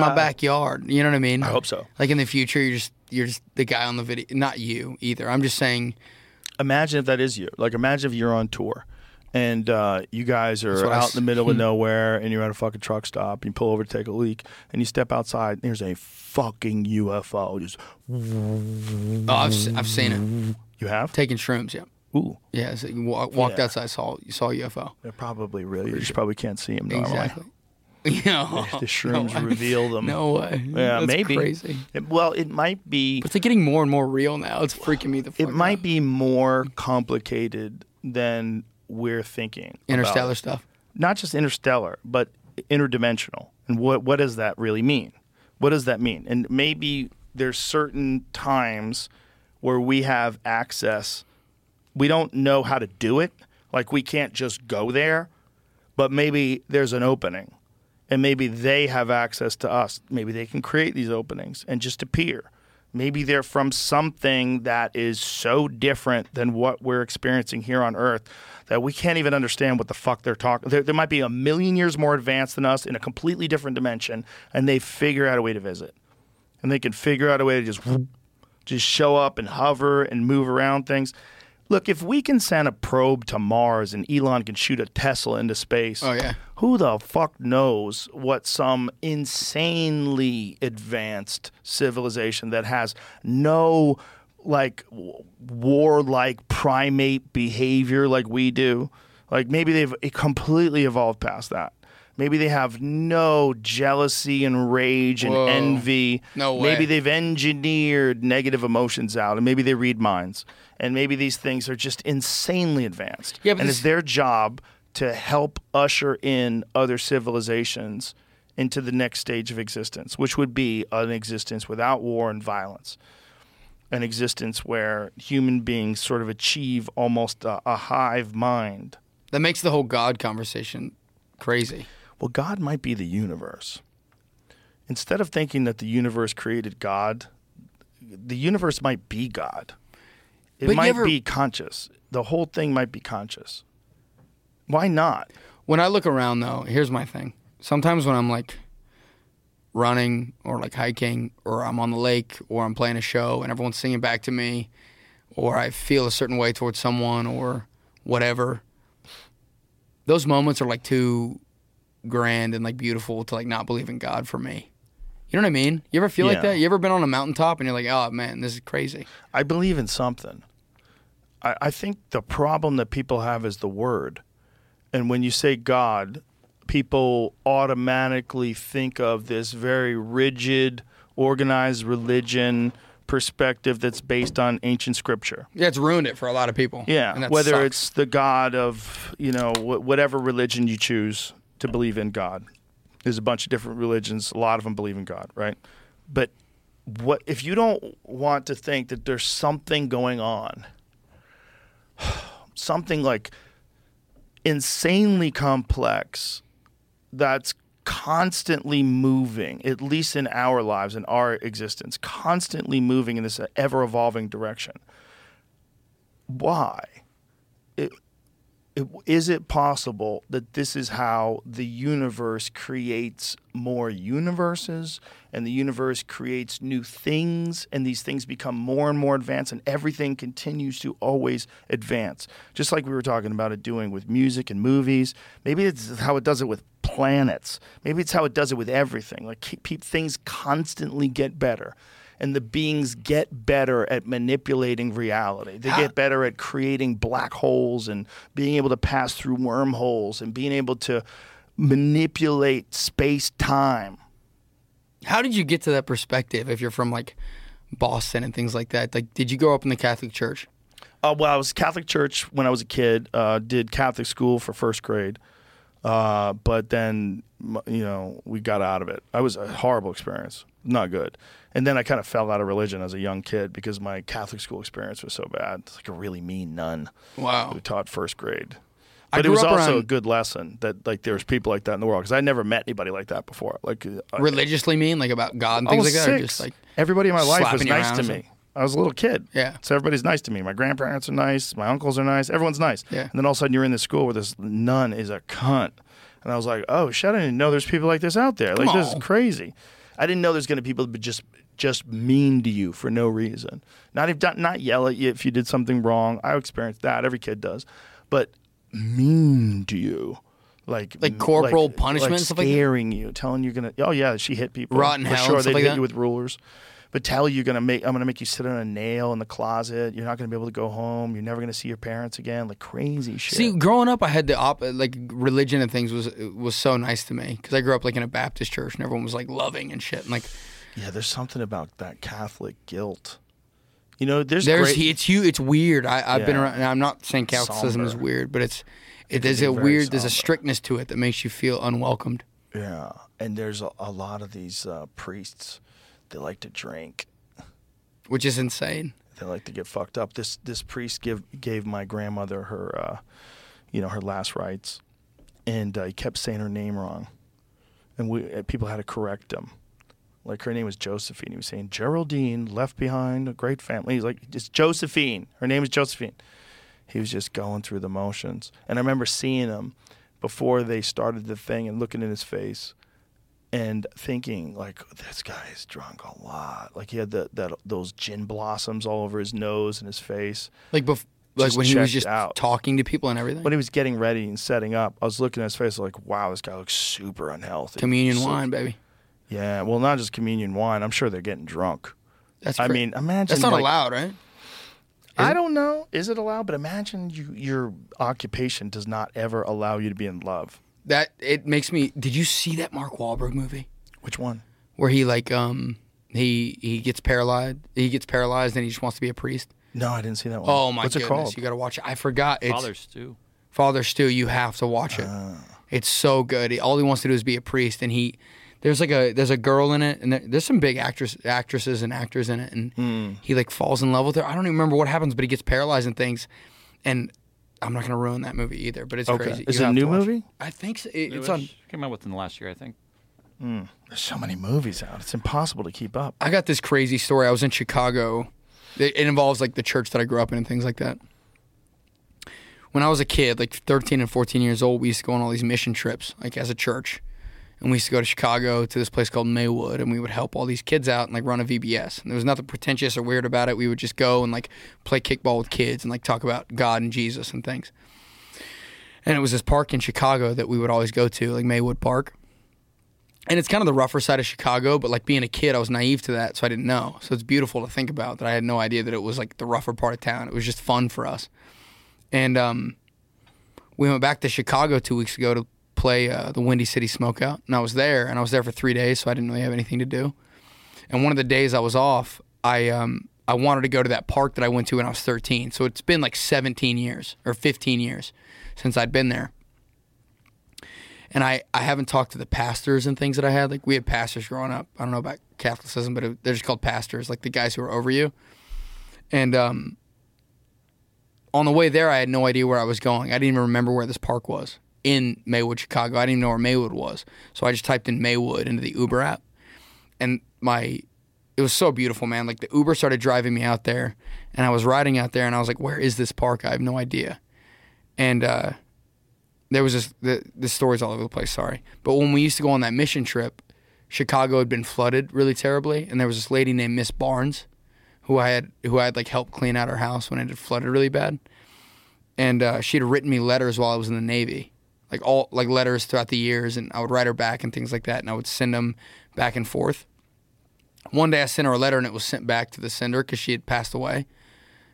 S4: my backyard." You know what I mean? I hope
S3: so.
S4: Like in the future, you're just you're just the guy on the video, not you either. I'm just saying.
S3: imagine if that is you. Like, imagine if you're on tour and uh, you guys
S4: That's
S3: are
S4: what I Hmm.
S3: out
S4: s-
S3: in the middle of nowhere and you're at a fucking truck stop. You pull over to take a leak and you step outside and there's a fucking UFO. Just
S4: Oh, I've, s- I've seen it.
S3: You have
S4: taken shrooms, yeah.
S3: Ooh.
S4: Yeah, so you wa- walked
S3: Yeah.
S4: outside, saw you saw a UFO.
S3: They're probably real. You just probably can't see them normally.
S4: Exactly. No,
S3: The shrooms
S4: no way.
S3: reveal them.
S4: No way.
S3: Yeah,
S4: That's
S3: maybe.
S4: crazy.
S3: It- well, it might be.
S4: But they're getting more and more real now. It's freaking me the fuck
S3: It might be more complicated than we're thinking. about
S4: Interstellar
S3: it.
S4: stuff?
S3: Not just interstellar, but interdimensional. And what what does that really mean? What does that mean? And maybe there's certain times where we have access. We don't know how to do it. Like we can't just go there, but maybe there's an opening. And maybe they have access to us. Maybe they can create these openings and just appear. Maybe they're from something that is so different than what we're experiencing here on Earth that we can't even understand what the fuck they're talking. There, there might be a million years more advanced than us in a completely different dimension, and they figure out a way to visit, and they can figure out a way to just whoop, just show up and hover and move around things. Look, if we can send a probe to Mars and Elon can shoot a Tesla into space,
S4: Oh, yeah.
S3: who the fuck knows what some insanely advanced civilization that has no like w- warlike primate behavior like we do like maybe they've e-, completely evolved past that maybe they have no jealousy and rage and
S4: Whoa.
S3: envy
S4: No way.
S3: maybe they've engineered negative emotions out and maybe they read minds and maybe these things are just insanely advanced
S4: Yeah, but
S3: and
S4: this-
S3: it's their job to help usher in other civilizations into the next stage of existence, which would be an existence without war and violence, an existence where human beings sort of achieve almost a, a hive mind.
S4: That makes the whole God conversation crazy.
S3: Well, God might be the universe. Instead of thinking that the universe created God, the universe might be God. It
S4: But you
S3: might
S4: ever-
S3: be conscious. The whole thing might be conscious. Why not?
S4: When I look around, though, here's my thing. sometimes when I'm like running or like hiking or I'm on the lake or I'm playing a show and everyone's singing back to me or I feel a certain way towards someone or whatever, those moments are like too grand and like beautiful to like not believe in God for me. You know what I mean? You ever feel like
S3: Yeah.
S4: that? You ever been on a mountaintop and you're like, oh man, this is crazy.
S3: I believe in something. I, I think the problem that people have is the word. And when you say God, people automatically think of this very rigid, organized religion perspective that's based on ancient scripture.
S4: Yeah, it's ruined it for a lot of people.
S3: Yeah,
S4: And that
S3: whether
S4: sucks.
S3: it's the God of you know wh- whatever religion you choose to believe in God, there's a bunch of different religions. A lot of them believe in God, right? But what if you don't want to think that there's something going on, something like insanely complex that's constantly moving, at least in our lives, in our existence, constantly moving in this ever evolving direction. Why? It, it, is it possible that this is how the universe creates more universes and the universe creates new things and these things become more and more advanced and everything continues to always advance? Just like we were talking about it doing with music and movies. Maybe it's how it does it with planets. Maybe it's how it does it with everything. Like keep, keep things constantly get better. And the beings get better at manipulating reality. They get better at creating black holes and being able to pass through wormholes and being able to manipulate space time.
S4: How did you get to that perspective if you're from like Boston and things like that? Like, did you grow up in the Catholic Church?
S3: Uh, well, I was Catholic church when I was a kid. Uh, did Catholic school for first grade, uh, but then m- you know we got out of it. I was a horrible experience, not good. And then I kind of fell out of religion as a young kid because my Catholic school experience was so bad. It's like a really mean nun.
S4: Wow.
S3: Who taught first grade.
S4: I
S3: But it
S4: grew
S3: was
S4: up
S3: also a
S4: around-
S3: good lesson that like there's people like that in the world because I never met anybody like that before. Like uh,
S4: Religiously mean, like about God and
S3: I
S4: things
S3: was
S4: like that? Or
S3: six.
S4: just like
S3: everybody in my life was
S4: slapping you
S3: nice
S4: around
S3: to
S4: or
S3: me.
S4: something?
S3: I was a little kid.
S4: Yeah.
S3: So everybody's nice to me. My grandparents are nice. My uncles are nice. Everyone's nice.
S4: Yeah.
S3: And then all of a sudden you're in this school where this nun is a cunt, and I was like, oh shit, I didn't know there's people like this out there. Like this is
S4: Aw.
S3: crazy. I didn't know there's going to be people that be just just mean to you for no reason. Not if not, not yell at you if you did something wrong. I experienced that. Every kid does. But mean to you. Like
S4: Like corporal punishment
S3: like
S4: and stuff like that?
S3: scaring you, telling you're gonna. Oh yeah, she hit people.
S4: Rotten
S3: For
S4: hell and
S3: Sure,
S4: stuff
S3: they
S4: like
S3: hit
S4: that?
S3: you with rulers, but tell you you're gonna make. I'm gonna make you sit on a nail in the closet. You're not gonna be able to go home. You're never gonna see your parents again. Like crazy shit.
S4: See, growing up, I had the op like religion and things was was so nice to me because I grew up like in a Baptist church and everyone was like loving and shit. And like
S3: yeah, there's something about that Catholic guilt. You know, there's
S4: there's
S3: great-
S4: it's you it's weird. I, I've been
S3: Yeah.
S4: around. And I'm not saying Catholicism is
S3: Somber.
S4: weird, but it's
S3: It can
S4: it, there's
S3: be
S4: a
S3: very
S4: weird there's a
S3: somber.
S4: strictness to it that makes you feel unwelcomed.
S3: Yeah, and there's a, a lot of these uh, priests. They like to drink.
S4: Which is insane.
S3: They like to get fucked up. This this priest give gave my grandmother her, uh, you know, her last rites, and uh, he kept saying her name wrong, and we uh, people had to correct him. Like her name was Josephine. He was saying Geraldine left behind a great family. He's like it's Josephine. Her name is Josephine. He was just going through the motions, and I remember seeing him before they started the thing and looking in his face and thinking like this guy is drunk a lot. Like he had the, that those gin blossoms all over his nose and his face.
S4: Like bef- like when he was
S3: checked
S4: just talking to people and everything.
S3: When he was getting ready and setting up, I was looking at his face like, wow, this guy looks super unhealthy.
S4: Communion
S3: Super-
S4: wine, baby.
S3: Yeah, well, not just communion wine. I'm sure they're getting drunk.
S4: That's
S3: I
S4: cra-
S3: mean, imagine
S4: that's not
S3: like-
S4: allowed, right?
S3: I don't know. Is it allowed? But imagine you, your occupation does not ever allow you to be in love.
S4: That it makes me. Did you see that Mark Wahlberg movie?
S3: Which one?
S4: Where he like um he he gets paralyzed. He gets paralyzed and he just wants to be a priest.
S3: No, I didn't see that one.
S4: Oh my
S3: What's
S4: goodness!
S3: it called?
S4: You got to watch it. I forgot. It's,
S5: Father Stew.
S4: Father Stew. You have to watch it. It's so good. He- all he wants to do is be a priest, and he there's like a there's a girl in it, and there, there's some big actress actresses and actors in it, and he like falls in love with her. I don't even remember what happens, but he gets paralyzed and things, and. I'm not gonna ruin that movie either, but it's
S3: Okay.
S4: crazy.
S3: Is
S4: You
S3: it a
S4: have to
S3: new
S4: watch
S3: movie?
S4: I think so. It- it's
S5: Newish.
S4: on.
S5: Came out within the last year, I think.
S3: Mm, there's so many movies out. It's impossible to keep up.
S4: I got this crazy story. I was in Chicago. It, it involves like the church that I grew up in and things like that. When I was a kid, like 13 and 14 years old, we used to go on all these mission trips, like as a church. And we used to go to Chicago to this place called Maywood, and we would help all these kids out and like run a VBS. And there was nothing pretentious or weird about it. We would just go and like play kickball with kids and like talk about God and Jesus and things. And it was this park in Chicago that we would always go to, like Maywood Park. And it's kind of the rougher side of Chicago, but like being a kid, I was naive to that, so I didn't know. So it's beautiful to think about that I had no idea that it was like the rougher part of town. It was just fun for us. And um, we went back to Chicago two weeks ago to play uh, the Windy City Smokeout, and I was there, and I was there for three days, so I didn't really have anything to do. And one of the days I was off, I um, I wanted to go to that park that I went to when I was 13. So it's been like 17 years or 15 years since I'd been there. And I, I haven't talked to the pastors and things that I had. Like we had pastors growing up. I don't know about Catholicism, but it, they're just called pastors, like the guys who are over you. And um, on the way there, I had no idea where I was going. I didn't even remember where this park was in Maywood, Chicago. I didn't even know where Maywood was. So I just typed in Maywood into the Uber app. And my, it was so beautiful, man. Like the Uber started driving me out there. And I was riding out there and I was like, where is this park? I have no idea. And uh, there was this, the, the story's all over the place, sorry. But when we used to go on that mission trip, Chicago had been flooded really terribly. And there was this lady named Miss Barnes who I had who I had like helped clean out her house when it had flooded really bad, and uh, she had written me letters while I was in the Navy, like all like letters throughout the years, and I would write her back and things like that, and I would send them back and forth. One day I sent her a letter and it was sent back to the sender because she had passed away,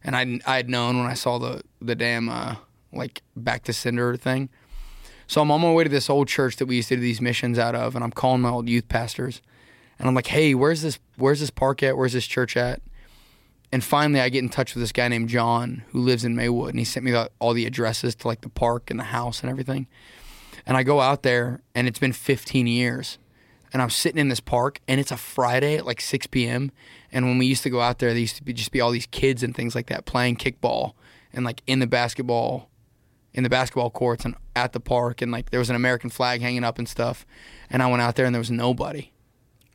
S4: and I I had known when I saw the the damn uh, like back to sender thing. So I'm on my way to this old church that we used to do these missions out of, and I'm calling my old youth pastors, and I'm like, "Hey, where's this? Where's this park at? Where's this church at?" and finally I get in touch with this guy named John who lives in Maywood and he sent me the, all the addresses to like the park and the house and everything. And I go out there and it's been 15 years and I'm sitting in this park and it's a Friday at like 6 p.m. And when we used to go out there, there used to be just be all these kids and things like that playing kickball and like in the basketball, in the basketball courts and at the park. And like there was an American flag hanging up and stuff. And I went out there and there was nobody.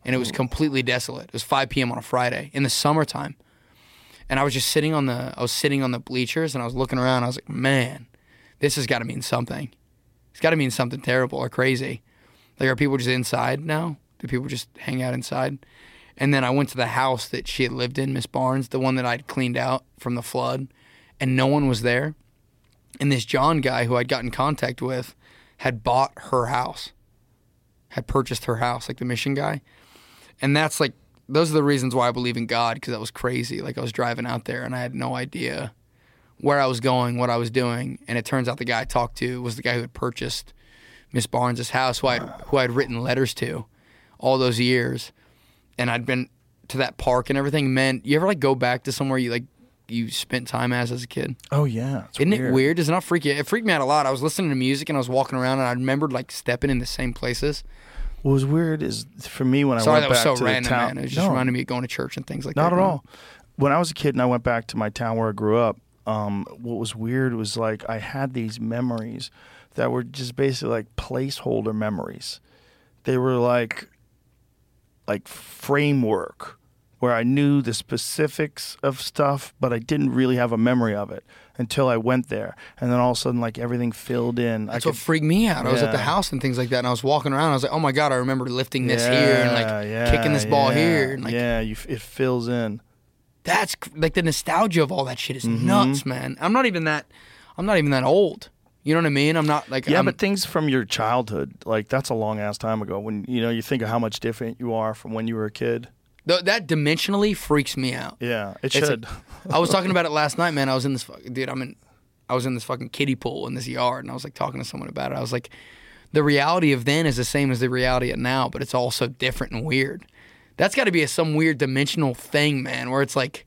S4: And it was completely desolate. It was 5 p.m. on a Friday in the summertime and I was just sitting on the I was sitting on the bleachers and I was looking around. I was like, man, this has got to mean something. It's got to mean something terrible or crazy. Like, are people just inside now? Do people just hang out inside? And then I went to the house that she had lived in, Miss Barnes, the one that I'd cleaned out from the flood, and no one was there. And this John guy who I'd got in contact with had bought her house, had purchased her house, like the mission guy. And that's like those are the reasons why I believe in God because I was crazy. Like I was driving out there and I had no idea where I was going, what I was doing, and it turns out the guy I talked to was the guy who had purchased Miss Barnes' house, who I who I'd written letters to all those years, and I'd been to that park and everything. Man, you ever like go back to somewhere you like you spent time as as a kid?
S3: Oh yeah, it's
S4: Isn't
S3: weird.
S4: it weird? Does it not freak you? It freaked me out a lot. I was listening to music and I was walking around and I remembered like stepping in the same places.
S3: What was weird is for me when
S4: Sorry,
S3: I went
S4: that was
S3: back
S4: so
S3: to
S4: random,
S3: the town.
S4: man. It was just
S3: No,
S4: reminded me of going to church and things like
S3: not
S4: that.
S3: at all. When I was a kid and I went back to my town where I grew up, um, what was weird was like I had these memories that were just basically like placeholder memories. They were like like framework where I knew the specifics of stuff, but I didn't really have a memory of it until I went there, and then all of a sudden, like everything filled in.
S4: That's
S3: I
S4: what freaked me out. I was at the
S3: Yeah.
S4: house and things like that, and I was walking around. I was like, "Oh my god, I remember lifting this here and like
S3: Yeah,
S4: kicking this ball
S3: yeah,
S4: here." And like,
S3: yeah, you, f- it fills in.
S4: that's cr- like the nostalgia of all that shit is
S3: Mhm.
S4: nuts, man. I'm not even that. I'm not even that old. You know what I mean? I'm not like
S3: yeah,
S4: I'm-
S3: but things from your childhood, like that's a long ass time ago. When you know you think of how much different you are from when you were a kid.
S4: Th- that dimensionally freaks me out.
S3: Yeah, it
S4: It's a-
S3: should.
S4: I was talking about it last night, man. I was in this fucking dude. I'm in. I was in this fucking kiddie pool in this yard, and I was like talking to someone about it. I was like, the reality of then is the same as the reality of now, but it's all so different and weird. That's got to be a, some weird dimensional thing, man, where it's like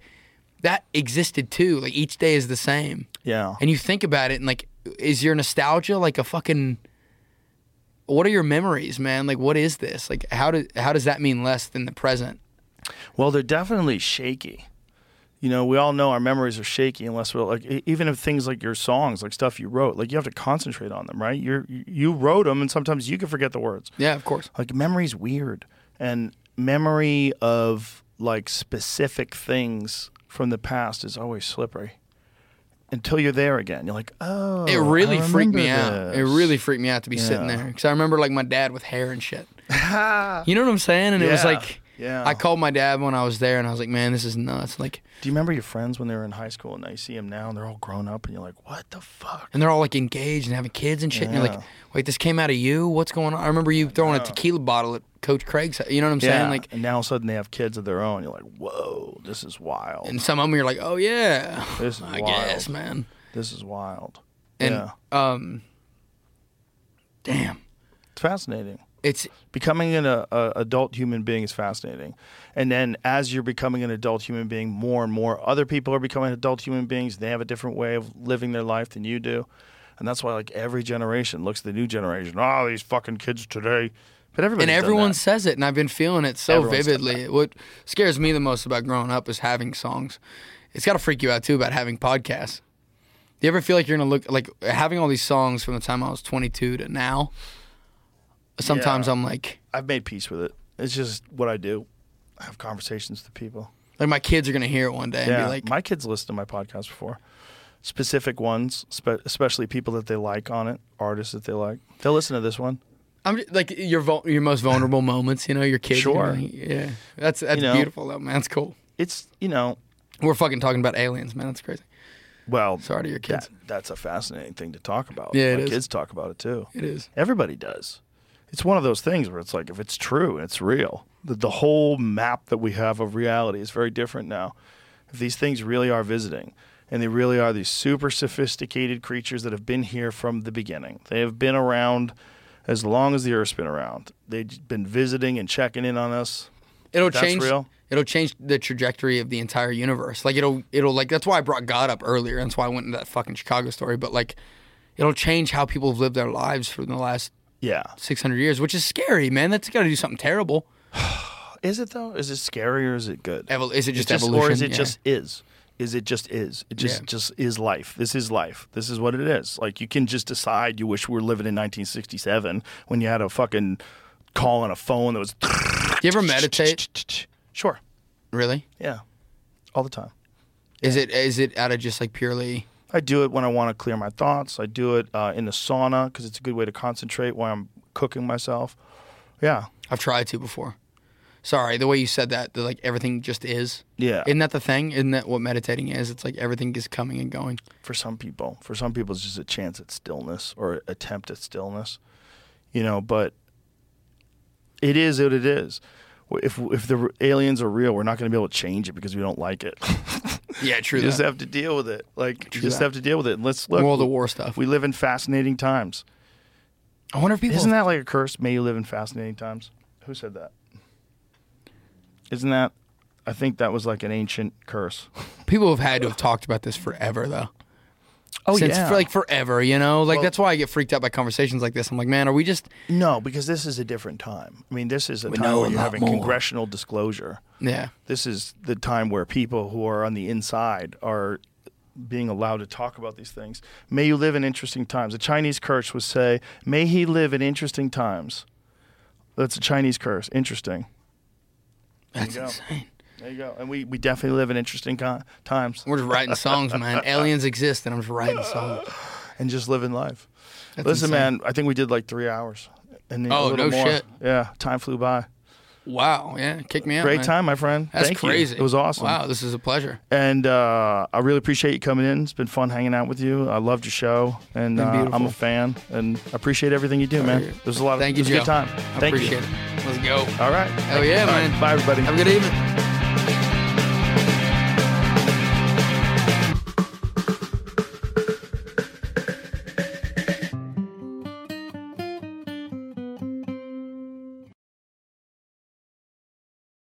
S4: that existed too. Like each day is the same,
S3: Yeah,
S4: and you think about it, and like, is your nostalgia like a fucking? What are your memories, man? Like, what is this? Like, how do how does that mean less than the present?
S3: Well, they're definitely shaky. You know, we all know our memories are shaky unless we're like, e- even if things like your songs, like stuff you wrote, like you have to concentrate on them, right? You're, you wrote them and sometimes you can forget the words.
S4: Yeah, of course.
S3: Like memory's weird. And memory of like specific things from the past is always slippery until you're there again. You're like, oh.
S4: it really
S3: I
S4: freaked me
S3: remember
S4: out. It
S3: this.
S4: really freaked me out to be sitting
S3: Yeah.
S4: there because I remember like my dad with hair and shit. You know what I'm saying? And it was
S3: Yeah,
S4: like,
S3: yeah.
S4: I called my dad when I was there, and I was like, man, this is nuts. Like,
S3: Do you remember your friends when they were in high school and now you see them now and they're all grown up and you're like, what the fuck?
S4: and they're all like engaged and having kids and shit. And you're like,
S3: Yeah.
S4: wait, this came out of you? What's going on? I remember you throwing a tequila bottle at Coach Craig's. You know what I'm saying? Like,
S3: and now all of a sudden they have kids of their own. You're like, whoa, this is wild.
S4: and some of them you're like, oh yeah,
S3: this is
S4: I
S3: wild,
S4: guess, man.
S3: This is wild.
S4: And
S3: yeah,
S4: um, damn,
S3: it's fascinating.
S4: It's
S3: becoming an uh, uh, adult human being is fascinating, and then as you're becoming an adult human being, more and more other people are becoming adult human beings. They have a different way of living their life than you do, and that's why like every generation looks at the new generation. Oh, these fucking kids today. But everybody
S4: and everyone says it, and I've been feeling it so
S3: Everyone said
S4: vividly. What scares me the most about growing up is having songs. It's got to freak you out too about having podcasts. Do you ever feel like you're gonna look like having all these songs from the time I was 22 to now? Sometimes
S3: Yeah.
S4: I'm like,
S3: I've made peace with it. It's just what I do. I have conversations with people.
S4: like my kids are gonna hear it one day and
S3: yeah,
S4: be like,
S3: my kids listened to my podcast before. Specific ones, spe- especially people that they like on it, artists that they like. They'll listen to this one.
S4: I'm just, like your vul- your most vulnerable moments. You know, your kids. you
S3: Sure.
S4: know, yeah, that's that's
S3: You know.
S4: beautiful though, man. That's cool.
S3: It's you know,
S4: we're fucking talking about aliens, man. That's crazy.
S3: Well,
S4: sorry to your kids.
S3: That, that's a fascinating thing to talk about.
S4: Yeah, it
S3: my
S4: is.
S3: kids talk about it too.
S4: It is.
S3: Everybody does. It's one of those things where it's like if it's true and it's real, the, the whole map that we have of reality is very different now. If these things really are visiting, and they really are these super sophisticated creatures that have been here from the beginning, they have been around as long as the Earth's been around. They've been visiting and checking in on us.
S4: It'll
S3: That's
S4: change.
S3: real.
S4: It'll change the trajectory of the entire universe. Like it'll it'll like that's why I brought God up earlier. That's why I went into that fucking Chicago story. But like, it'll change how people have lived their lives for the last
S3: yeah
S4: six hundred years, which is scary, man. That's got to do something terrible.
S3: Is it though? Is it scary or is it good?
S4: Evol- is it
S3: It's
S4: just evolution?
S3: or is it
S4: Yeah.
S3: just is? Is it just is? It just
S4: Yeah.
S3: just is life. This is life. This is what it is. Like you can just decide you wish we were living in 1967 when you had a fucking call on a phone that was.
S4: Do you ever meditate?
S3: Sure.
S4: Really?
S3: Yeah. All the time.
S4: Is it is it out of just like purely?
S3: I do it when I want to clear my thoughts. I do it uh, in the sauna because it's a good way to concentrate while I'm cooking myself. Yeah.
S4: I've tried to before. Sorry, the way you said that, that like everything just is.
S3: Yeah.
S4: Isn't that the thing? Isn't that what meditating is? It's like everything is coming and going.
S3: for some people. For some people, it's just a chance at stillness or attempt at stillness, you know. But it is what it is. If if the aliens are real, we're not going to be able to change it because we don't like it.
S4: Yeah, true.
S3: you just
S4: that.
S3: have to deal with it. Like
S4: True
S3: you just
S4: that.
S3: have to deal with it. And let's look.
S4: World of War stuff.
S3: We live in fascinating times.
S4: I wonder if people
S3: isn't that like a curse? May you live in fascinating times. Who said that? Isn't that? I think that was like an ancient curse.
S4: People have had to have talked about this forever, though.
S3: Oh,
S4: Since
S3: yeah.
S4: for, like forever, you know. Like
S3: Well-
S4: that's why I get freaked out by conversations like this. I'm like, man, are we just?
S3: No, because this is a different time. I mean, this is a
S4: We
S3: time
S4: know
S3: where
S4: a
S3: you're
S4: lot
S3: having
S4: more.
S3: congressional disclosure.
S4: Yeah.
S3: This is the time where people who are on the inside are being allowed to talk about these things. May you live in interesting times. A Chinese curse would say, May he live in interesting times. That's a Chinese curse. Interesting.
S4: That's
S3: there you go.
S4: insane.
S3: There you go. And we, we definitely live in interesting co- times.
S4: We're just writing songs, man. Aliens exist, and I'm just writing songs.
S3: and just living life.
S4: That's
S3: Listen,
S4: insane.
S3: man, I think we did like three hours. And then a
S4: Oh,
S3: little
S4: no
S3: more.
S4: shit.
S3: Yeah, time flew by.
S4: Wow. Yeah. Kick me out.
S3: Great
S4: man.
S3: time, my friend.
S4: That's
S3: Thank you.
S4: crazy.
S3: It was awesome.
S4: Wow. This is a pleasure.
S3: And uh, I really appreciate you coming in. It's been fun hanging out with you. I loved your show, and
S4: Been
S3: uh, I'm
S4: beautiful.
S3: a fan, and I appreciate everything you do, man. It was a lot of
S4: Thank
S3: it
S4: you,
S3: was a
S4: Joe.
S3: good time.
S4: I
S3: Thank
S4: appreciate
S3: you.
S4: it. Let's go.
S3: All right.
S4: Hell yeah,
S3: All right.
S4: man.
S3: Bye, everybody.
S4: Have a good evening.